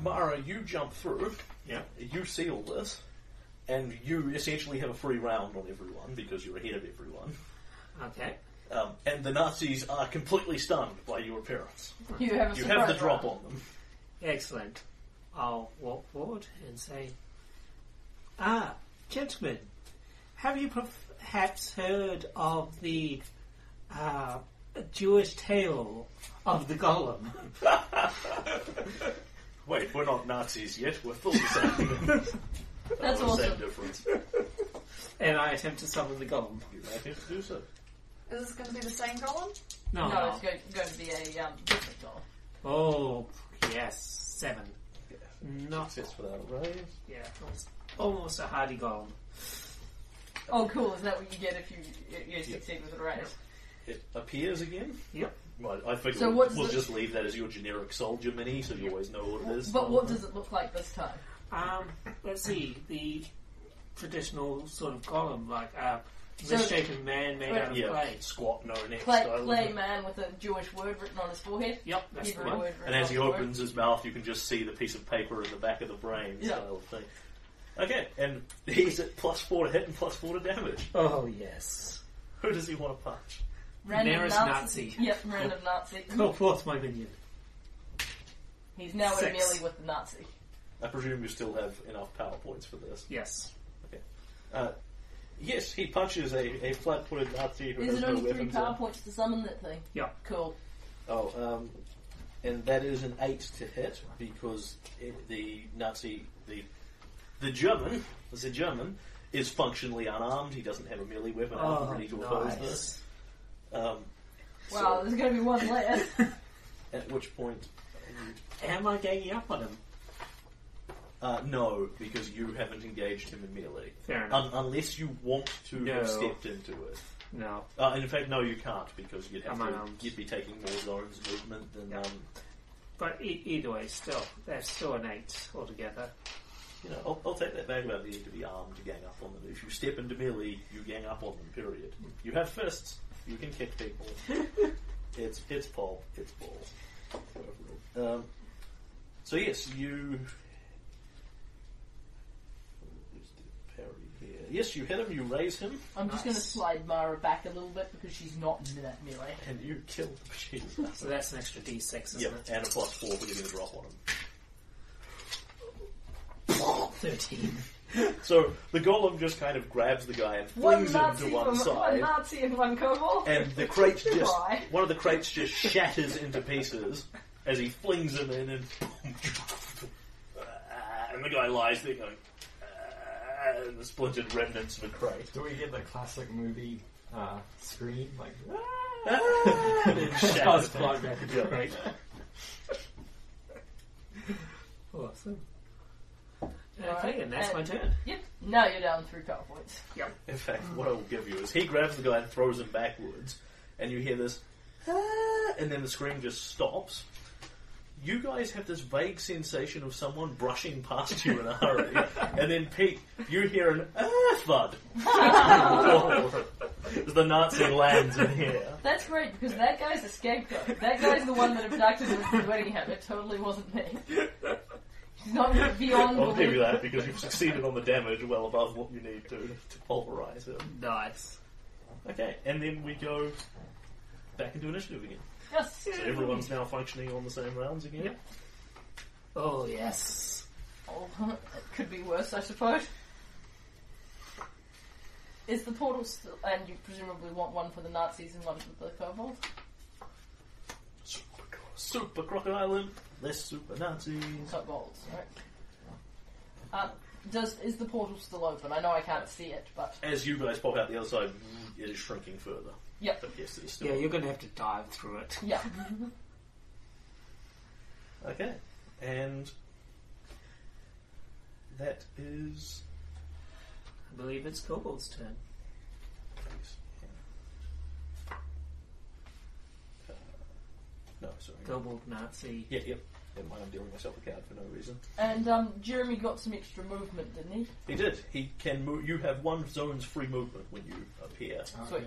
Mara, you jump through. Yeah. You see all this, and you essentially have a free round on everyone because you're ahead of everyone. Okay. Um, and the Nazis are completely stunned by your appearance. [LAUGHS] You have a You have the surprise drop round. on them. Excellent. I'll walk forward and say, Ah, gentlemen, have you perhaps heard of the uh, Jewish tale of the golem? [LAUGHS] Wait, we're not Nazis yet. We're full [LAUGHS] the same. That's All the awesome. Same difference. [LAUGHS] And I attempt to summon the golem. You might have to do so. Is this going to be the same column? No, No, it's going, going to be a um, different doll. Oh, yes, seven. Yeah. Not Success without a raise. yeah, almost, almost a hardy golem. Oh, cool! Is that what you get if you you, you succeed with a raise? It appears again. Yep. Well, I figure So we'll, what's we'll the- just leave that as your generic soldier mini, so you always know what it is. But what does it look like this time? Um, let's see the traditional sort of golem, like a So- misshapen man made out of Yeah, clay. squat, no neck Clay, style. clay man with a Jewish word written on his forehead. Yep, that's the Hebrew one. word And written as he on his forehead. opens his mouth, you can just see the piece of paper in the back of the brain Yeah. style thing. Okay, and [LAUGHS] he's at plus four to hit and plus four to damage. Oh yes. Who does he want to punch? random Nearest Nazi. Nazi. [LAUGHS] Yep, random Nazi. Call forth my minion. He's now in Six. melee with the Nazi. I presume you still have enough power points for this. Yes. Uh, yes, he punches a, a flat-footed Nazi who Is has it no only three weapons. power in. points to summon that thing? Yeah. Cool. Oh, um, and that is an eight to hit because it, the Nazi, the the German, the German is functionally unarmed. He doesn't have a melee weapon out ready to oppose this. Oh, nice. Um, Wow, there's going to be one less. at which point, Am I ganging up on him? uh, no, because you haven't engaged him in melee, Fair enough. Un- unless you want to No. have stepped into it. no. Uh, and in fact, no, you can't because you'd have I'm to, unarmed. you'd be taking more zones of movement than Yeah. um, But e- either way, still, that's still an eight altogether. You know, I'll, I'll take that back about needing to be armed to gang up on them. If you step into melee, you gang up on them, period. You have fists, you can kick people. it's it's Paul, it's Paul. Um, so yes, you... Where's the parry here? Yes, you hit him, you raise him, [LAUGHS] I'm just going to Nice. slide Mara back a little bit because she's not in that melee. and you kill the machine. So that's an extra d6, isn't yep, it? and a plus four for getting a drop on him. 13. So the golem just kind of grabs the guy and One flings him Nazi, to one from, one side. Nazi and one kobold. and the crate just Goodbye. one of the crates just shatters into pieces as he flings him in and [LAUGHS] and the guy lies there going "Ah," and the splintered remnants of a crate Do we get the classic movie uh, scream? Like, Ah, and it I [LAUGHS] was shatters. flying back into Yeah. the break. Awesome. Okay, and that's my Uh, turn. Yep. Now you're down three power points. in fact what I will give you is he grabs the guy and throws him backwards and you hear this "Ah," and then the scream just stops you guys have this vague sensation of someone brushing past you in a hurry, and then Pete, you hear an ah thud. As the Nazi lands in here. That's great because that guy's a scapegoat. That guy's the one that abducted me from wedding him. It totally wasn't me. She's not beyond I'll give you belief. that because you've succeeded on the damage well above what you need to to pulverize him. Nice. Okay, and then we go back into initiative again. Yes. So everyone's now functioning on the same rounds again. Yep. Oh, yes. Oh, it could be worse, I suppose. Is the portal still? And you presumably want one for the Nazis and one for the kobolds. Super, super crocodile, less super Nazis. Kobolds, right? Um, does is the portal still open? I know I can't see it, but As you guys pop out the other side, it is shrinking further. Yep. But yes, it is still Yeah, you're going to have to dive through it. yeah. Okay. And that is I believe it's Kobold's turn. no, sorry. Kobold Nazi. Uh, Yeah, yep. Never mind, I'm dealing myself a card for no reason. And um, Jeremy got some extra movement, didn't he? He did. He can move. You have one zone's free movement when you appear. Sweet.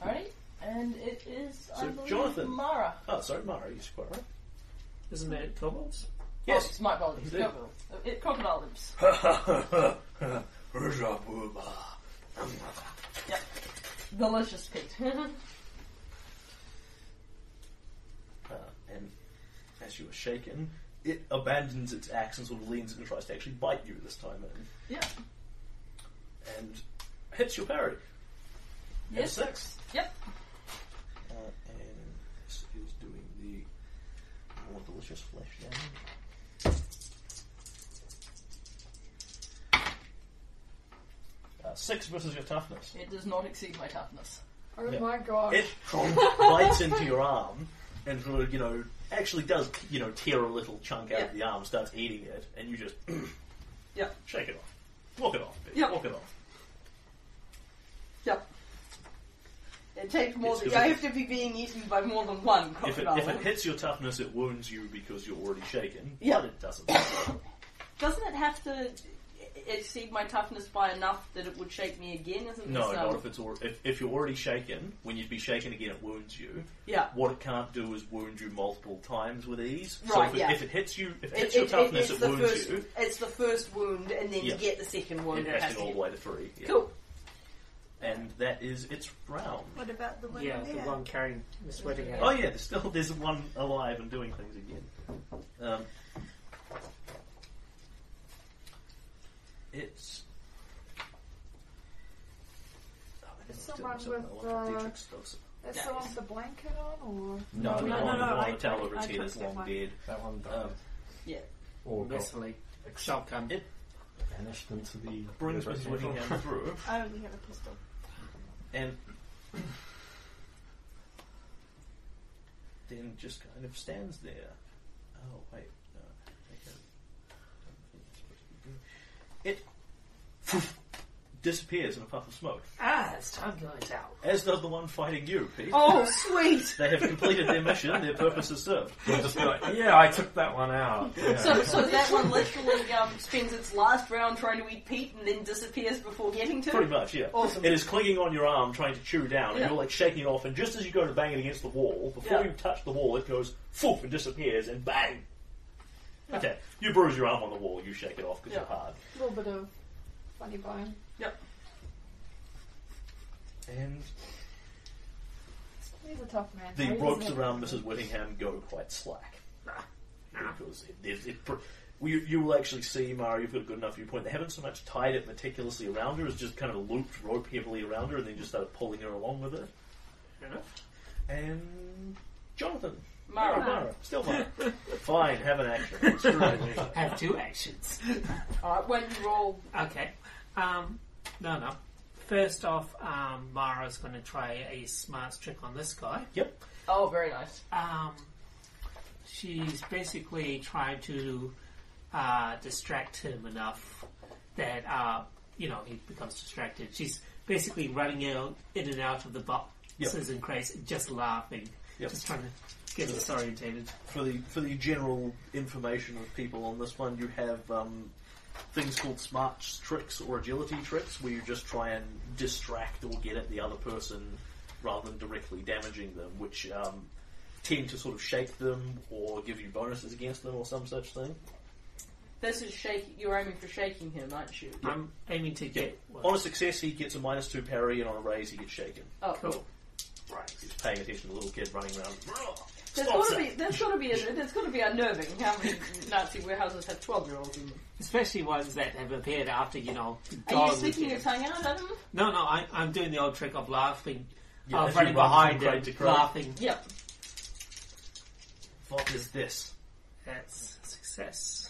Alright, and it is I So, believe Jonathan. Mara. Oh, sorry, Mara, you're quite right. Isn't that kobolds? Yes. Yes, Oh, it's my ball Indeed. crocodile. It, crocodile lips. [LAUGHS] Delicious [LAUGHS] Pete. Uh, and as you are shaken, it abandons its axe and sort of leans in and tries to actually bite you this time in, yep. and hits your parry. And Yes. six. Yep. Uh, and this is doing the more delicious flesh damage. Uh, six versus your toughness. It does not exceed my toughness. Oh Yeah. my god. It bites into your arm and sort of, you know, actually does, you know, tear a little chunk out of the arm, starts eating it, and you just Yeah. shake it off. Walk it off. Bitch. Yeah. Walk it off. Yep. It takes more It's than. good. I have to be being eaten by more than one If it, crocodile. if it hits your toughness, it wounds you because you're already shaken. Yeah. But it [LAUGHS] doesn't. It Doesn't it have to exceed my toughness by enough that it would shake me again? Isn't No, this, not um, if it's al- if, if you're already shaken. When you'd be shaken again, it wounds you. Yeah. What it can't do is wound you multiple times with ease. so Right, if it, yeah. if it hits you, if it It- hits it- your it- toughness, it's it, the wounds first, you. It's the first wound, and then Yeah. to get the second It wound, it, has to go to all get- the way to three. yeah. Cool. And that is its round. What about the one Yeah, there? the one carrying the sweating Oh out. yeah, there's still there's one alive and doing things again. Um, it's. Oh, I It's didn't the one myself with, that one. uh, Dietrich's does it. That's the one with the blanket on, or No, The no, one- no, the one I- with the towel I- over its I head took is that long one. dead. That one died. Um, or got Wesley, shotgun. It- banished into the. Brings Mrs. Whittingham [LAUGHS] through, [LAUGHS] I only have a pistol. and then just kind of stands there. Oh wait, no, I think I- I don't think that's supposed to be doing- it [LAUGHS] disappears in a puff of smoke. Ah, it's time guys out. As does the one fighting you, Pete. Oh, sweet! They have completed their mission, their purpose is served. You'll just be like, yeah, I took that one out. Yeah. So, so that one literally um, spends its last round trying to eat Pete and then disappears before getting to Pretty it. much, yeah. Awesome. It is clinging on your arm, trying to chew down, and Yeah. you're like shaking it off, and just as you go to bang it against the wall, before Yeah. you touch the wall, it goes foof and disappears, and bang! Okay, you bruise your arm on the wall, you shake it off because Yeah. you're hard. a little bit of funny bone. And He's a tough man. the though. He ropes doesn't have- around Mrs. Whittingham go quite slack. Because it, it, it, pr- you, you will actually see, Mara, you've got a good enough viewpoint. They haven't so much tied it meticulously around her as just kind of looped rope heavily around her and then just started pulling her along with it. Fair enough. And Jonathan. Mara. No, Mara. Still Mara. Fine, have an action. Screw it. Have two actions. [LAUGHS] Alright, Uh, when you roll. Okay. Um, no, no. First off, um, Mara's going to try a smarts trick on this guy. Yep. Oh, very nice. Um, she's basically trying to uh, distract him enough that uh, you know he becomes distracted. She's basically running out in and out of the boxes and crates, and just laughing, Yep. just trying to get us orientated. For the for the general information of people on this one, you have um, things called smart tricks or agility tricks, where you just try and distract or get at the other person rather than directly damaging them, which um, tend to sort of shake them or give you bonuses against them or some such thing. This is shaking. You're aiming for shaking him, aren't you? I'm aiming to get On a success, he gets a minus two parry, and on a raise, he gets shaken. Oh, Cool. Right. He's paying attention to the little kid running around. There's Stop got to that. be. There's got to be. A, there's got to be unnerving. How many Nazi warehouses have twelve-year-olds in them? especially ones that have appeared after you know. Are gone you speaking again. of hanging out at him? No, no, I, I'm doing the old trick of laughing, Yeah, of as running you run behind from him, crate to crate. laughing. Yep. What is this? That's success.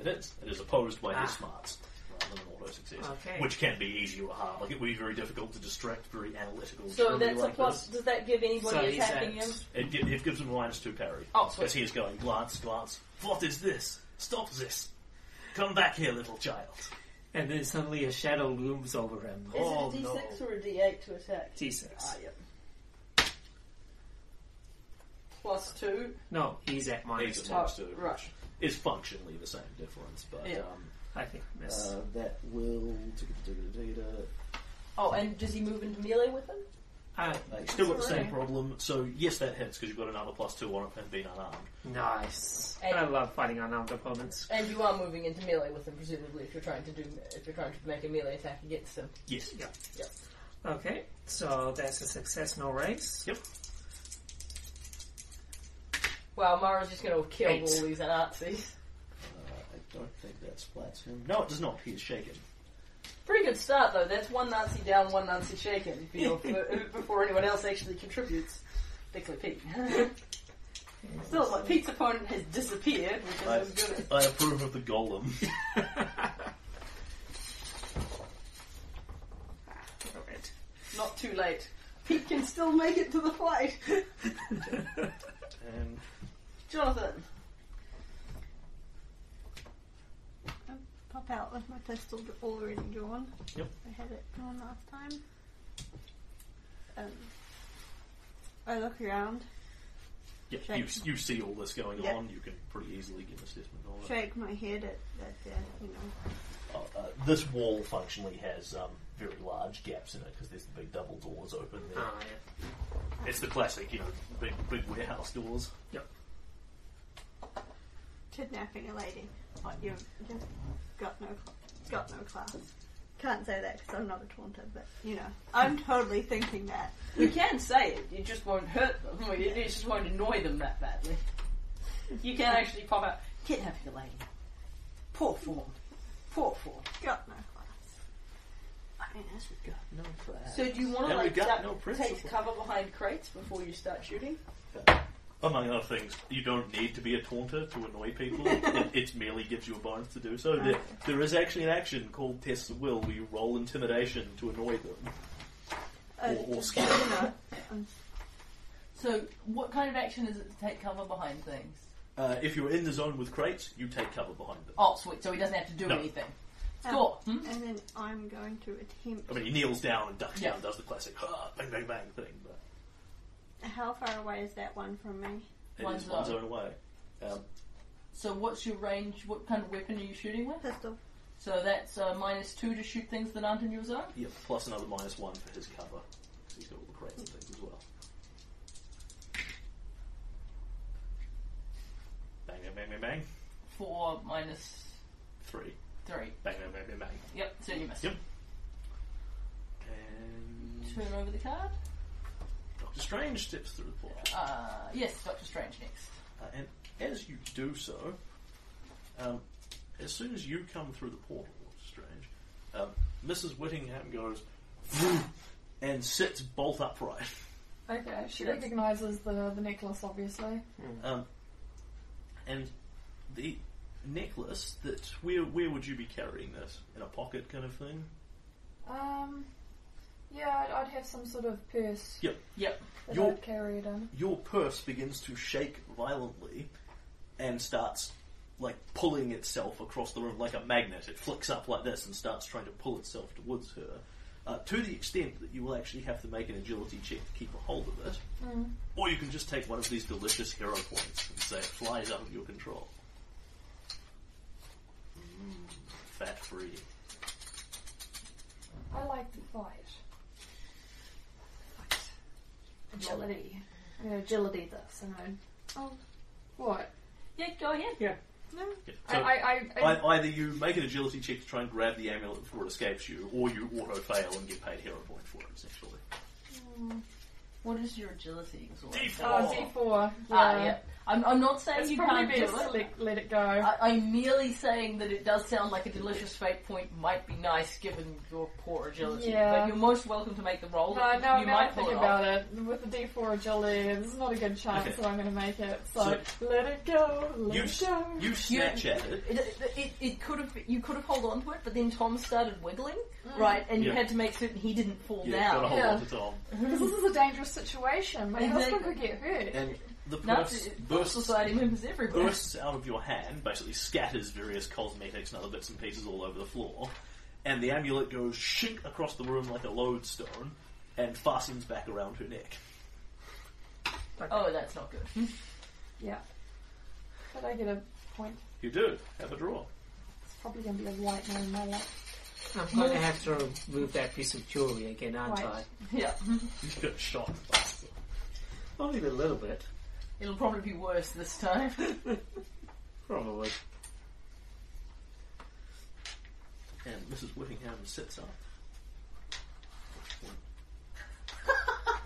It is. It is opposed by Ah. his smarts rather than auto success, Okay. which can be easy or hard. Like it would be very difficult to distract very analytical. So somebody that's a like plus. this. Does that give So anybody he's attacking at- him? It, gi- it gives him a minus two parry. Oh, sweet. As he is going glance, glance. What is this? Stop this! Come back here, little child. And then suddenly a shadow looms over him. Is Oh, it a D6 no. Ah, or a D8 to attack? D6. Ah, yep. plus two. No, he's at minus He's two. at minus two, right. which is functionally the same difference, but Yeah. um, I think miss. uh, that will. Oh, and does he move into melee with him? oh, Uh, you still got the same Alright. problem, so yes, that hits because you've got another plus two on it and being unarmed. nice. Eight. I love fighting unarmed opponents. And you are moving into melee with him, presumably, if you're trying to do if you're trying to make a melee attack against him. Yes. Yeah. Okay, so that's a success, no raise. Yep. Wow, Mara's just going to kill Eight. all these Nazis. Uh, I don't think that splats him. No, it does not. He is shaken. Pretty good start though. That's one Nazi down, one Nazi shaken you know, [LAUGHS] for- before anyone else actually contributes. Particularly Pete. [LAUGHS] Still, my Pete's opponent has disappeared, which I, is good. I approve of the golem. Alright. Not too late. Pete can still make it to the fight. [LAUGHS] and Jonathan, Pop out with my pistol already drawn. Yep. I had it drawn last time. Um, I look around, yeah, you, you see all this going Yeah. on. You can pretty easily give assessment on it. shake my head at that, uh, you know. Uh, uh, this wall functionally has um, very large gaps in it because there's the big double doors open there. Ah. Oh, yeah. It's the classic, you know, big big warehouse doors. kidnapping a lady. What, you've, you've got no, cl- got no class. Can't say that because I'm not a taunter, but you know, I'm totally thinking that. you can say it. You just won't hurt them. or You you just won't annoy them that badly. You can actually pop out. Kidnapping a lady. Poor form. Poor form. Got no class. I mean, that's good. No class. So do you want to And we like got duck- no take principle. cover behind crates before you start shooting? Among other things, you don't need to be a taunter to annoy [LAUGHS] people. it, it merely gives you a bonus to do so. There, Ah. there is actually an action called Test of Will where you roll intimidation to annoy them. Uh, Or- or just, skin. you know, um, So, what kind of action is it to take cover behind things? Uh, if you're in the zone with crates, you take cover behind them. Oh, sweet. So he doesn't have to do No. anything. um, Score. Hmm? And then I'm going to attempt. I mean, he kneels down and ducks Yeah. down and does the classic "Ah, bang, bang, bang thing, but How far away is that one from me? it is One's one up. zone away. Um, So, what's your range? What kind of weapon are you shooting with? Pistol. So that's uh, minus two to shoot things that aren't in your zone. yeah, plus another minus one for his cover. 'cause He's got all the crates and things as well. Bang, bang, bang, bang, bang. Four minus Three. three. Bang, bang, bang, bang, bang. Yep. So you miss. Yep. And Turn over the card. Doctor Strange steps through the portal. Uh, yes, Doctor Strange next. Uh, and as you do so, um, as soon as you come through the portal, which is strange, um, Mrs. Whittingham goes [SNIFFS] and sits bolt upright. Okay, she recognises the, the necklace, obviously. Um, and the necklace that where where would you be carrying this in a pocket kind of thing? Um, yeah, I'd, I'd have some sort of purse Yep. Yep. that Your- I'd carry it in. Your purse begins to shake violently and starts like pulling itself across the room like a magnet. It flicks up like this and starts trying to pull itself towards her. Uh, to the extent that you will actually have to make an agility check to keep a hold of it, Mm-hmm. or you can just take one of these delicious hero points and say it flies out of your control. Mm, fat free. I like the fight. Fight. Agility. I'm gonna agility this, and I. Oh. What? Yeah. Go ahead. Yeah. I, So- I, I, I, Ei- Either you make an agility check to try and grab the amulet before it escapes you, or you auto fail and get paid hero point for it, essentially. What is your agility? 'Cause all I- Oh, D4. Yeah. Ah, yeah. I'm, I'm not saying It's you probably can't do best to it. let, let it go. I, I'm merely saying that it does sound like a delicious fate point might be nice given your poor agility. Yeah. But you're most welcome to make the roll. no, no, you now I might pull it think off. about it. With the D4 agility, there's not a good chance Okay. that I'm going to make it. So, let it go, let You, it s- go. you snatch at it. It, it, it could have you could have held on to it, but then Tom started wiggling, Mm. right? And you Yeah. had to make certain he didn't fall Yeah, got a down. hold Yeah. on to Tom. Because this is a dangerous situation. My Exactly. husband could get hurt. And the purse Nazi bursts, society members everywhere. bursts out of your hand, basically scatters various cosmetics and other bits and pieces all over the floor, and the amulet goes shink across the room like a lodestone and fastens back around her neck. Okay. Oh, that's not good. [LAUGHS] Yeah. But I get a point. You do. Have a draw. [LAUGHS] It's probably going to be a white one in my life. I'm going to have to remove that piece of jewellery again, aren't Right. yeah. You got shot. bastard. I? Only a little bit, It'll probably be worse [LAUGHS] this time. probably. And Mrs. Whittingham sits up. [LAUGHS]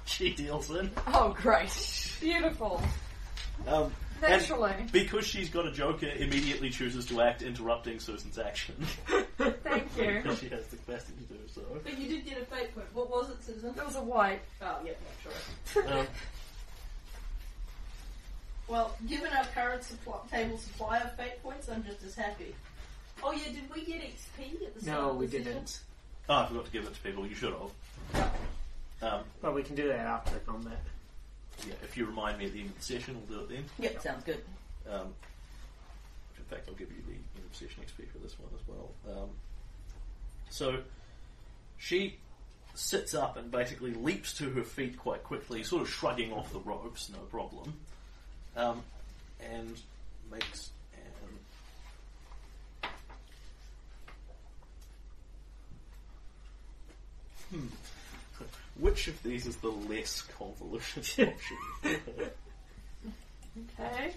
she deals in. oh, great. Beautiful. Um, and Naturally. because she's got a joker, immediately chooses to act interrupting Susan's action. [LAUGHS] Thank you. Because she has the capacity to do so. But you did get a fate point. What was it, Susan? That was a white. Oh, yeah, not sure. Um, [LAUGHS] Well, given our current supply, table supply of fate points, I'm just as happy. Oh yeah, did we get XP at the start No, of we the session? didn't. oh, I forgot to give it to people. You should have. Um, But we can do that after combat. yeah, if you remind me at the end of the session, we'll do it then. Yep, sounds good. Um, which in fact, I'll give you the end of session XP for this one as well. Um, so she sits up and basically leaps to her feet quite quickly, sort of shrugging off the ropes, no problem, um, and makes an Hmm. Which of these is the less convoluted option? Okay.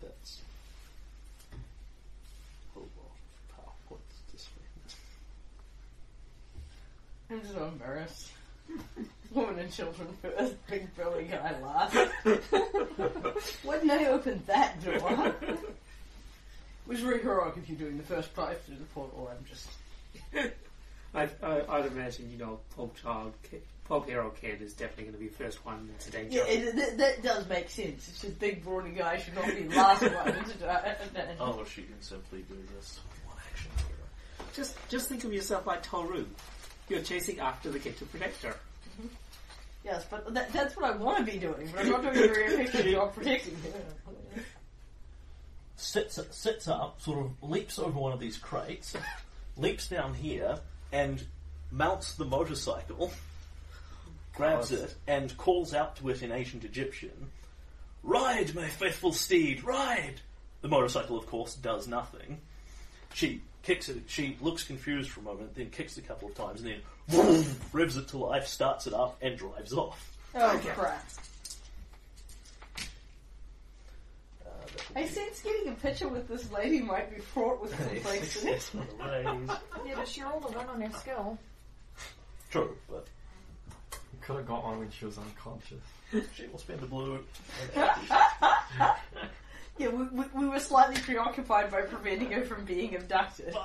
That's a whole lot of PowerPoints to spend. I'm so embarrassed. [LAUGHS] Women and children first. Big Billy guy [LAUGHS] laugh. Why didn't I open that [LAUGHS] door? Was very heroic if you're doing the first drive through the portal. I'm just. I, I, I'd imagine, you know, Paul Child, Paul Carroll Kid is definitely going to be first one to danger. Yeah, it, that, that does make sense. It's just big brawny guy should not be the [LAUGHS] last one uh, to die. Oh, she can simply do this with one action. Just, just think of yourself like Toru. You're chasing after the kid to protect her. Yes, but that, that's what I want to be doing, but I'm not doing a very efficient job protecting him. Sits, sits up, sort of leaps over one of these crates, leaps down here, and mounts the motorcycle, grabs it, and calls out to it in ancient Egyptian Ride, my faithful steed, ride! The motorcycle, of course, does nothing. She kicks it, she looks confused for a moment, then kicks it a couple of times, and then revs it to life, starts it up, and drives off. Oh, crap. Uh, that would I be- sense getting a picture with this lady might be fraught [LAUGHS] with complexity. That's one of the ways. Yeah, but she rolled a one on her skill. True, but Could have got one when she was unconscious. [LAUGHS] she will spend the blue. Yeah, we, we, we were slightly preoccupied by preventing her from being abducted.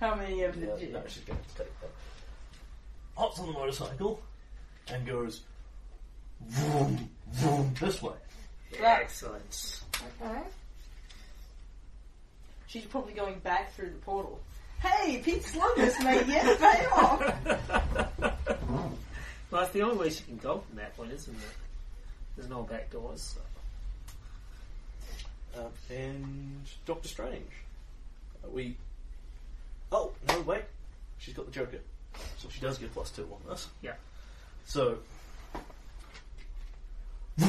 How many of the Yeah, yeah, no, she's going to take that. Hops on the motorcycle and goes vroom, vroom, this way. Excellent. Okay. She's probably going back through the portal. Hey, Pete Sluggers may yet pay [LAUGHS] off. Well, that's the only way she can go from that one, isn't it? There's no back doors. So. Um, and Doctor Strange. Are we. Oh, no, wait. She's got the Joker. So she does get plus two on this. Yeah. So. [LAUGHS]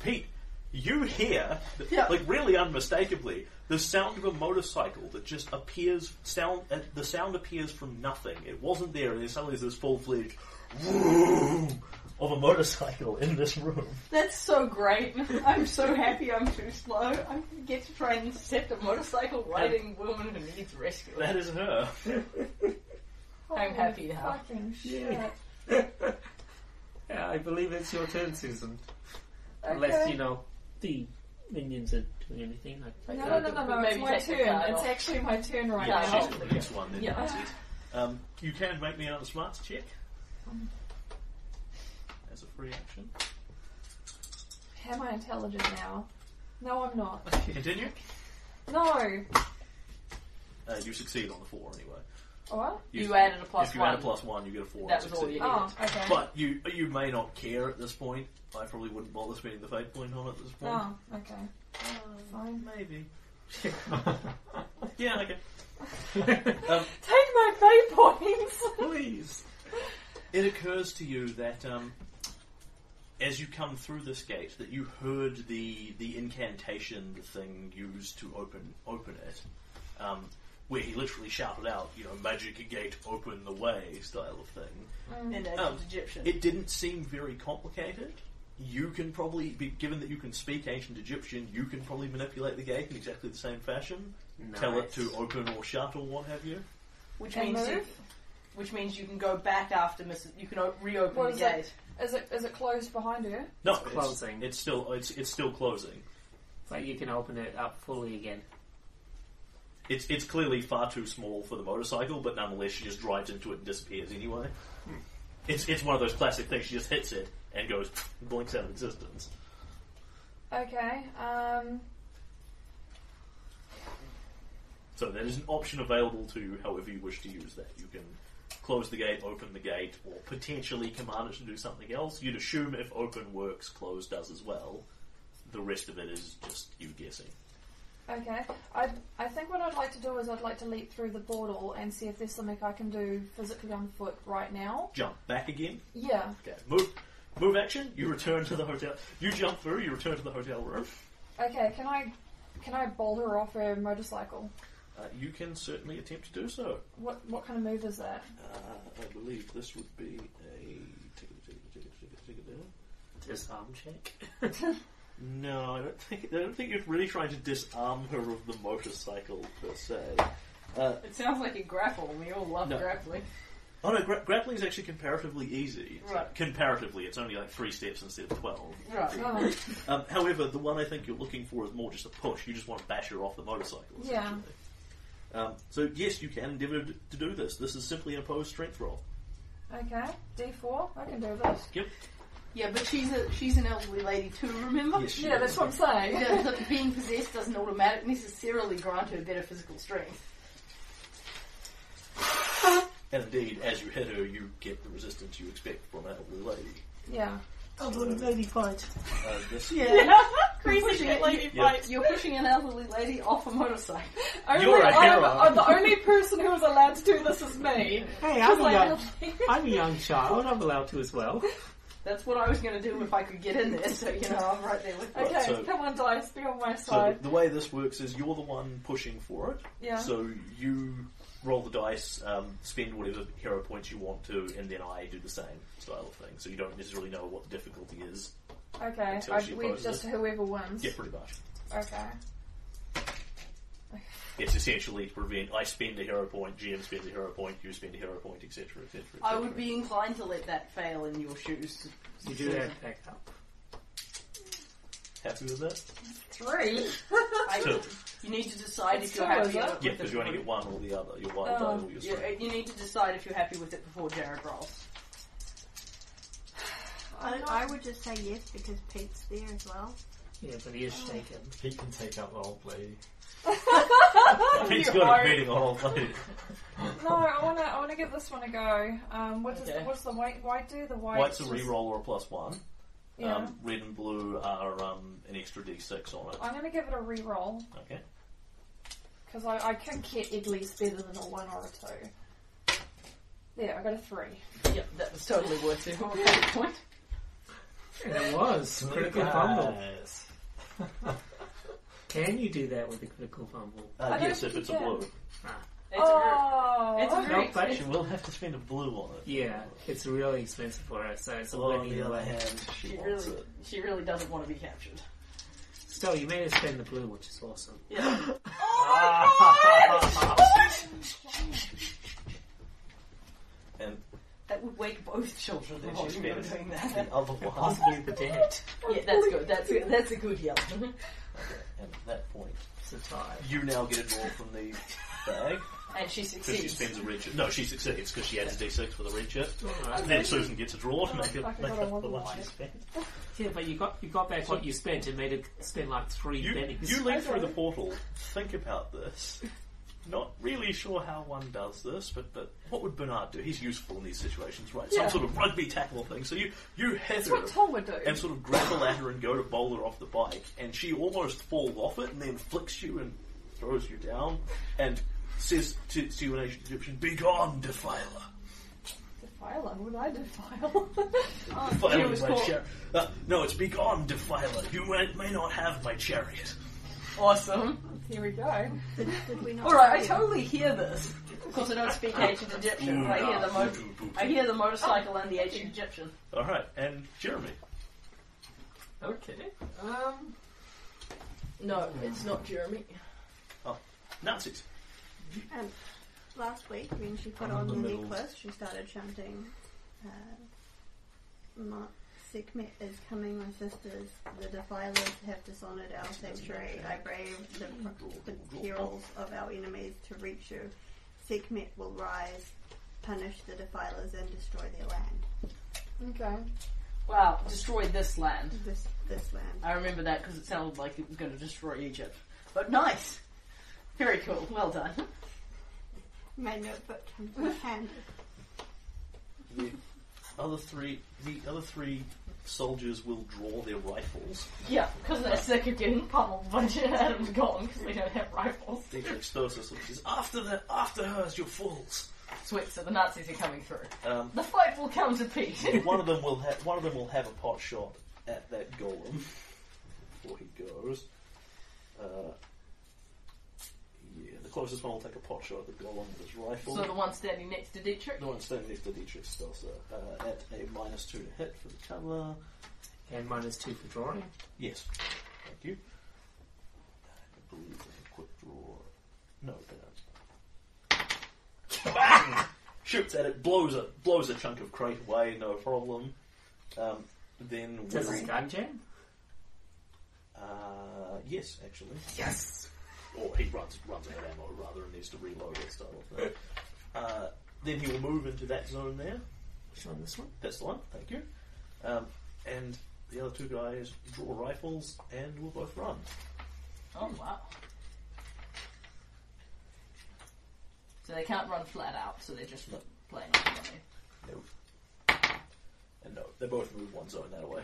Pete, you hear, th- Yeah. like really unmistakably, the sound of a motorcycle that just appears. Sound uh, the sound appears from nothing. It wasn't there, and then suddenly there's this full fledged of a motorcycle in this room. That's so great. [LAUGHS] I'm so happy I'm too slow. I get to try and intercept a motorcycle riding woman who needs rescue. That is her. I'm happy now. Fucking shit. Yeah, I believe it's your turn, Susan. Unless, Okay. you know, the minions are doing anything. uh, I, No, no, no, no, no. It's uh, Maybe my take the turn. card It's off. actually my turn right Yeah, now. Uh, she's got the next one. Then Yeah. that's it. Um, you can make me another smarts check as a free action. Am I intelligent now? No, I'm not. Continue. No. Uh, you succeed on the four anyway. Or what? You added a plus if you one. add a plus one, you get a four. That and was all succeed. you Oh, okay. But you you may not care at this point. I probably wouldn't bother spending the fate point on it at this point. Oh, okay. Oh. Fine. Maybe. Yeah, okay. Take my fate points! Please. It occurs to you that um, as you come through this gate, that you heard the the incantation the thing used to open open it, um, where he literally shouted out, you know, "Magic gate, open the way," style of thing. in ancient Um, Egyptian. It didn't seem very complicated. You can probably, be, given that you can speak ancient Egyptian, you can probably manipulate the gate in exactly the same fashion. Tell it to open or shut or what have you. which And means you, move? which means you can go back after Mrs. You can o- reopen What the is gate. that? Is it is it closed behind her? No, It's closing. It's, still it's it's still closing. But you can open it up fully again. It's it's clearly far too small for the motorcycle, but nonetheless, she just drives into it and disappears anyway. Hmm. It's it's one of those classic things. She just hits it and goes [LAUGHS] blinks out of existence. Okay. Um. So that is an option available to you, however you wish to use that. You can close the gate, open the gate, or potentially command it to do something else. You'd assume if open works, close does as well. The rest of it is just you guessing. Okay. I I think what I'd like to do is I'd like to leap through the portal and see if there's something I can do physically on foot right now. Jump back again. Yeah. Okay, move. Move action. You return to the hotel. You jump through. You return to the hotel room. Okay. Can I can I bowl her off her motorcycle? Uh, you can certainly attempt to do so. What what kind of move is that? Uh, I believe this would be a. tick- tick- tick- tick- tick- tick- tick- Disarm check. No, I don't think. I don't think you're really trying to disarm her of the motorcycle per se. It sounds like a grapple. We all love No. grappling. Oh no, gra- grappling is actually comparatively easy. It's Right. like- comparatively, it's only like three steps instead of twelve. Right. Oh, Um, however, the one I think you're looking for is more just a push. You just want to bash her off the motorcycle. Yeah. essentially. Um, so yes, you can endeavour to to do this. This is simply an opposed strength roll. [COUGHS] okay. D four. I can do this. Yep. Yeah, but she's a she's an elderly lady too. Remember? Yes, she Oh, Yeah, is. that's what I'm saying. Yeah, [LAUGHS] but being possessed doesn't automatically necessarily grant her better physical strength. And indeed, as you hit her, you get the resistance you expect from an elderly lady. Yeah. Elderly lady fight. Uh, [LAUGHS] this Crazy shit, lady Yeah. fight. You're pushing an elderly lady off a motorcycle. Only, You're a I'm, hero. I'm the only person who is allowed to do this is me. Hey, I'm a, Like, young, [LAUGHS] I'm a young child. I'm allowed to as well. That's what I was going to do if I could get in there. So you know, I'm right there with. okay, so- come on, dice, be on my So side. the way this works is you're the one pushing for it. Yeah. So you roll the dice, um, spend whatever hero points you want to, and then I do the same style of thing. So you don't necessarily know what the difficulty is. okay, until I, she we poses. just whoever wins. Yeah, pretty much. Okay. It's essentially to prevent I spend a hero point, GM spends a hero point, you spend a hero point, etc., etc. etc. I would be inclined to let that fail in your shoes. You do that back up. happy with that. Three. I, Two. you need to decide It's if you're two, happy is it? with Yeah, it because you only get one or the other. Your wild Oh. die or your You, strength. you need to decide if you're happy with it before Jared rolls. I, I would just say yes because Pete's there as well. Yeah, but he is shaken. He can take out the old lady. [LAUGHS] Pete's got a meeting on all day. No, I wanna, I wanna give this one a go. Um, what does, Okay. what's the white, white do? The white. White's a just- reroll or a plus one. Yeah. Um, red and blue are um, an extra d6 on it. I'm gonna give it a reroll Okay. because I, I can get at least better than a one or a two. There, I got a three. Yep, that was totally worth [LAUGHS] it. Okay, point. And it was. Critical fumble. Uh, Can you do that with a critical fumble? Uh, don't yes, think if you it's a can. blue. It's oh, a, it's a very No, but- She will have to spend a blue on it. Yeah, it's really expensive for her, so it's a Well, on win the either other way. hand, she, She wants really, [LAUGHS] it. she really doesn't want to be captured. Still, you made us spend the blue, which is awesome. Yeah. Oh [LAUGHS] And [GASPS] that would wake both children Then up while she's you were better. doing the [LAUGHS] that. other one. Possibly the dead. Yeah, that's good. That's good. That's a good [LAUGHS] yell. And [LAUGHS] at that point, It's a tie. you now get a draw from the bag. And she Because she succeeds. spends a red chip. No, she succeeds because she adds a d6 for the red chip. Alright. And Susan gets a draw to make, it, fucking make got a up for one what life. she spent. Yeah, but you got you got back what you spent and made it spend like three You, pennies. you leap through the portal. Think about this. Not really sure how one does this, but, but what would Bernard do? He's useful in these situations, right? Yeah. Some sort of rugby tackle thing. So you, you That's hither what Tom would do. and sort of grapple at her and go to bowl her off the bike, and she almost falls off it and then flicks you and throws you down and says to, to an ancient Egyptian, Begone, defiler! Defiler? Would I defile? Defiler was my called- chariot. Uh, no, it's Begone, defiler! You may- may not have my chariot. Awesome. [LAUGHS] Here we go. Did, did we not? Alright, I totally hear this. Of course, I don't speak ancient Egyptian, but I hear Mm. the, mo- I hear the motorcycle and the ancient Egyptian. Alright, and Jeremy. Okay. Um. No, it's not Jeremy. Nazis. And last week, when she I'm put in on the the middle. necklace, she started chanting, uh, "Not Sekhmet is coming, my sisters. The defilers have dishonored our sanctuary. I braved the, pr- the perils of our enemies to reach you. Sekhmet will rise, punish the defilers, and destroy their land. Okay. Wow, destroy this land. This this land. I remember that because it sounded like it was going to destroy Egypt. But nice! Very cool, well done. My notebook comes in hand. The other three, the other three soldiers will draw their rifles. Yeah, because they're sick of getting pummeled by Adam's gone because they don't have rifles. Dietrich Stosis says, "After the, after hers, you fools." Sweet, so the Nazis are coming through. Um, The fight will come to peace. [LAUGHS] one of them will ha- one of them will have a pot shot at that golem before he goes. Uh, yeah, the closest one will take a pot shot at the golem with his rifle. so the one standing next to Dietrich. the one standing next to Dietrich Stosa uh, at a minus two to hit for the cover. And minus two for drawing. Yes. Thank you. I believe there's a quick draw. No, it doesn't. Bang! [LAUGHS] Shoots at it, blows a blows a chunk of crate away, no problem. Um, then Does this we'll- gun jam? uh, yes, actually, Yes. or he runs runs out of ammo rather and needs to reload and stuff. Like that. Uh, then he will move into that zone there. Which one? This one? That's the one. Thank you. Um, and the other two guys draw rifles and will both run. Oh wow. So they can't run flat out, so they're just No. playing off running. Nope. And no, they both move one zone that way.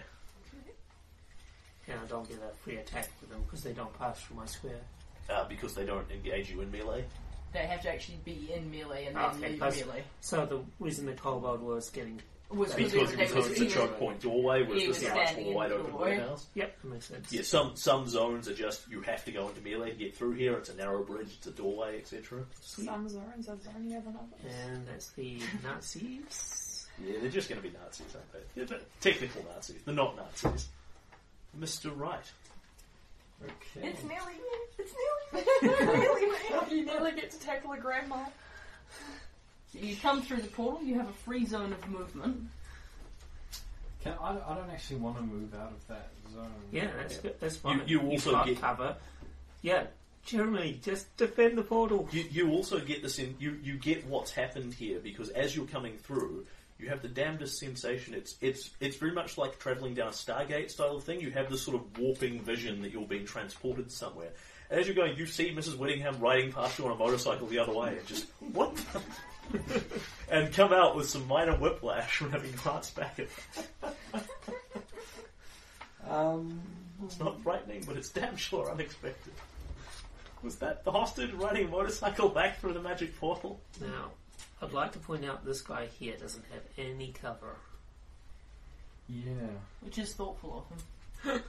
And I don't get a free attack with them because they don't pass through my square. Uh, because they don't engage you in melee. They have to actually be in melee and then Okay, leave that's- melee. So the reason the kobold was getting. Was Because- because, they because was it's a in- choke point doorway, whereas He this was is much standing in more wide the open doorway. warehouse. Yep, that makes sense. Yeah, some some zones are just you have to go into melee to get through here. It's a narrow bridge, it's a doorway, etc. Some zones are zoning over others. And that's the Nazis. Yeah, they're just going to be Nazis, aren't they? Yeah, but technical Nazis. They're not Nazis. Mister Wright. Okay. It's nearly It's nearly nearly [LAUGHS] You nearly get to tackle a grandma. [LAUGHS] So you come through the portal, you have a free zone of movement. Can, I, I don't actually want to move out of that zone. Yeah, that's good. That's fine. you also got get- cover. Yeah, Jeremy, just defend the portal. You, you also get this in you, you get what's happened here because as you're coming through, you have the damnedest sensation. It's it's it's very much like travelling down a Stargate style of thing. You have this sort of warping vision that you're being transported somewhere. And as you're going, you see Mrs. Whittingham riding past you on a motorcycle the other way, and just what? the-" [LAUGHS] and come out with some minor whiplash from having glanced back at. Um. It's not frightening, but it's damn sure unexpected. Was that the hostage riding a motorcycle back through the magic portal? Now, I'd like to point out this guy here doesn't have any cover. Yeah. Which is thoughtful of him.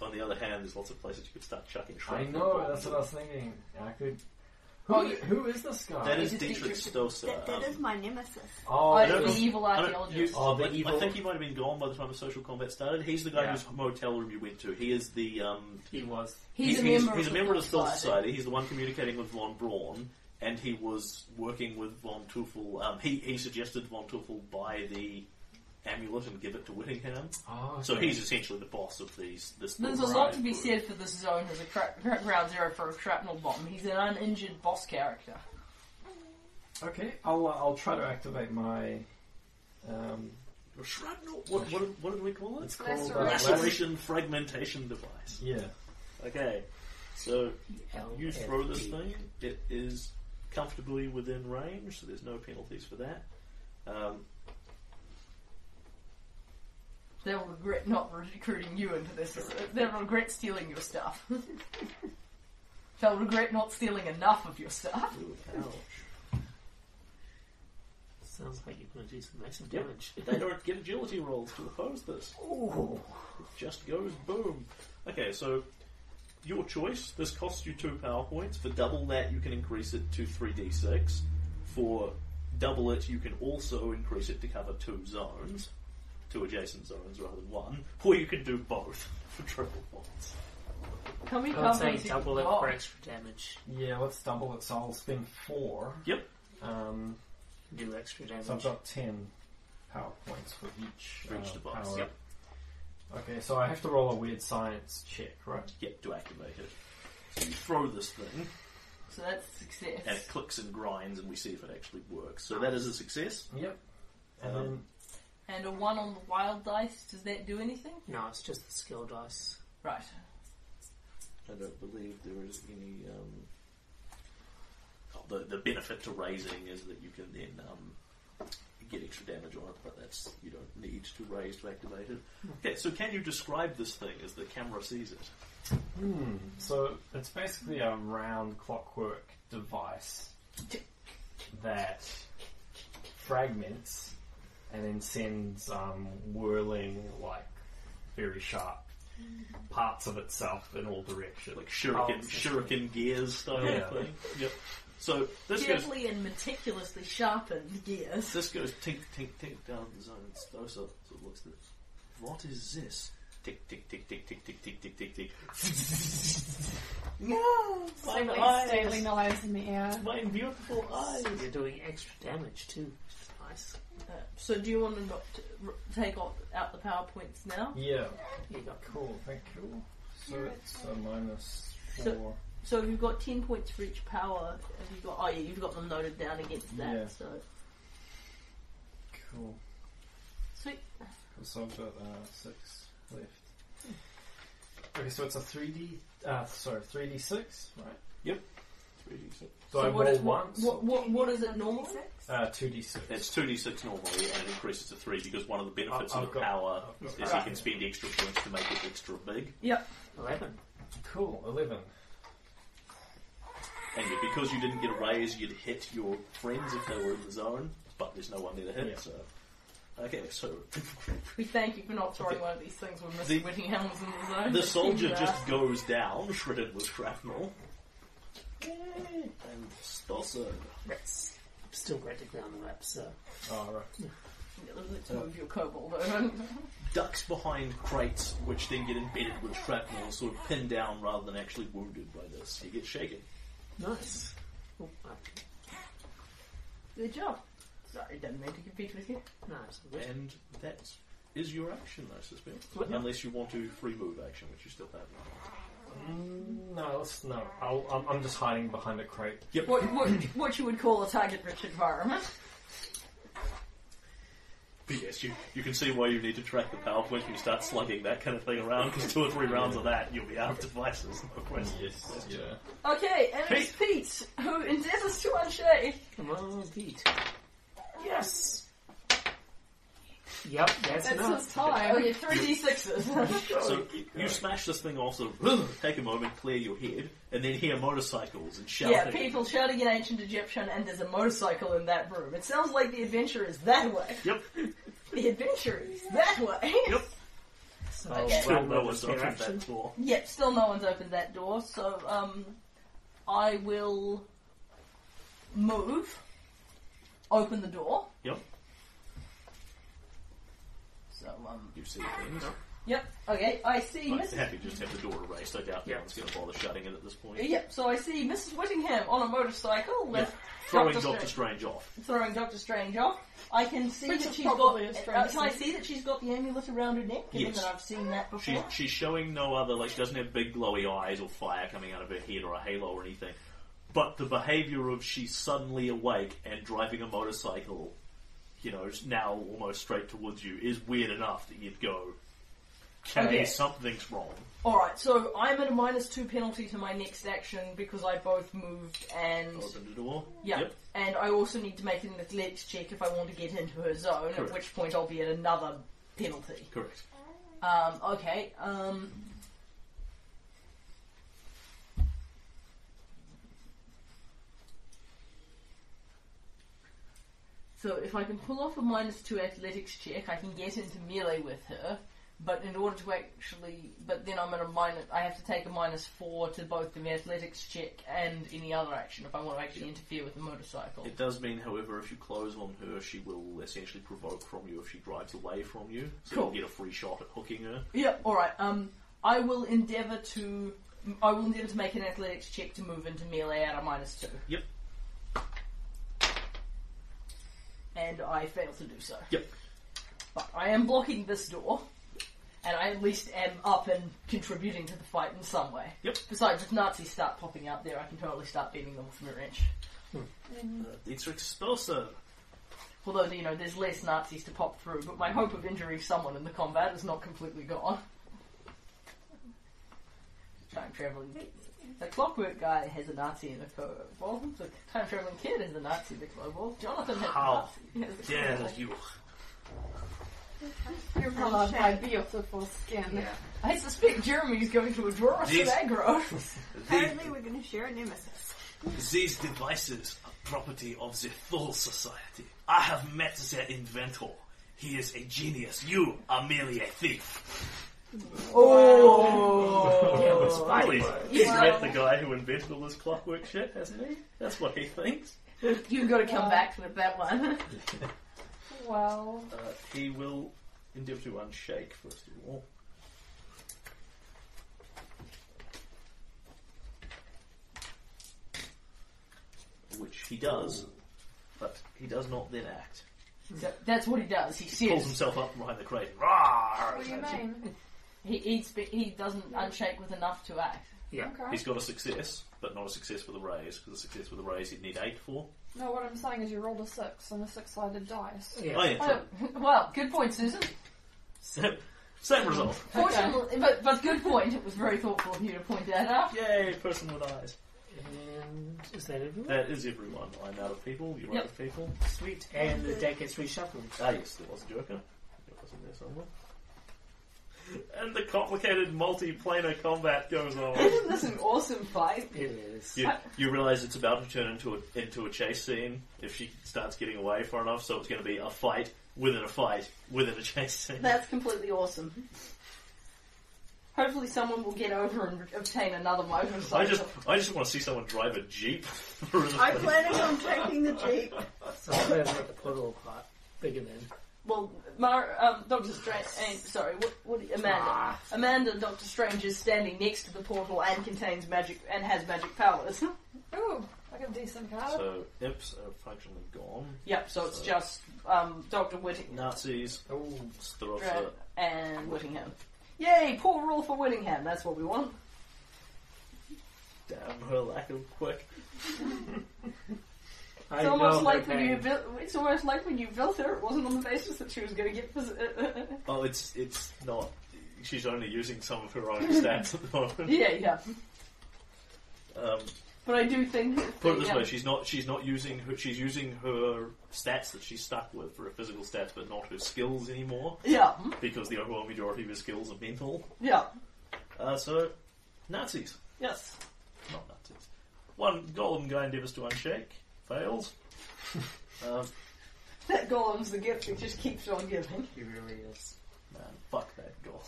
On the other hand, there's lots of places you could start chucking I shrapnel. know. That's what I was thinking. I could. Who, who is this guy? That is Is it Dietrich Dietrich- Stosa. That, that um, is my nemesis. [LAUGHS] oh, Oh, I don't the know. evil I don't- archaeologist. you- Oh, the I- I evil- think he might have been gone by the time the social combat started. He's the guy Yeah. whose motel room you went to. He is the um, He was. He's, a member he's of a member the of the Stealth Society. He's the one communicating with von Braun, and he was working with von Teufel. Um, he he suggested von Teufel buy the amulet and give it to Whittingham. Oh, So okay. he's essentially the boss of these. This There's a little lot to be group. said for this zone as a cra- ground zero for a shrapnel bomb. He's an uninjured boss character. Okay. I'll uh, I'll try to activate my. Um, Shrapnel. What, what, what did we call it? it's called uh, Laceration. lacer- Laceration fragmentation device. Yeah. Okay. So L you F throw this D. thing, it is comfortably within range, so there's no penalties for that. Um, They'll regret not recruiting you into this. They'll regret stealing your stuff. [LAUGHS] They'll regret not stealing enough of your stuff. ooh, ouch. Sounds like you're going to do some massive Yep. damage. they don't get agility rolls to oppose this. Ooh. It just goes boom. Okay, so your choice. This costs you two power points. For double that, you can increase it to 3d6. For double it, you can also increase it to cover two zones, two adjacent zones rather than one. Or you can do both [LAUGHS] for triple points. How many I would say companies double you it got? for extra damage. Yeah, let's double it. So I'll spend four. Yep. Um, Do extra damage. so I've got ten power points for each. For each uh, device, power. yep. Okay, so I have to roll a weird science check, right? Yep, to activate it. So you throw this thing, So that's success. and it clicks and grinds, and we see if it actually works. So that is a success. Yep. And Um, then And a one on the wild dice. Does that do anything? No, it's just the skill dice. Right. I don't believe there is any. Um, oh, the the benefit to raising is that you can then um, get extra damage on it, but that's you don't need to raise to activate it. Okay, so can you describe this thing as the camera sees it? Hmm. So it's basically a round clockwork device that fragments and then sends um, whirling, like very sharp parts of itself in all directions. Like shuriken Oh, shuriken gears style Yeah. thing. Yep. So this goes Carefully and meticulously sharpened gears. this goes tink tink tink down the zones. Those are so it looks. At, what is this? Tick tick tick tick tick tick tick tick tick tick. No. Fine like eyes. Stanley knives in the air. My beautiful eyes. You're doing extra damage too, which is nice. Uh, so do you want to not t- r- take off, out the power points now? Yeah. You got Cool. Thank you. So it's a minus four. So- So if you've got ten points for each power, have you got? Oh yeah, you've got them noted down against that. Yeah. So cool. sweet. So I've got uh, six left. Okay, so it's a three D. Uh, sorry, three D six, right? So, I what roll is- what- once. What, what, what is it normally? Uh, two D six. It's 2d6 normally, and it increases to 3 because one of the benefits I've- of I've the got- power I've got- is you Alright. can spend extra points to make it extra big. eleven. Cool. Eleven. And you- because you didn't get a raise, you'd hit your friends if they were in the zone, but there's no one there to hit, Yeah. so. Okay, so [LAUGHS] We thank you for not throwing one of these things when Mr. The- Whittingham was in the zone. the [LAUGHS] soldier Yeah. just goes down, shredded with shrapnel. And Stosser. That's still great down the map, so Oh, right. Let's move your kobold over. ducks behind crates, which then get embedded with shrapnel, sort of pinned down rather than actually wounded by this. You get shaken. nice. Oh, I- [LAUGHS] Good job. Sorry, didn't mean to compete with you. no, it's all good. And that is your action, I suspect. What? Unless you want to free move action, which you still have. Mm, No, let's no. I'll, I'm, I'm just hiding behind a crate. What, what, what you would call a target-rich environment. But yes, you, you can see why you need to track the power points when you start slugging that kind of thing around, because two or three rounds of that, you'll be out of devices. No question. Yes. Yeah. Okay, and it's Pete, who endeavours to unshake. Come on, Pete. Yes. Yep, that's, That's enough. his time. Oh, yeah, three [LAUGHS] d6s. So you smash this thing off, so take a moment, clear your head, and then hear motorcycles and shouting. yeah, people shouting in ancient Egyptian, and there's a motorcycle in that room. It sounds like the adventure is that way. Yep. The adventure is that way. Yep. So Okay. Still round no with one's the spare opened action. that door. Yep, still no one's opened that door, so um, I will move, open the door. Yep. So, um, You see things. yep, okay, I see I'm Mrs. happy to just have the door erased. I doubt Yeah. anyone's going to bother shutting it at this point. Yep, so I see Mrs. Whittingham on a motorcycle with Yep. Throwing Doctor Doctor Strange off. throwing Doctor Strange off. I can see Which that is she's got. probably a uh, strange can I thing. see that she's got the amulet around her neck? Given Yes. that I've seen that She, before. she's showing no other, like, she doesn't have big glowy eyes or fire coming out of her head or a halo or anything. But the behavior of she's suddenly awake and driving a motorcycle, you know, now almost straight towards you, is weird enough that you'd go, Okay, Okay. something's wrong. Alright, so I'm at a minus two penalty to my next action because I both moved and Open the door. yeah, Yep. and I also need to make an athletics check if I want to get into her zone. Correct. At which point I'll be at another penalty. Correct. Um, okay. Um, so if I can pull off a minus two athletics check, I can get into melee with her. But in order to actually, but then I'm at a minus. I have to take a minus four to both the athletics check and any other action if I want to actually interfere with the motorcycle. It does mean, however, if you close on her, she will essentially provoke from you if she drives away from you. So Cool. you'll get a free shot at hooking her. Yeah, alright. Um, I will endeavour to. I will endeavour to make an athletics check to move into melee at a minus two. Yep. And I fail to do so. Yep. But I am blocking this door, and I at least am up and contributing to the fight in some way. Yep. Besides, if Nazis start popping out there, I can totally start beating them with my wrench. Uh, it's explosive. Although, you know, there's less Nazis to pop through, but my hope of injuring someone in the combat is not completely gone. Time traveling. The clockwork guy has a Nazi in the global. The time traveling kid has a Nazi in the global. Jonathan has How a Nazi. Has a Dare kobold. you? You're followed by beautiful skin. I suspect Jeremy's going to a draw us some Yes. aggro. [LAUGHS] Apparently, we're going to share a nemesis. These devices are property of the full society. I have met their inventor. He is a genius. You are merely a thief. Oh. He's met the guy who invented all this clockwork shit, hasn't he? That's what he thinks. You've got to come back with that one. Well, Uh, he will endeavour to unshake, first of all. Which he does, but he does not then act. That- That's what he does. He Pulls says himself up behind the crate. Rawr! what do you mean? he eats, but he doesn't unshake with enough to act. [LAUGHS] Okay. He's got a success, but not a success for the raise, because a success for the raise he'd need eight for. No, what I'm saying is you rolled a six on a six-sided dice. Yeah. Oh, yeah, Oh, well, good point, Susan. same, same result. Fortunately, but, but good point. It was very thoughtful of you to point that out. Yay, person with eyes. And is that everyone? That is everyone. I'm out of people, you're out Yep. of people. Sweet. And the deck gets reshuffled. Ah, yes, there was a Joker. It wasn't there somewhere. And the complicated multi-planar combat goes [LAUGHS] on. Isn't this an awesome fight? It is. You, you realise it's about to turn into a into a chase scene if she starts getting away far enough, so it's going to be a fight within a fight within a chase scene. That's completely awesome. Hopefully, someone will get over and obtain another motorcycle. I just I just want to see someone drive a jeep [LAUGHS] through the I'm planning on taking the jeep. So I'm going to make the portal part bigger than. Well, Mar- um, Doctor Strange. And, sorry, what, what? Amanda. Amanda, Doctor Strange is standing next to the portal and contains magic and has magic powers. Ooh, like a decent card. So Ips are functionally gone. yep. So it's just um, Doctor Whittingham Nazis, Oh, Strother, and Whittingham. Yay! Poor rule for Whittingham. That's what we want. damn her lack of quick. I It's know almost her like when pain. you built. It's almost like when you built her. It wasn't on the basis that she was going to get. Phys- Oh, it's it's not. She's only using some of her own stats at the [LAUGHS] moment. [LAUGHS] yeah, yeah. Um, But I do think. Put it this yeah. way: she's not she's not using her she's using her stats that she's stuck with for her physical stats, but not her skills anymore Yeah, because the overwhelming majority of her skills are mental. yeah, Uh, so, Nazis, yes. not Nazis. One golden guy endeavors to unshake, [LAUGHS] fails. um, That golem's the gift that just keeps on giving. He really is. man, fuck that golem.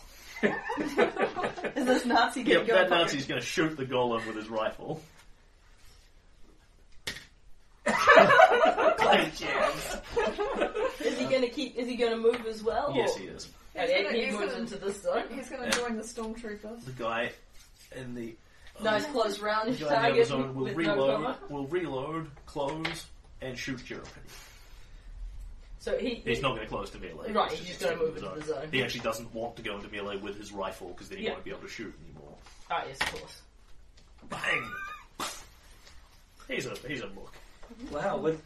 Is this Nazi going Yep, to go? that up on your- Nazi's going to shoot the golem with his [LAUGHS] rifle. [LAUGHS] Is he going to keep? Is he going to move as well? Yes, or- he is. Okay, gonna- he he's moves gonna- into this [LAUGHS] zone. He's going to Yeah. join the stormtroopers. The guy in the Nice close round. The If guy in the target Amazon will with reload, no cover. will reload, close, and shoot Jeremy. So he. He's not going to close to melee. Right, It's he's just just gonna in move into the zone. He actually doesn't want to go into melee with his rifle because then he Yeah. won't be able to shoot anymore. Ah, yes, of course. Bang! He's a he's a look. Wow, with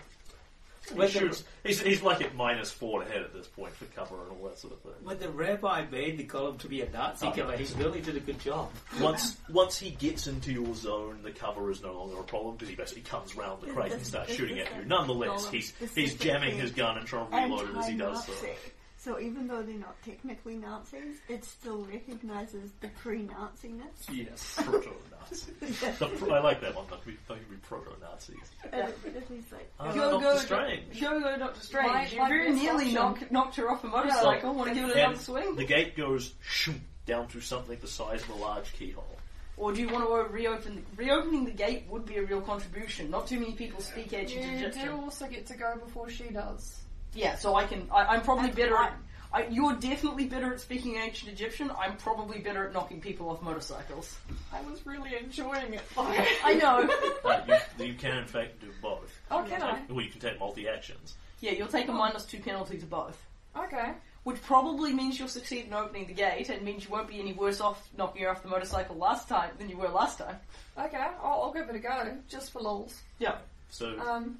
He With the- shoots. He's, he's like at minus four to hit at this point for cover and all that sort of thing. When the rabbi made the golem to be a Nazi Oh, killer, no. he really did a good job. Once once he gets into your zone, the cover is no longer a problem because he basically comes round the crate and starts shooting at you. Nonetheless, he's he's jamming his gun and trying to reload it as he does so. [LAUGHS] Anti-Nazi. So even though they're not technically Nazis, it still recognises the pre-Naziness. Yes, proto Nazis. I like that one. That we they could be proto Nazis. And if he's like, I'm Go, Doctor go, Strange. Go go, Doctor Strange. Why- you why very this nearly option? knock, knocked her off a motorcycle. Want to give it another And swing? the gate goes shoom, down to something the size of a large keyhole. Or do you want to reopen? Reopening the gate would be a real contribution. Not too many people speak ancient You Egyptian. do also get to go before she does. Yeah, so I can. I, I'm probably That's better. right. At, I, you're definitely better at speaking ancient Egyptian. I'm probably better at knocking people off motorcycles. I was really enjoying [LAUGHS] it. though. I know. Uh, you, you can in fact do both. oh, can I? Well, you can take multi actions. yeah, you'll take a minus two penalty to both, Okay. which probably means you'll succeed in opening the gate, and means you won't be any worse off knocking her off the motorcycle last time than you were last time. Okay. I'll, I'll give it a go, just for lols. Yeah. So Um,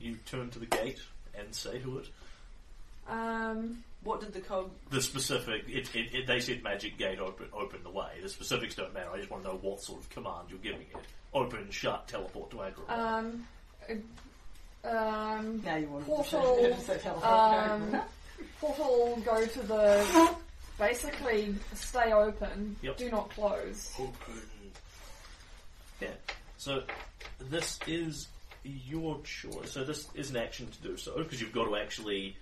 you turn to the gate and say to it um, What did the code? the specific. It, it, it, they said magic gate open open the way. The specifics don't matter. I just want to know what sort of command you're giving it. Open, shut, teleport to Agra. um, uh, um, Now you want to [LAUGHS] Portal, um, portal go to the. Basically, stay open. Yep. Do not close. open. Yeah. So this is your choice. So this is an action to do so because you've got to actually.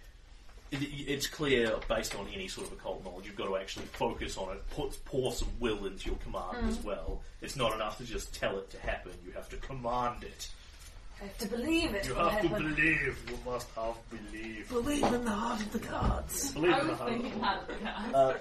It, it's clear based on any sort of occult knowledge, you've got to actually focus on it, put pour some will into your command Mm. as well. It's not enough to just tell it to happen. You have to command it. I have to believe it. You will have to happen. believe. You must have belief. Believe in the heart of the gods. Believe I in the was heart of thinking the hard enough. Uh,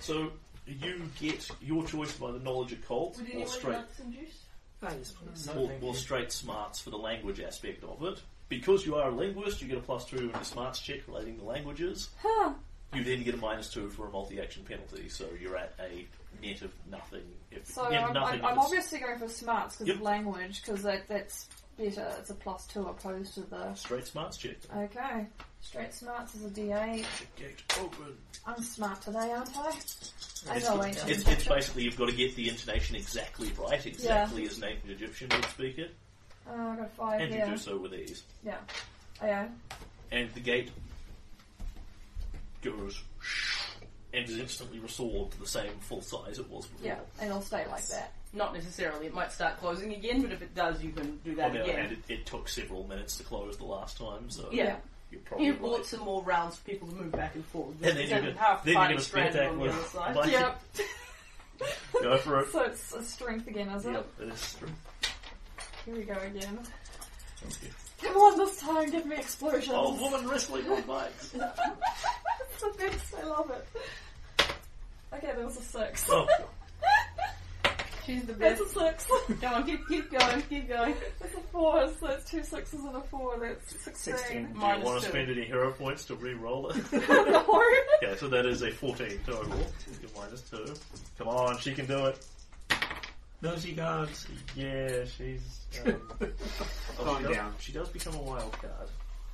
so you get your choice by the knowledge occult Would or anyone straight like some juice? Nice, Oh, please. No, or, thank or you. straight smarts for the language aspect of it. Because you are a linguist, you get a plus two in your smarts check relating to languages. Huh. You then get a minus two for a multi-action penalty, so you're at a net of nothing. If, So net I'm, nothing I'm, I'm is- obviously going for smarts because Yep. of language because that, that's better. It's a plus two opposed to the. straight smarts check. Okay, straight smarts is a D8. Check Gate open. I'm smart today, aren't I? I It's, know I am. it's, it's basically you've got to get the intonation exactly right, exactly as an ancient Egyptian would speak it, Uh, I got a five and here. you do so with ease. Yeah. Oh, yeah. and the gate goes and is instantly restored to the same full size it was before. Yeah. And it'll stay like that. Not necessarily. It might start closing again, but if it does, you can do that On the other hand, again. it, it took several minutes to close the last time, so Yeah. you're probably You right. bought some more rounds for people to move back and forth. And then Instead you're of gonna- half the then you're party gonna split stranded that on the with- other side. by- Yep. Go [LAUGHS] for it. [LAUGHS] so it's a strength again, is it? Yep, it is true. Here we go again. Okay. Come on this time, give me explosions. Oh, woman wrestling on bikes. It's the best, I love it. Okay, there was a six. Oh, She's the That's best. a six. Come on, keep, keep going, keep going. That's a four, so that's two sixes and a four, that's sixteen. do [LAUGHS] Sixteen. you Minus want to two. spend any hero points to re-roll it? no. yeah, so that is a 14 total. Your minus two. Come on, she can do it. No, she can't. Yeah, she's um, [LAUGHS] Calm she does, down. She does become a wild card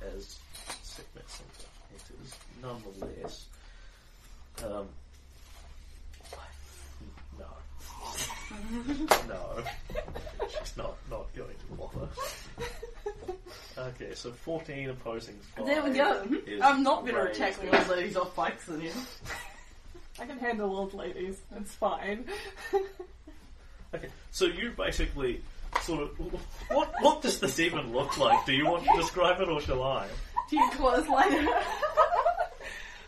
as sickness center enters. Nonetheless, um, no, no, she's not not going to bother. Okay, so fourteen opposing. Five There we go. is I'm not better at raised. tackling old ladies off bikes than you. I can handle old ladies. It's fine. Okay, so you basically sort of what what does this even look like? Do you want to describe it or shall I? Do you clothesline [LAUGHS] her?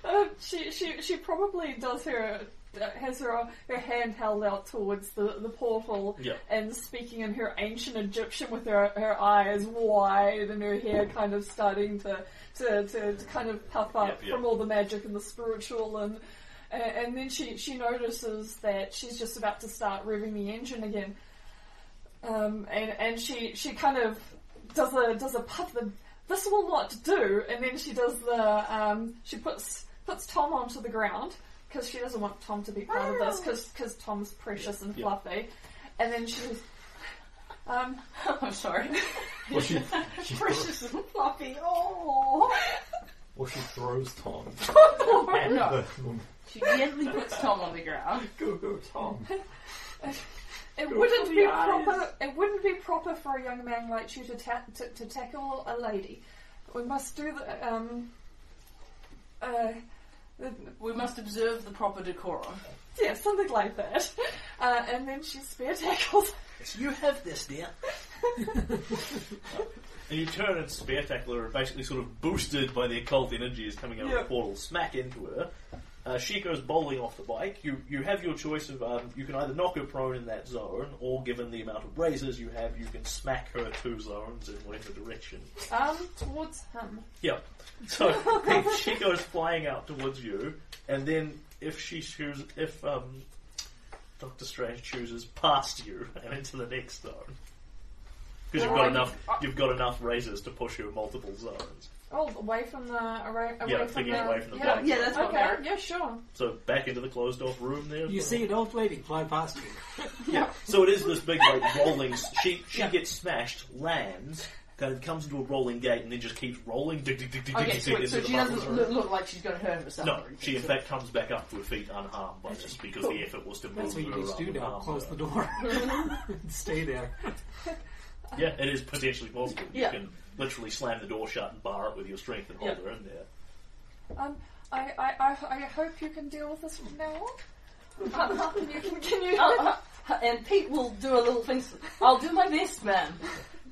Um, she, she, she probably does her uh, has her her hand held out towards the, the portal Yeah. and speaking in her ancient Egyptian with her her eyes wide and her hair kind of starting to to, to, to kind of puff up Yep, yep. from all the magic and the spiritual and a- and then she, she notices that she's just about to start revving the engine again, um, and and she she kind of does a does a puff the this will not do, and then she does the um, she puts puts Tom onto the ground because she doesn't want Tom to be part of this because Tom's precious and Yeah. fluffy, and then she. Um, I'm sorry. Well, she, she thro- Precious and fluffy. Oh. well, she throws [LAUGHS] Tom. And at no. the room. She gently puts Tom on the ground. Go, go, Tom. It wouldn't be the eyes. proper. It wouldn't be proper for a young man like you to ta- to, to tackle a lady. We must do the um. Uh, the- We must observe the proper decorum. yeah, something like that. [LAUGHS] Uh, and then she spear tackles. So you have this, dear. [LAUGHS] And you turn and spear tackle her, basically sort of boosted by the occult energies coming out of Yeah. the portal, smack into her. Uh, she goes bowling off the bike. You you have your choice of um, you can either knock her prone in that zone, or given the amount of razors you have, you can smack her two zones in whatever direction. Um, towards him. Yep. So [LAUGHS] she goes flying out towards you, and then if she chooses, if um, Doctor Strange chooses past you [LAUGHS] and into the next zone, because you've got Alright. enough, you've got enough razors to push you multiple zones. Oh, away from the away, away Yeah, from thinking the. away from the yeah. bike. Yeah, that's what Okay. Yeah, sure. So back into the closed off room there. You see an old lady fly past you. So it is this big like rolling. s- She she Yeah. gets smashed, lands, kind of comes into a rolling gate, and then just keeps rolling. dig, dig, dig, dig, dig, Okay, dig, sweet. into So the she bubbles doesn't room. look, look like she's going to hurt herself. No, or anything, she in so- fact comes back up to her feet unharmed by this because the effort was to move That's what you her need to up do and now. harm Close her. the door. [LAUGHS] and Stay there. Yeah, it is potentially possible. You Yeah. can literally slam the door shut and bar it with your strength and hold Yeah. her in there. Um, I, I, I, I hope you can deal with this from now on. you can, can you? Uh, uh, [LAUGHS] and Pete will do a little thing. s- I'll do my best, [LAUGHS] ma'am.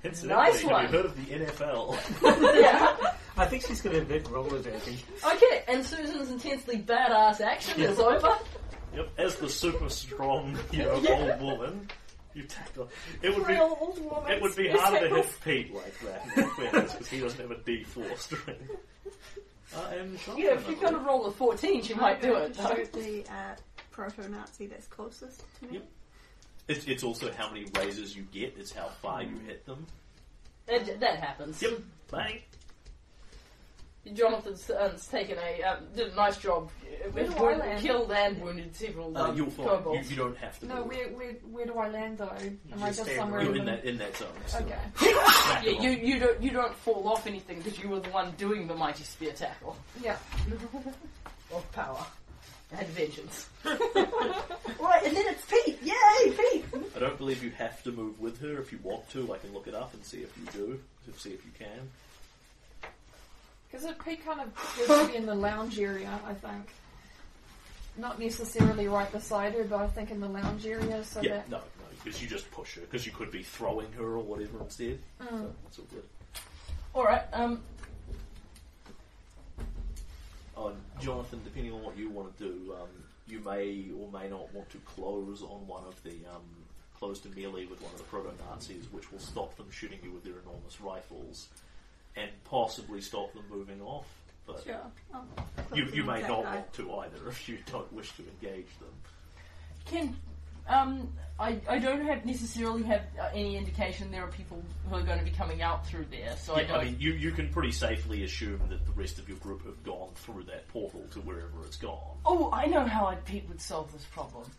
Incidentally, Nice have one. you heard of the NFL? yeah. I think she's going to invent roller derby. Okay, and Susan's intensely badass action is over. yep, as the super strong, you know, old woman, you tackle. It would be Real old woman. it would be harder to hit Pete like that because he doesn't have a D four strength. I am shocked. Yeah, if you've got a roll of 14, she might do it. So though. the uh, proto-Nazi that's closest to me. Yep. It's, it's also how many razors you get. It's how far you hit them. That, that happens. Yep, bang. Jonathan's um, taken a um, did a nice job. Uh, Where do I wound- land? killed and wounded several. Uh, um, you'll find you, kobolds. you don't have to. No, do it. where, where, where do I land though? Am I just just stay in the somewhere? You're in in the- that in that zone. so Okay. back Yeah, along. you, you don't you don't fall off anything because you were the one doing the mighty spear tackle Yeah. of power and [LAUGHS] vengeance. right, and then it's Pete. Yay, Pete! I don't believe you have to move with her. If you want to, I can look it up and see if you do. To see if you can. Because it'd be kind of good to be in the lounge area, I think. Not necessarily right beside her, but I think in the lounge area so yeah, that. no, no, because you just push her. Because you could be throwing her or whatever instead. Hmm. So it's all good. All right, um, Oh, and Jonathan, depending on what you want to do, um, you may or may not want to close on one of the um, close to melee with one of the proto Nazis, which will stop them shooting you with their enormous rifles, and possibly stop them moving off. But Sure. I'll you, close you the may exact not eye. want to either if you don't wish to engage them. Can um, I, I don't have necessarily have uh, any indication there are people who are going to be coming out through there, so I Yeah, don't. I mean, you, you can pretty safely assume that the rest of your group have gone through that portal to wherever it's gone. oh, I know how I, Pete would solve this problem.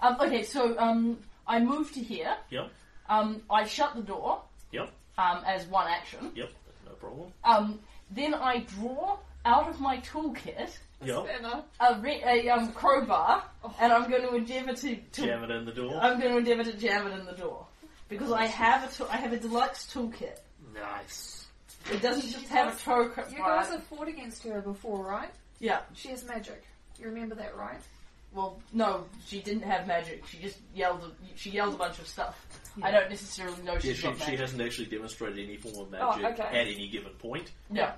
Um, okay, so um, I move to here. Yep, Um, I shut the door yep, um, as one action. yep, no problem. Um, then I draw out of my toolkit Yep, Anna, a, re- a um, crowbar, and I'm going to endeavour to, to jam it in the door. I'm going to endeavour to jam it in the door because I have a to- I have a deluxe toolkit. Nice. It doesn't just have a toe crap. you guys have fought against her before, right? yeah. She has magic. You remember that, right? Well, no, she didn't have magic. She just yelled. A, she yelled a bunch of stuff. I don't necessarily know Yeah, she's she, got she magic. hasn't actually demonstrated any form of magic okay. at any given point, No.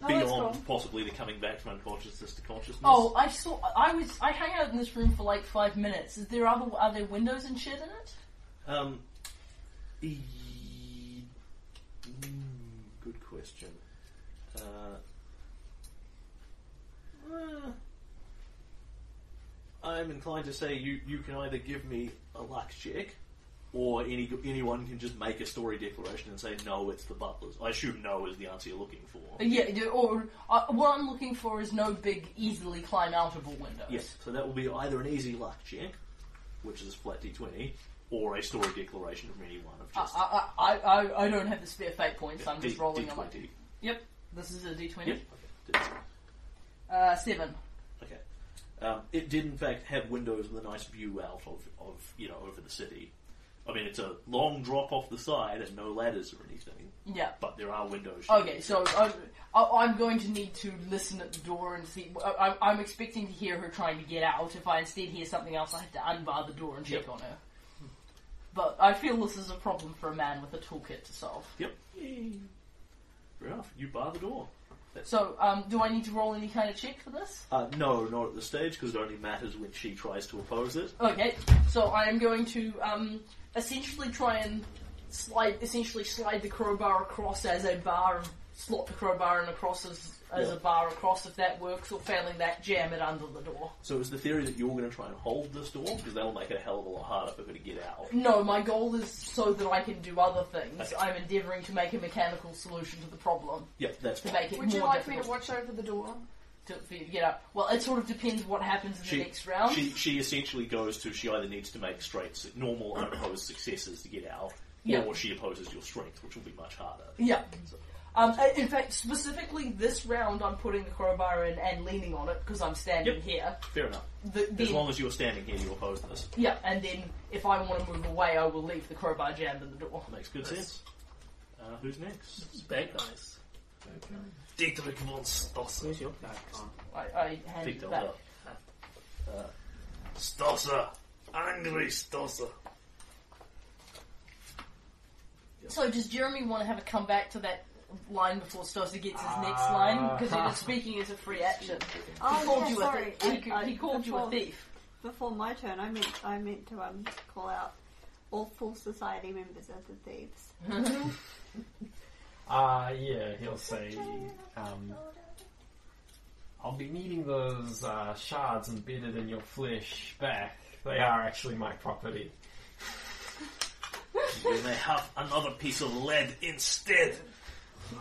No, that's beyond cool. possibly the coming back from unconsciousness to consciousness. Oh, I saw. I was. I hang out in this room for like five minutes. Is there other? Are there windows and shit in it? Um, e- mm, good question. Uh, uh, I'm inclined to say you, you can either give me a luck check, or any anyone can just make a story declaration and say no, it's the butlers. I assume no is the answer you're looking for. Uh, Yeah. do- Or uh, what I'm looking for is no big, easily climb outable windows. Yes, so that will be either an easy luck check, which is a flat d20, or a story declaration from anyone of just I, I, I, I- I don't have the spare fate points. Uh, I'm just D- rolling on my. d20. Yep, this is a d20. Yep. Okay. D- Uh, seven. Okay. Um, it did, in fact, have windows with a nice view out of, of you know, over the city. I mean, it's a long drop off the side and no ladders or anything, Yeah. but there are windows. Okay, so I, I, I'm going to need to listen at the door and see. I, I'm- I'm expecting to hear her trying to get out. If I instead hear something else, I have to unbar the door and check Yep. on her. But I feel this is a problem for a man with a toolkit to solve. Yep. Fair enough. You bar the door. So, um, do I need to roll any kind of check for this? Uh, no, not at this stage, because it only matters when she tries to oppose it. Okay, so I am going to um, essentially try and slide, essentially slide the crowbar across as a bar, and slot the crowbar in across as, as Yeah. a bar across if that works, or failing that, jam it under the door. So is the theory that you're going to try and hold this door, because that'll make it a hell of a lot harder for her to get out. No, my goal is so that I can do other things. Okay. I'm endeavouring to make a mechanical solution to the problem Yep, that's to fine. make it Would more you like me difficult to watch over the door? to, for you to get up. Well, it sort of depends what happens in She- the next round. She, she essentially goes to she either needs to make straight su- normal unopposed successes to get out, Yeah. or she opposes your strength, which will be much harder. Yeah. Um, I- in fact, specifically this round, I'm putting the crowbar in and leaning on it because I'm standing Yep. here. Fair enough. The, As then- long as you're standing here, you oppose this. yeah, and then if I want to move away, I will leave the crowbar jammed in the door. Makes good sense. Uh, who's next? Bad guys. Dietrich Monstosser. Where's your bad guy? I, I hand Picked it up. Uh, back. Stosser. Angry Stosser. So does Jeremy want to have a comeback to that line before Stosser gets his next Ah. line? Because he was speaking as a free action. Oh, he called yeah, you sorry. a thief. He, I- I- he called you a before- thief. Before my turn, I meant I meant to um, call out all full society members of the thieves. Uh, yeah, he'll say, um, I'll be needing those uh, shards embedded in your flesh back. They are actually my property. You may have another piece of lead instead.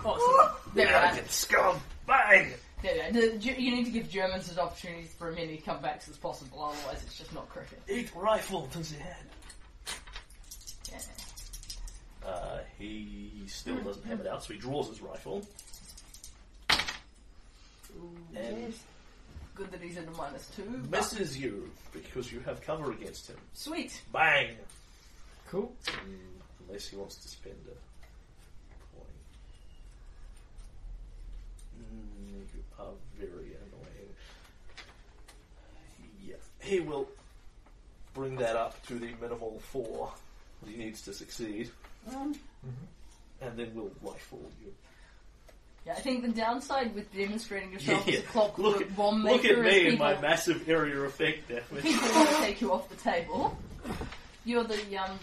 Oh, [LAUGHS] so there we are. Arrogant scum! Bang! There we are. The- you- You need to give Germans as opportunities for as many comebacks as possible, otherwise it's just not cricket. Eat rifle to the head. Yeah. Uh, he still doesn't have it out, so he draws his rifle. And Good that he's in a minus two. but- misses you because you have cover against him. Sweet. Bang! Cool. Mm, Unless he wants to spend a point. Mm, you are very annoying. Yeah. He will bring that up to the minimal four that he needs to succeed. And then we'll rifle you. Yeah, I think the downside with demonstrating yourself Yeah, as a yeah. clockwork Look at- bomb Look maker at me is and people, my massive area effect [LAUGHS] damage. people want to take you off the table. You're the um,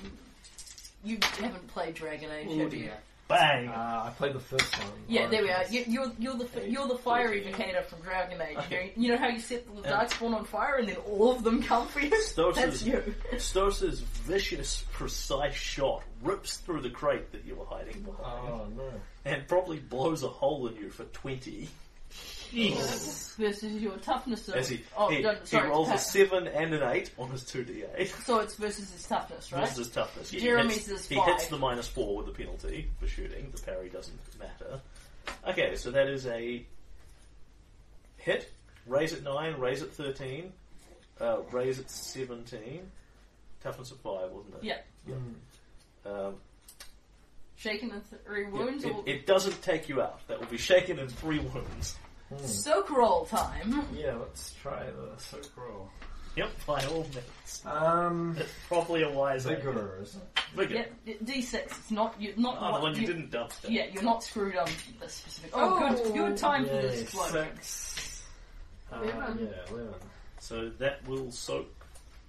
you haven't played Dragon Oh, Age, have you? Uh, Bang! I played the first one. Yeah, there we are. You, you're you're the f- Eight, you're the fire fourteen. evocator from Dragon Age. Oh, Okay. You know how you set the Yeah. dark spawn on fire and then all of them come for you. Those That's is- you. Stosa's vicious, precise shot rips through the crate that you were hiding behind. Oh, no. and probably blows a hole in you for 20. Versus your toughness. Of, As he, oh, he, no, he sorry, it's rolls a pa- 7 and an 8 on his 2d8. So it's versus his toughness, right? This is toughness. Yeah, Jeremy's he hits, is he hits five. the minus 4 with the penalty for shooting. The parry doesn't matter. Okay, so that is a hit. Raise at 9, raise at 13, uh, raise at 17. Toughness of 5, wasn't it? Yeah. Mm. Um, Shaken and three yeah, wounds. it, or... it doesn't take you out. That will be shaken in 3 wounds. [LAUGHS] Mm. Soak roll time. Yeah, let's try the soak roll. Yep, by all means. Um, It's probably a wise idea. vigor, is it? Vigor. Yeah, D6. It's not you. Not Oh, what the one you you- didn't dumpster. Yeah, you're not screwed on this specific. Oh, good, good time for this Yay, explosion. six. Uh, Eleven. yeah, eleven. So that will soak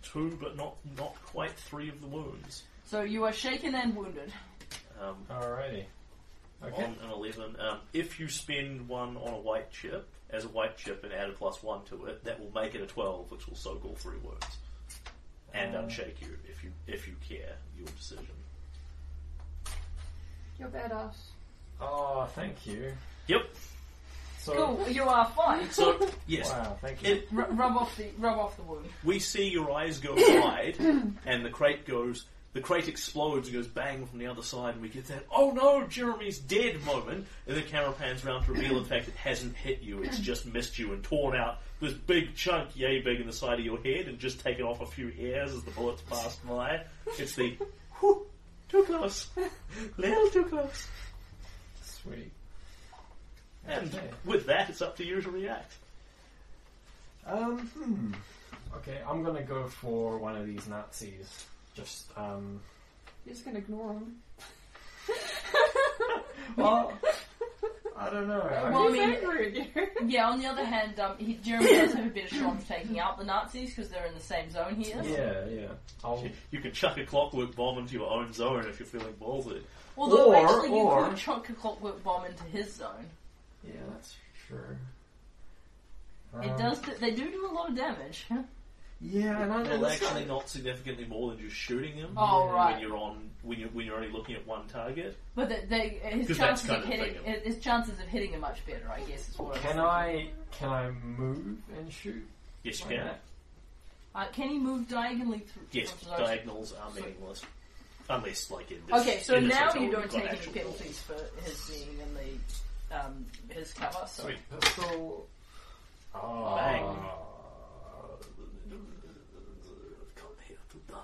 two, but not not quite three of the wounds. So you are shaken and wounded. Um, Alrighty. Okay. On an eleven, um, if you spend one on a white chip as a white chip and add a plus one to it, that will make it a twelve, which will soak all three wounds and Uh, unshake you if you if you care your decision. [LAUGHS] You're badass. Oh, thank you. Yep. So, Cool, you are fine. So, yes, Wow, thank you. it, R- rub off the rub off the wound. we see your eyes go wide, and the crate goes. The crate explodes and goes bang from the other side, and we get that "Oh no, Jeremy's dead" moment. And the camera pans round to reveal, in fact, it hasn't hit you; it's just missed you and torn out this big chunk, yay big, in the side of your head, and just taken off a few hairs as the bullets passed by. It's the "Whew, too close, little too close." Sweet. And Okay. with that, it's up to you to react. Um, hmm. Okay, I'm gonna go for one of these Nazis. Just, um. [LAUGHS] You're just gonna ignore him. Well, I don't know. I Well, I mean, He's mean- angry at you. Yeah, on the other hand, um, he, Jeremy does have a better shot of taking out the Nazis because they're in the same zone here. yeah, yeah. I'll, You can chuck a clockwork bomb into your own zone if you're feeling ballsy. Although, Or- actually, you or- could chunk a clockwork bomb into his zone. yeah, that's true. It Um, does. Do, they do do a lot of damage. Yeah, and I know Well, that's actually, not- not significantly more than just shooting them. Oh, When right. you're on, when you're when you're only looking at one target. But they, they, his 'Cause that's chances kind of of hitting thing. his chances of hitting are much better, I guess. Is what was Can thinking. I can I move and shoot? Yes, you like can. that? Uh, can he move diagonally through? Yes, through those- diagonals are meaningless, unless like in this. Okay, so in this now hotel you we've don't got take any actual penalties for his being in the um, his cover. So Sweet. Pistol. Ah. Bang. Come here to die.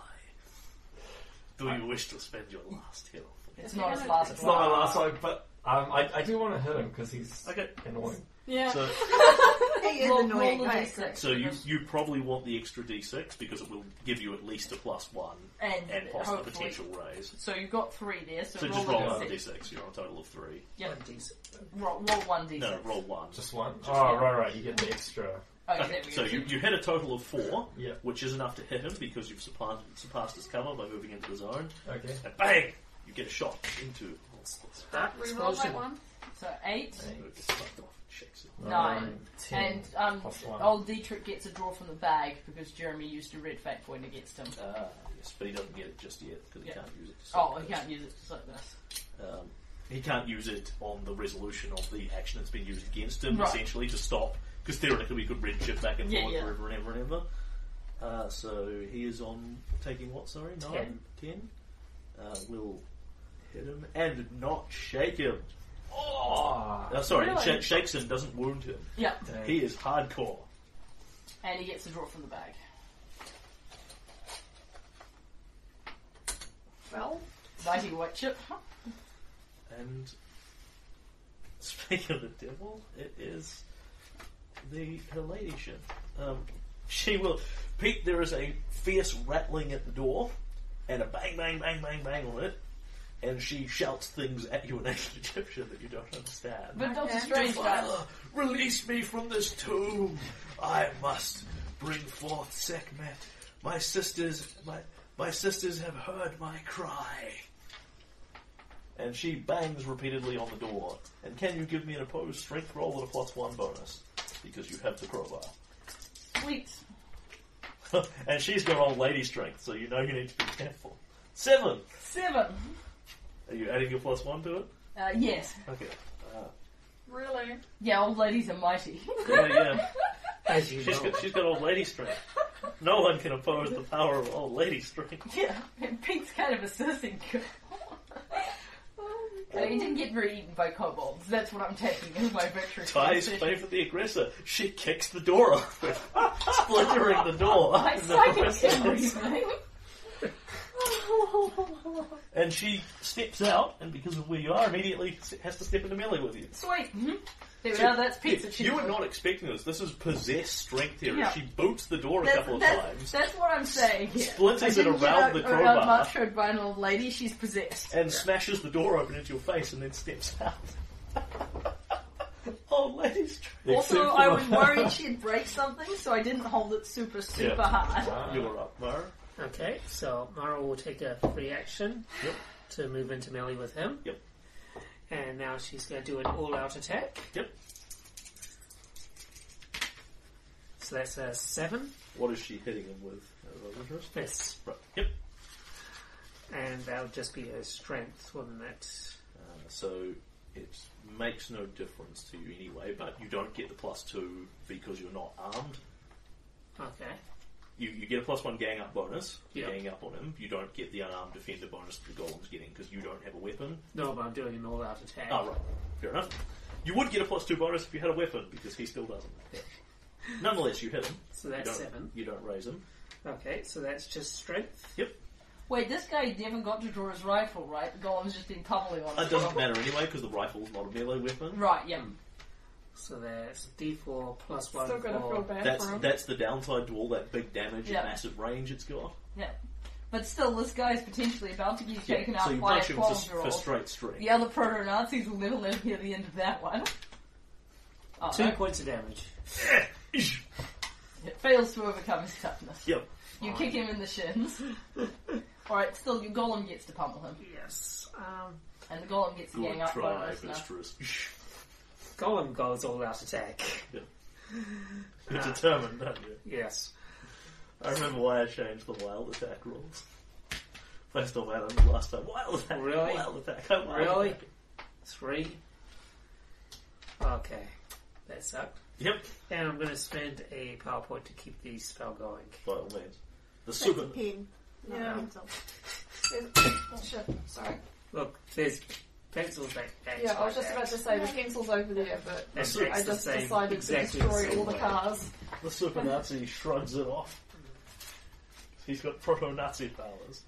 Do you wish to spend your last hill? it's not his last. It's not my last one, but um, I, I do want to hit him because he's Okay. annoying. Yeah. So, He is Roll- annoying. roll a I d6. agree. so you you probably want the extra d6 because it will give you at least a plus one and, and possibly hopefully. potential raise. So you've got three there. So, So roll just a roll d6. another d6. You're on a total of three. Yeah. Roll, roll one d6. No, roll one. Just one. oh, one. right, right. You get the extra. Oh, Okay, there we so go. you, you hit a total of four, Yeah. which is enough to hit him because you've surpassed, surpassed his cover by moving into the zone. Okay. And bang! You get a shot into. Reroll that one. So eight, Shakes it. Nine, ten. and um, plus one. old Dietrich gets a draw from the bag because Jeremy used a red fat coin against him. Ah, yes, but he doesn't get it just yet because he Yeah. can't use it. to suck Oh, he this. can't use it just like this. Um, he can't use it on the resolution of the action that's been used against him, Right. essentially, to stop. Because theoretically, we could red chip back and Yeah, forth yeah. forever and ever and ever. Uh, so he is on taking what? Sorry, nine, ten. Uh, we'll hit him and not shake him. Oh, Uh, sorry, Really? sha- shakes him, doesn't wound him. Yeah, dang. He is hardcore. and he gets a draw from the bag. Well, Mighty white chip. And speaking of the devil, it is the her ladyship. Um, she will. Pete, there is a fierce rattling at the door, and a bang, bang, bang, bang, bang on it, and she shouts things at you in [LAUGHS] ancient Egyptian that you don't understand. But Doctor Okay. Strange does. Defiler, release me from this tomb. I must bring forth Sekhmet. My sisters, my my sisters have heard my cry. And she bangs repeatedly on the door. And can you give me an opposed strength roll with a plus one bonus? Because you have the crowbar. [LAUGHS] Sweet. and she's got old lady strength, so you know you need to be careful. Seven! Seven. Are you adding your plus one to it? Uh, yes. Okay. really? Yeah, old ladies are mighty. [LAUGHS] Yeah, yeah. As you She's know. got, she's got old lady strength. No one can oppose the power of old lady strength. yeah, and Pink's kind of a sissy [LAUGHS] girl. Oh, So he didn't get very eaten by kobolds. That's what I'm taking as my victory. Ties condition. play for the aggressor. She kicks the door [LAUGHS] open, splintering the door. I And the psychic person- everything. and she steps out, and because of where you are, immediately has to step into melee with you. Sweet. hmm There we are. That's pizza cheese. You were not expecting this. This is possessed strength here. Yeah. She boots the door a That's, couple of that's- times, that's what I'm saying. Here. I splinters it around didn't get out- the around crowbar, Marshrod by an old lady. She's possessed. and smashes the door open into your face, and then steps out. [LAUGHS] Oh, old lady strength. Also, Except for- I [LAUGHS] was worried she'd break something, so I didn't hold it super, super Yeah. hard. Ah. You are up, Mara. Okay, so Mara will take a reaction Yep. to move into melee with him. Yep. And now she's going to do an all-out attack. Yep. So that's a seven What is she hitting him with? Out of interest? fist, Right. Yep. and that'll just be her strength, wouldn't it? Uh, so It makes no difference to you anyway, but you don't get the plus two because you're not armed. Okay. You, you get a plus one gang up bonus, for Yeah. gang up on him. You don't get the unarmed defender bonus that the golem's getting because you don't have a weapon. No, but I'm doing an all-out attack. Ah, right. Fair enough. You would get a plus two bonus if you had a weapon because he still [LAUGHS] doesn't. Nonetheless, you hit him. So that's you don't, seven. You don't raise him. Okay, so that's just strength. Wait, this guy Devon got to draw his rifle, right? The golem's just been tumbling on It him. doesn't matter anyway because the rifle's not a melee weapon. Right, yeah. So that's D4 plus one. Still gonna for- feel bad That's for him. that's the downside to all that big damage Yeah. and massive range it's got. But still, this guy's potentially about to get Yeah, taken so out you by a punch him for, 12 year for old. straight string. The other proto Nazis will never live near the end of that one. Oh, Two no. points of damage. It fails to overcome his toughness. Yep. You kick him in [LAUGHS] the shins. Alright, still, your golem gets to pummel him. Yes. Um, And the golem gets to gang Good up try, bonus now. mistress. Golem goes all-out attack. [LAUGHS] You're Ah. determined, aren't you? Yes. I remember why I changed the wild attack rules. First of all, Adam, the last time. Wild attack. Really? Wild attack. I wild Really? attack. Three. Okay. That sucked. Yep. And I'm going to spend a power point to keep the spell going. By all means. The That's super. a pen, not Yeah. a pencil. Oh shit, sorry. Look, there's pencils that act Yeah, I was like just that. about to say the pencil's over there, but That So- acts I the just same- decided to exactly destroy same all the way. cars. The super Nazi shrugs it off. He's got proto Nazi powers.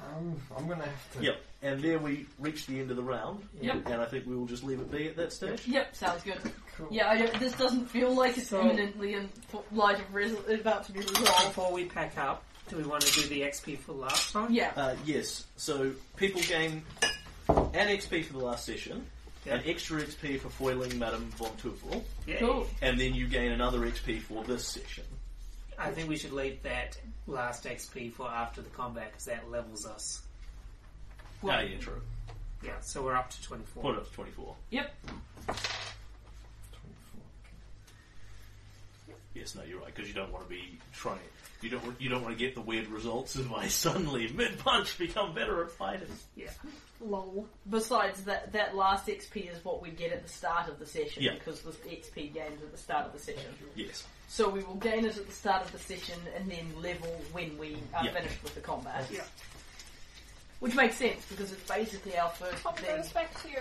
Um, I'm gonna have to. Yep. And there we reach the end of the round. Yep. And I think we will just leave it be at that stage. Yep, sounds good. Cool. Yeah, I don't, this doesn't feel like it's So- imminently in light of res- about to be resolved. Before we pack up, do we want to do the XP for last time? Yeah. Uh, yes. So people gain an XP for the last session, Yeah. an extra XP for foiling Madame von Tufel, Yay. Cool. and then you gain another XP for this session. I think we should leave that last XP for after the combat because that levels us. Ah, yeah, true. Yeah, so we're up to 24. Put it up to 24. Yep. Yes, no, you're right, because you don't want to be trying. You don't. want- You don't want to get the weird results of my [LAUGHS] suddenly mid punch become better at fighting. Yeah. Lol. Besides that, that last XP is what we get at the start of the session Yeah. because the XP gains at the start of the session. Yes. So we will gain it at the start of the session and then level when we are Yeah. finished with the combat. Yeah. Which makes sense because it's basically our first Pop thing. goes back to you.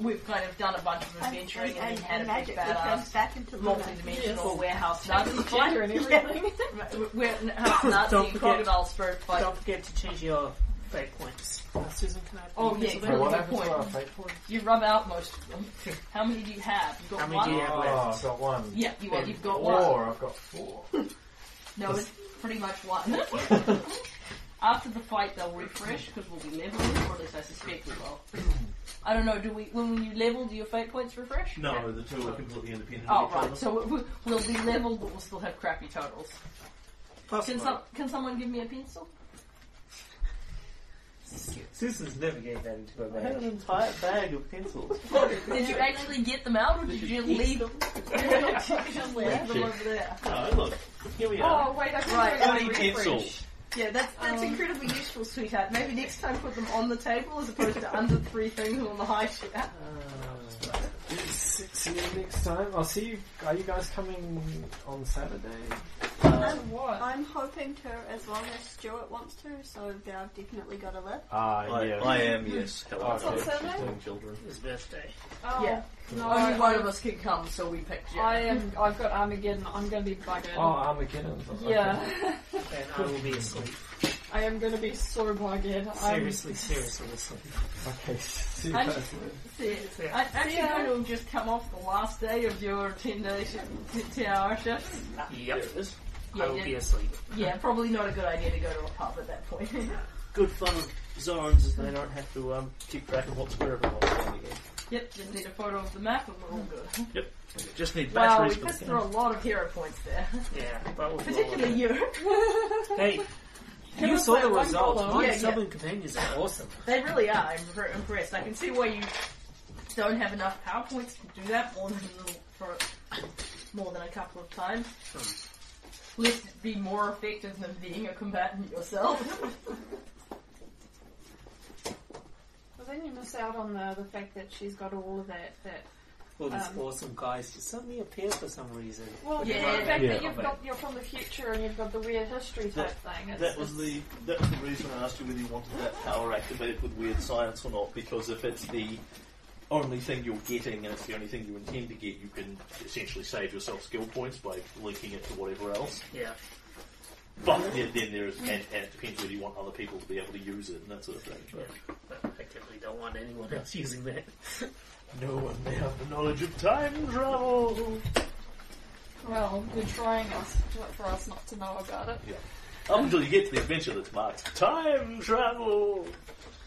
We've kind of done a bunch of adventuring and, then had a big magically comes badass back into Luna. multi-dimensional warehouse Nazi fight. Gender and everything. We're [COUGHS] Nazi Don't and forget- crocodile spirit fight. Don't forget to change your fate points. Uh, Susan, can I? Oh yeah, So what good happens point. to our fate points? You rub out most of them. How many do you have? You've got How many one? do you have? Oh, I've got one. Yeah, you are, Then you've got one. Four. I've got [LAUGHS] four. No, it's pretty much one. [LAUGHS] After the fight, they'll refresh because we'll be leveling, or at least I suspect we will. I don't know. Do we? When you level, do your fate points refresh? No, the two are completely independent. Oh of each right. Other. So we- we'll be leveled, but we'll still have crappy totals. Can, some, can someone give me a pencil? Susan's never gave that into a I had bag. an entire bag of pencils. Did you actually get them out, or did you just leave them? [LAUGHS] just leave them over there. [LAUGHS] No, look, here we are. Oh wait, I can Right. do it on Bloody refresh. pencil. Yeah, that's that's Um, incredibly useful, sweetheart. Maybe next time put them on the table as opposed to under the three things on the high chair. See you next time. I'll see you. Are you guys coming on Saturday? I'm, What? I'm hoping to as long as Stuart wants to, so that I've definitely got a lip. Ah, I, I am yes. Hello, Okay. What's her name? children. His birthday. Oh, Yeah. No, [LAUGHS] Only one of I- us can come, so we picked you. I am. I've got Armageddon. I'm going to be buggered. Oh, Armageddon. Yeah, [LAUGHS] And I will be asleep. I am going to be so buggered. [LAUGHS] Seriously, seriously asleep. Okay. [LAUGHS] See you I'm- guys later. I actually Yeah. going to just come off the last day of your 10 day shift, 10 hour shift. Yep. Yeah, I will yeah. be asleep. Yeah, probably not a good idea to go to a pub at that point. Good fun with zones is they don't have to um, keep track of what's where everyone's going again. [LAUGHS] yep, just need a photo of the map and we're all good. Just need Wow, we batteries. for pissed the through a lot of hero points there. Yeah, but we'll Particularly you. [LAUGHS] Hey, Can you we saw play the one results. ball? My Yeah, yeah. southern companions are awesome. They really are. I'm very impressed. I can see why you don't have enough power points to do that more than a little, for more than a couple of times. Let's be more effective than being a combatant yourself. Well, then you miss miss out on the, the fact that she's got all of that. that All these Um, awesome guys just suddenly appear for some reason. well, Yeah. the fact Yeah. that you've got, you're from the future and you've got the weird history type That- thing. It's, That was the that was the reason I asked you whether you wanted that power activated with weird science or not, because if it's the only thing you're getting and it's the only thing you intend to get, you can essentially save yourself skill points by linking it to whatever else. Yeah. But then, then there is, and, and it depends whether you want other people to be able to use it and that sort of thing. But But I definitely don't want anyone else using that. [LAUGHS] no one may have the knowledge of time travel. Well, you're trying us for us not to know about it. Up until you get to the adventure that's marked time travel.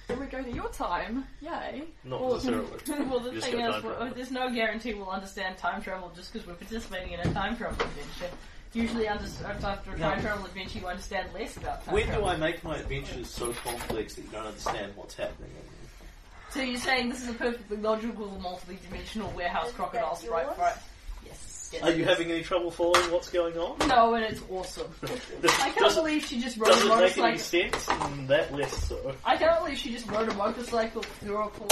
Then we go to your time. Yay. Not Well, necessarily. [LAUGHS] well, the You just thing go time is, we- travel. there's no guarantee we'll understand time travel just because we're participating in a time travel adventure. Usually, under, after a time travel adventure, you understand less about time When travel. do I make my adventures so complex that you don't understand what's happening? So you're saying this is a perfectly logical multi-dimensional warehouse Is crocodile that sprite, yours? right? Yes. yes Are you yes. having any trouble following what's going on? No, and it's awesome. I can't Doesn't- believe she just rode a Doesn't make any motorcycle. sense, and that less so. I can't believe she just rode a motorcycle through a pool.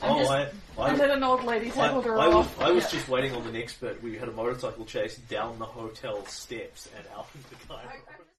I'm oh, just- I, I, And then an old lady I, tackled her I was, off. I was Yeah. just waiting on the next bit where you had a motorcycle chase down the hotel steps and out of the car.